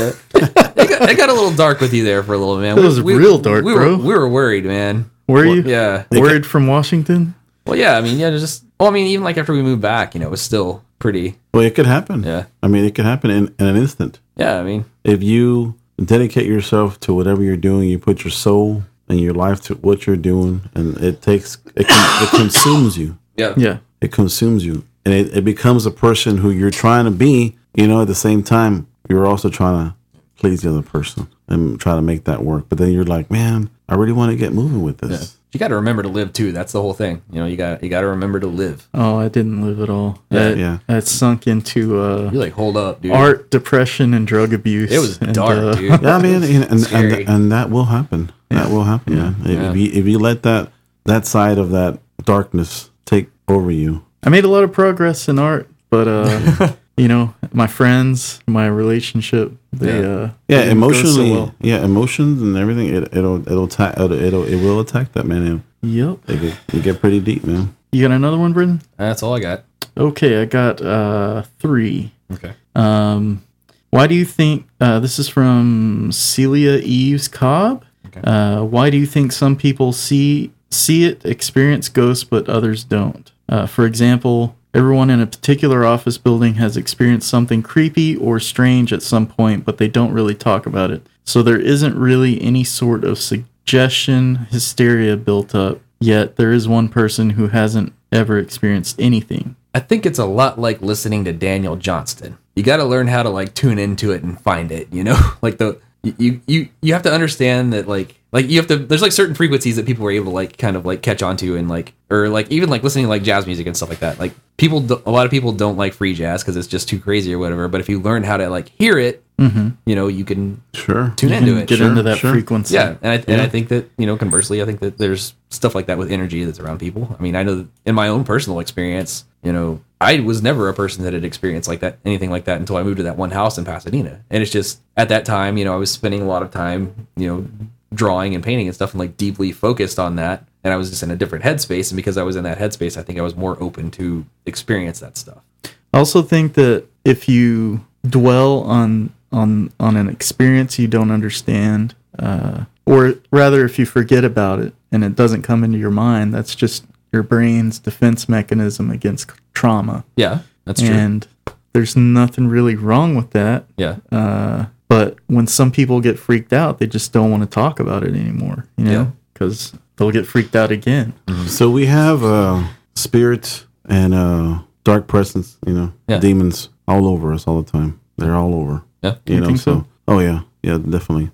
got, it got a little dark with you there for a little man.
It was real dark,
we
bro.
Were, we were worried, man.
*laughs* Were you?
Yeah.
Word from Washington?
Well, yeah. I mean, yeah. Just. Well, I mean, even like after we moved back, you know, it was still pretty.
Well, it could happen.
Yeah.
I mean, it could happen in, in an instant
Yeah. I mean,
if you dedicate yourself to whatever you're doing. You put your soul and your life to what you're doing, and it takes it, con- it consumes you.
yeah.
Yeah.
it consumes you and it, it becomes a person who you're trying to be you know at the same time you're also trying to please the other person and try to make that work but then you're like man i really want to get moving with this
You got to remember to live too. That's the whole thing. You know, you got you got to remember to live.
Oh, I didn't live at all. That,
yeah.
That sunk into uh,
You like hold up, dude.
art, depression, and drug abuse.
It was
And,
dark,
uh,
dude.
yeah, i mean and, and,
Scary.
and, and that will happen that will happen man If,
Yeah.
you, if you let that that side of that darkness take over you *laughs*
I made a lot of progress in art, but uh, you know, my friends, my relationship, they
Yeah.
uh
Yeah,
they didn't go so
emotionally.
well.
Yeah, emotions and everything. It, it'll it'll, ta- it'll it'll it will attack that man. And
Yep.
it, get- it get pretty deep, man.
You got another one, Britton?
That's all I got.
Okay, I got uh three.
Okay.
Um, why do you think uh, this is from Celia Eves Cobb?
Okay.
Uh, why do you think some people see see it, experience ghosts, but others don't? Uh, for example, everyone in a particular office building has experienced something creepy or strange at some point, but they don't really talk about it. So there isn't really any sort of suggestion hysteria built up. Yet there is one person who hasn't ever experienced anything.
I think it's a lot like listening to Daniel Johnston. You got to learn how to like tune into it and find it, you know? *laughs* Like the you you you have to understand that like like you have to there's like certain frequencies that people were able to like kind of like catch onto and like or like even like listening to like jazz music and stuff like that. Like people do, a lot of people don't like free jazz cuz it's just too crazy or whatever, but if you learn how to like hear it, you know, Mm-hmm. you can
Sure.
tune into it.
Get
Sure,
into that
sure.
frequency.
Yeah, and I, and I think that you know, conversely, I think that there's stuff like that with energy that's around people. I mean, I know that in my own personal experience, you know, I was never a person that had experienced like that, anything like that, until I moved to that one house in Pasadena. And it's just at that time, you know, I was spending a lot of time, you know, drawing and painting and stuff, and like deeply focused on that. And I was just in a different headspace, and because I was in that headspace, I think I was more open to experience that stuff.
I also think that if you dwell on on on an experience you don't understand, uh, or rather, if you forget about it and it doesn't come into your mind, that's just your brain's defense mechanism against trauma.
Yeah, that's true.
and there's nothing really wrong with that.
yeah,
Uh, but when some people get freaked out, they just don't want to talk about it anymore. You
Yeah.
know, because they'll get freaked out again.
Um, So we have uh, spirits and uh, dark presence, you know,
Yeah.
demons all over us all the time. They're all over.
Yeah.
You,
You
know,
think
so.
so? Hmm.
Oh, yeah. Yeah, definitely.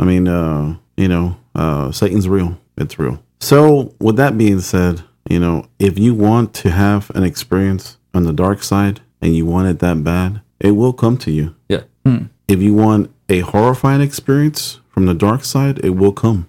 I mean, uh, you know, uh, Satan's real. It's real. So, with that being said, you know, if you want to have an experience on the dark side and you want it that bad, it will come to you.
yeah,
If you want a horrifying experience from the dark side, it will come.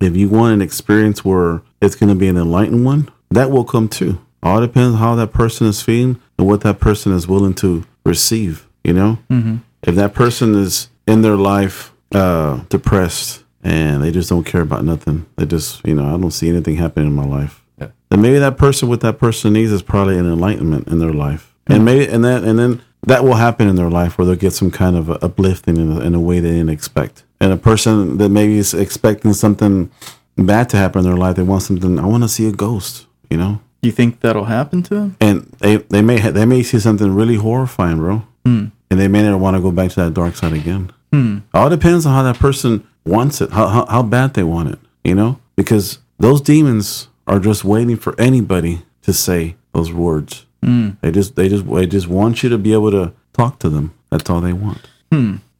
If you want an experience where it's going to be an enlightened one, that will come too. All depends how that person is feeling and what that person is willing to receive. You know, mm-hmm. if that person is in their life uh, depressed and they just don't care about nothing, they just you know I don't see anything happening in my life.
Yeah.
Then maybe that person what that person needs is probably an enlightenment in their life, and maybe and that and then that will happen in their life where they'll get some kind of uplifting in a, in a way they didn't expect. And a person that maybe is expecting something bad to happen in their life, they want something. I want to see a ghost, you know.
You think that'll happen to them?
And they they may ha- they may see something really horrifying, bro.
Hmm.
And they may never want to go back to that dark side again. All depends on how that person wants it, how, how how bad they want it, you know. Because those demons are just waiting for anybody to say those words.
Hmm.
They just they just they just want you to be able to talk to them. That's all they want.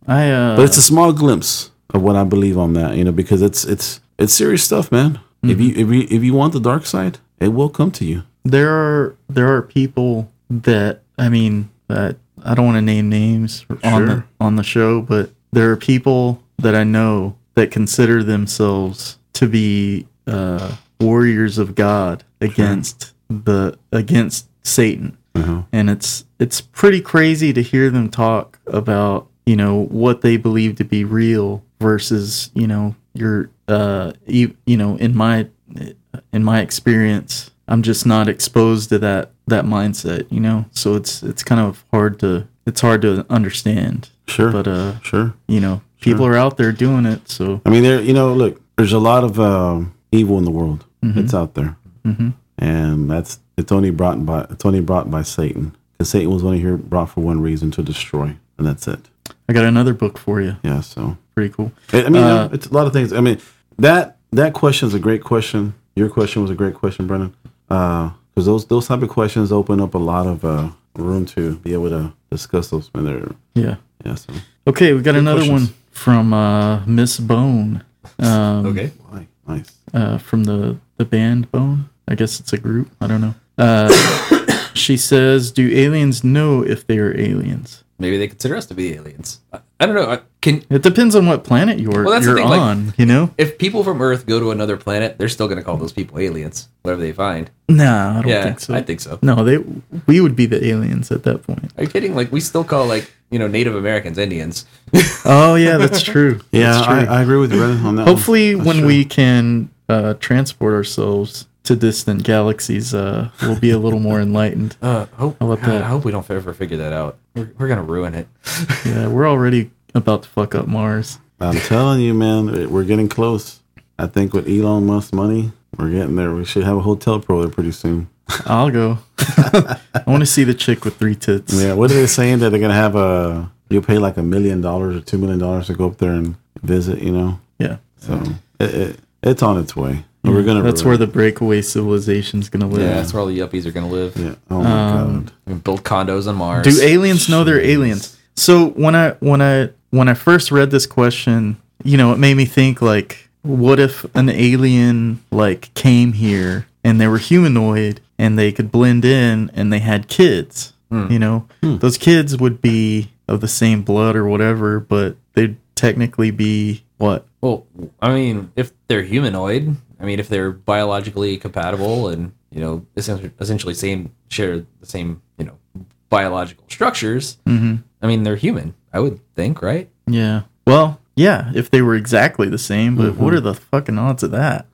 I uh,
But it's a small glimpse of what I believe on that, you know, because it's it's it's serious stuff, man.
Hmm.
If you if you if you want the dark side, it will come to you.
there are there are people that I mean that I don't want to name names on the
Sure.
on the show, but there are people that I know that consider themselves to be uh, warriors of God against the against Satan, and it's it's pretty crazy to hear them talk about you know what they believe to be real versus you know your uh e- you know in my in my experience, I'm just not exposed to that that mindset, you know. So it's it's kind of hard to it's hard to understand.
Sure.
But uh,
Sure.
you know, people are out there doing it, so
I mean, there. You know, look. There's a lot of um, evil in the world.
Mm-hmm.
It's out there, and that's it's only brought by it's only brought by Satan. Because Satan was only here brought for one reason to destroy, and that's it.
I got another book for you.
Yeah. So
Pretty cool.
I I mean, you
Uh,
know, it's a lot of things. I mean, that that question is a great question. Your question was a great question, Brennan, because those those type of questions open up a lot of uh, room to be able to discuss those. And they're
Yeah.
yeah, so
Okay, we got another
questions.
one from uh, Miss Bone. Um,
okay,
why? nice.
uh, from the the band Bone. I guess it's a group. I don't know. Uh, *coughs* she says, "Do aliens know if they are aliens?"
maybe they consider us to be aliens. I, I I don't know. I- Can
It depends on what planet you're
Well, that's the
you're
thing, like-
on. you know?
if people from Earth go to another planet, they're still going to call those people aliens, whatever they find.
Nah, I don't
yeah,
think so.
I think so.
no, they we would be the aliens at that point.
Are you kidding? Like we still call like you know Native Americans
*laughs*
Indians.
Oh yeah,
*laughs*
that's true.
Yeah,
That's true.
I, I agree with you brother, on that. one.
Hopefully,
That's
when
true.
we can uh, transport ourselves to distant galaxies, uh, we'll be a little more
*laughs*
enlightened.
Uh, hope,
How about
God,
that?
I hope we don't ever figure that out. We're, we're gonna
*laughs*
ruin it.
Yeah, we're already about to fuck up Mars.
I'm telling you, man, we're getting close. I think with Elon Musk's money, we're getting there. We should have a hotel pro there pretty soon.
I'll go. *laughs* I want to see the chick with three tits.
Yeah, what are they saying that they're gonna have a? You pay like a million dollars or two million dollars to go up there and visit. You know,
Yeah.
so it, it, it's on its way. We're gonna.
That's where the breakaway civilization's gonna live.
That's where all the yuppies are gonna live.
Yeah. Oh my
um,
god.
We can build condos on Mars.
Do aliens know they're aliens? So when I when I when I first read this question, you know, it made me think like, what if an alien like came here and they were humanoid and they could blend in and they had kids? You know, those kids would be of the same blood or whatever, but they'd technically be what?
Well, I mean, if they're humanoid, I mean, if they're biologically compatible and you know, essen- essentially same share the same you know biological structures,
Mm-hmm.
I mean, they're human. I would think, right?
Yeah. Well, yeah, if they were exactly the same, but what are the fucking odds of that?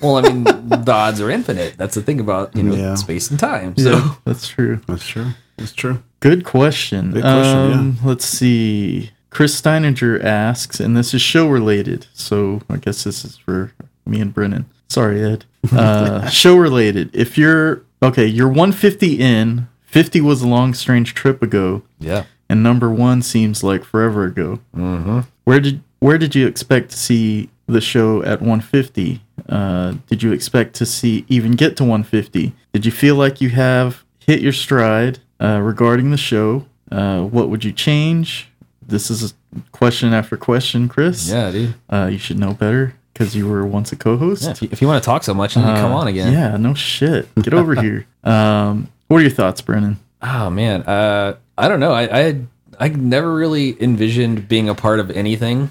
Well, I mean, *laughs* the odds are infinite. That's the thing about you know
Yeah.
space and time. So
That's true.
That's true. That's true.
Good question.
Good question,
um, Let's see. Chris Steininger asks, and this is show related, so I guess this is for me and Brennan. Sorry, Ed.
*laughs*
Uh, show related. If you're okay, you're 150 in. 50 was a long, strange trip ago,
yeah,
and number one seems like forever ago. Mm-hmm. Where did where did you expect to see the show at 150? Uh, did you expect to see even get to 150? Did you feel like you have hit your stride uh, regarding the show? Uh, what would you change? This is question after question, Chris.
yeah, dude.
Uh, you should know better because you were once a co-host.
Yeah, if you, if you want to talk so much, then you
Uh-huh.
come
Uh,
on again.
Yeah, no shit. Get over *laughs* here. Um, what are your thoughts, Brennan?
Oh man, uh, I don't know. I, I I never really envisioned being a part of
*laughs*
anything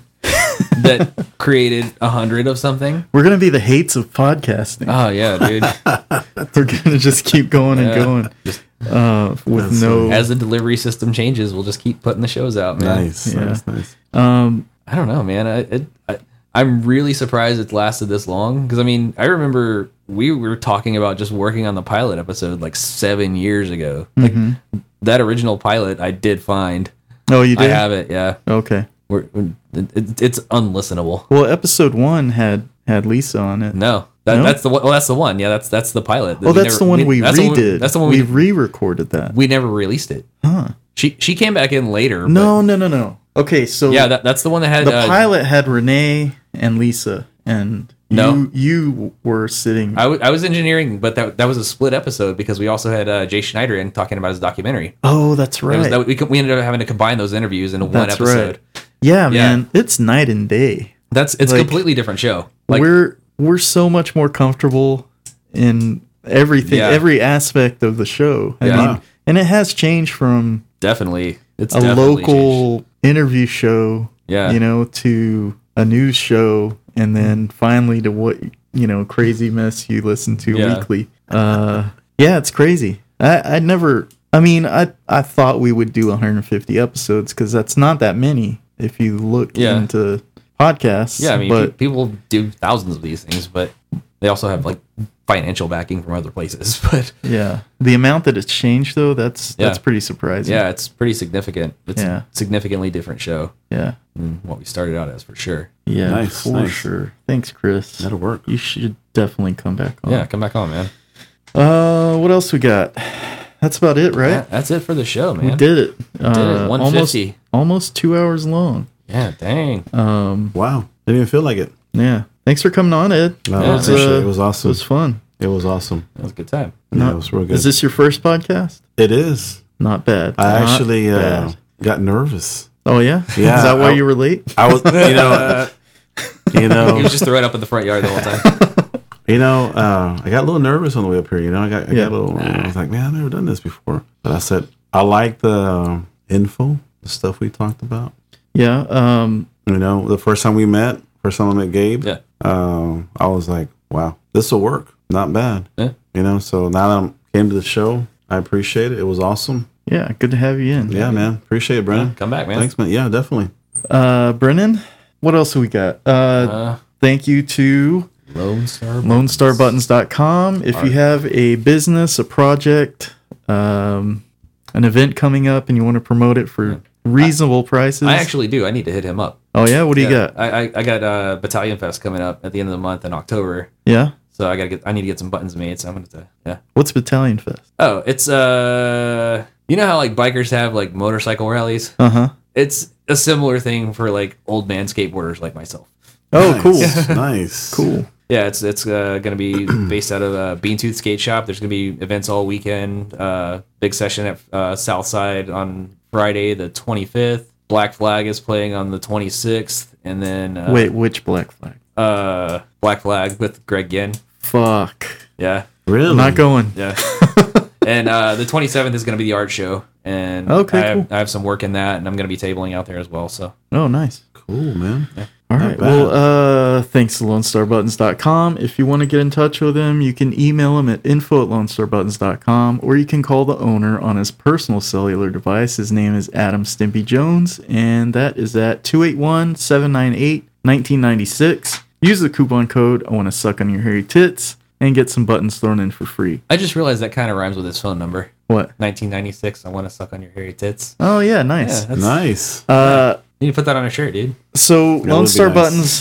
that created a hundred of something.
We're gonna be the hates of podcasting.
Oh yeah,
*laughs*
dude.
We're gonna just keep going and
Yeah.
going uh, with
That's
no.
As the delivery system changes, we'll just keep putting the shows out, man.
Nice.
Yeah.
Nice. Nice.
um,
I don't know, man. I, it, I I'm really surprised it's lasted this long because I mean I remember we were talking about just working on the pilot episode like seven years ago. Like that original pilot, I did find.
oh, Mm-hmm. you
I
did.
have it. Yeah,
Okay.
we're, it, it, it's unlistenable.
Well, episode one had had Lisa on it.
No, that,
No?
that's the one. Well, that's the one. Yeah, that's that's the pilot.
Oh, that's
never-
the one we
that's
redid.
The one, that's the one
we
we, we,
re-recorded that.
never released it.
Huh.
She she came back in later. but-
No, no, no, no. Okay, so
yeah, that, that's the one that had
the
uh,
pilot had Renee and Lisa, and
No.
you you were sitting.
I, w- I was engineering, but that that was a split episode because we also had uh, Jay Schneider in talking about his documentary.
oh, that's
It
right.
was that we, co- we ended up having to combine those interviews into one
that's
episode.
right. Yeah, man, it's night and day.
That's it's
Like-
a completely different show. Like
we're we're so much more comfortable in everything,
Yeah.
every aspect of the show. I
Yeah.
mean, and it has changed from
definitely it's
a
definitely changed.
local interview show,
Yeah.
you know, to a news show, and then finally to what you know, crazy mess you listen to
Yeah.
weekly. Uh, yeah, it's crazy. I I never. I mean, I I thought we would do 150 episodes because that's not that many if you look
Yeah.
into podcasts.
Yeah, I mean,
but
pe- people do thousands of these things, but they also have like financial backing from other places. *laughs* But
Yeah. The amount that it's changed though, that's
Yeah.
that's pretty surprising.
Yeah, it's pretty significant. It's
Yeah.
a significantly different show
Yeah.
than what we started out as for sure.
Yeah.
Nice,
for
nice.
sure. Thanks, Chris.
That'll work.
you should definitely come back on.
Yeah, come back on, man.
Uh what else we got? That's about it, right?
That- that's it for the show, man.
We did it. Uh,
150.
Almost, almost two hours long.
Yeah, dang.
Um
Wow. Didn't even feel like it.
yeah. Thanks for coming on, Ed.
No,
Yeah.
I appreciate it. It was
It
awesome.
was fun.
It was awesome.
That was a good time.
Yeah, it was real good.
Is this your first podcast?
it is.
Not bad.
I
Not
actually uh,
bad.
got nervous.
Oh yeah?
Yeah,
Is that why
I-
you were late?
I was, you know, you
Oh.
He
know,
was just throwing up in the front yard the whole
*laughs*
time.
you know. Uh, I got a little nervous on the way up here. You know, I got, I
Yeah.
got a little. I was like, man, I've never done this before. But I said, I like the um, info, the stuff we talked about.
Yeah. Um,
You know, the first time we met, first time I met Gabe,
Yeah.
um, I was like, wow, this will work. Not bad.
Yeah.
You know, so now that I came to the show, I appreciate it. It was awesome.
yeah. Good to have you in.
Yeah, man. Appreciate it, Brennan.
Come back, man.
Thanks, man. Yeah, definitely.
Uh, Brennan, what else we got? Uh,
Uh,
thank you to
Lone Star.
LoneStarButtons.com. If you have a business, a project, um, an event coming up, and you want to promote it for reasonable prices,
I actually do. I need to hit him up.
oh yeah, what do you
Yeah.
got?
I, I, I got uh, Battalion Fest coming up at the end of the month in October.
Yeah,
So I gotta get I need to get some buttons made, so I'm gonna have to yeah.
what's Battalion Fest?
Oh, it's uh you know how like bikers have like motorcycle rallies?
Uh huh.
It's a similar thing for like old man skateboarders like myself.
Oh,
Nice.
cool.
*laughs*
nice.
Cool.
Yeah, it's it's uh, going to
*clears throat*
be based out of uh, Beantooth Skate Shop. There's going to be events all weekend. Uh, big session at uh, Southside on Friday the 25th. Black Flag is playing on the 26th, and then uh,
Wait, which Black Flag?
uh, Black Flag with Greg Ginn.
Fuck.
Yeah,
Really?
I'm not going. *laughs*
yeah. and uh, the 27th is going to be the art show, and
Oh, Okay,
I, have,
cool.
I have some work in that, and I'm going to be tabling out there as well. So
Oh, nice.
cool, man.
All
Not
right.
bad.
Well, uh, thanks to LoneStarButtons.com. If you want to get in touch with them, you can email him at info at LoneStarButtons.com or you can call the owner on his personal cellular device. His name is Adam Stimpy Jones, and that is at 281 798 1996. Use the coupon code I want to suck on your hairy tits and get some buttons thrown in for free.
I just realized that kind of rhymes with his phone number.
What?
1996. I want to suck on your hairy tits.
Oh, yeah.
Yeah,
Nice.
that's,
Nice.
uh,
You need to put that on a shirt, dude.
So
be
Lone Star
nice.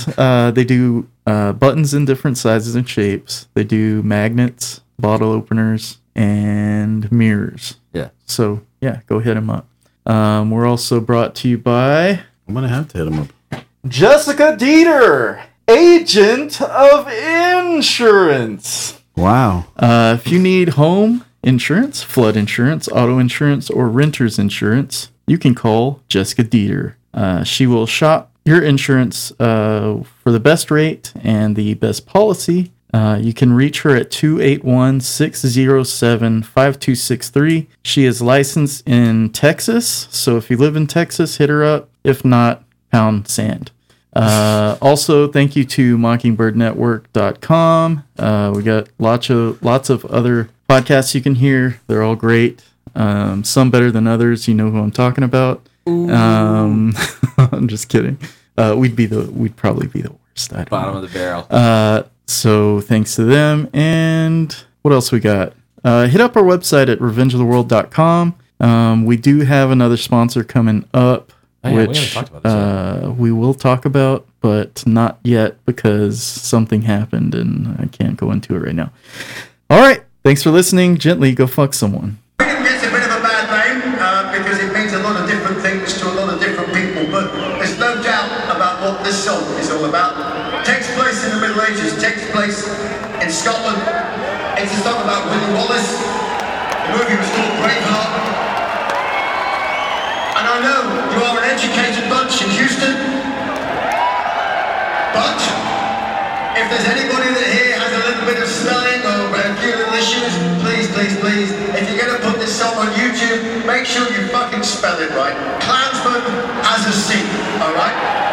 buttons, uh, they do uh, buttons in different sizes and shapes. They do magnets, bottle openers, and mirrors.
Yeah.
So yeah, go hit them up. Um, we're also brought to you by
I'm gonna have to hit him up.
Jessica Dieter, agent of insurance.
Wow.
Uh, if you need home insurance, flood insurance, auto insurance, or renter's insurance, you can call Jessica Dieter. Uh, she will shop your insurance uh, for the best rate and the best policy. Uh, you can reach her at 281 607 5263. She is licensed in Texas, so if you live in Texas, hit her up. If not, pound sand. Uh, also, thank you to mockingbirdnetwork.com. Uh, we got lots of lots of other podcasts you can hear. They're all great. Um, some better than others. You know who I'm talking about. Um, *laughs* I'm just kidding. Uh, we'd be the we'd probably be the worst. I don't know.
Bottom of the barrel.
Uh, so thanks to them. And what else we got? Uh, hit up our website at revengeoftheworld.com. Um, we do have another sponsor coming up,
Oh, yeah, we haven't
which
talked about this
uh, we will talk about, but not yet because something happened and I can't go into it right now. All right. Thanks for listening. Gently go fuck someone.
It's a bit of a bad name uh, because it means a lot of different things to a lot of different people, but there's no doubt about what this song is all about. Takes place in the Middle Ages, takes place in Scotland. It's a song about Willie Wallace. The movie was called Braveheart. And I know you are an educated bunch in Houston, but if there's anybody that here has a little bit of smelling or refueling issues, please, please, please, if you're gonna put this song on YouTube, make sure you fucking spell it right. Klansman as a C, alright?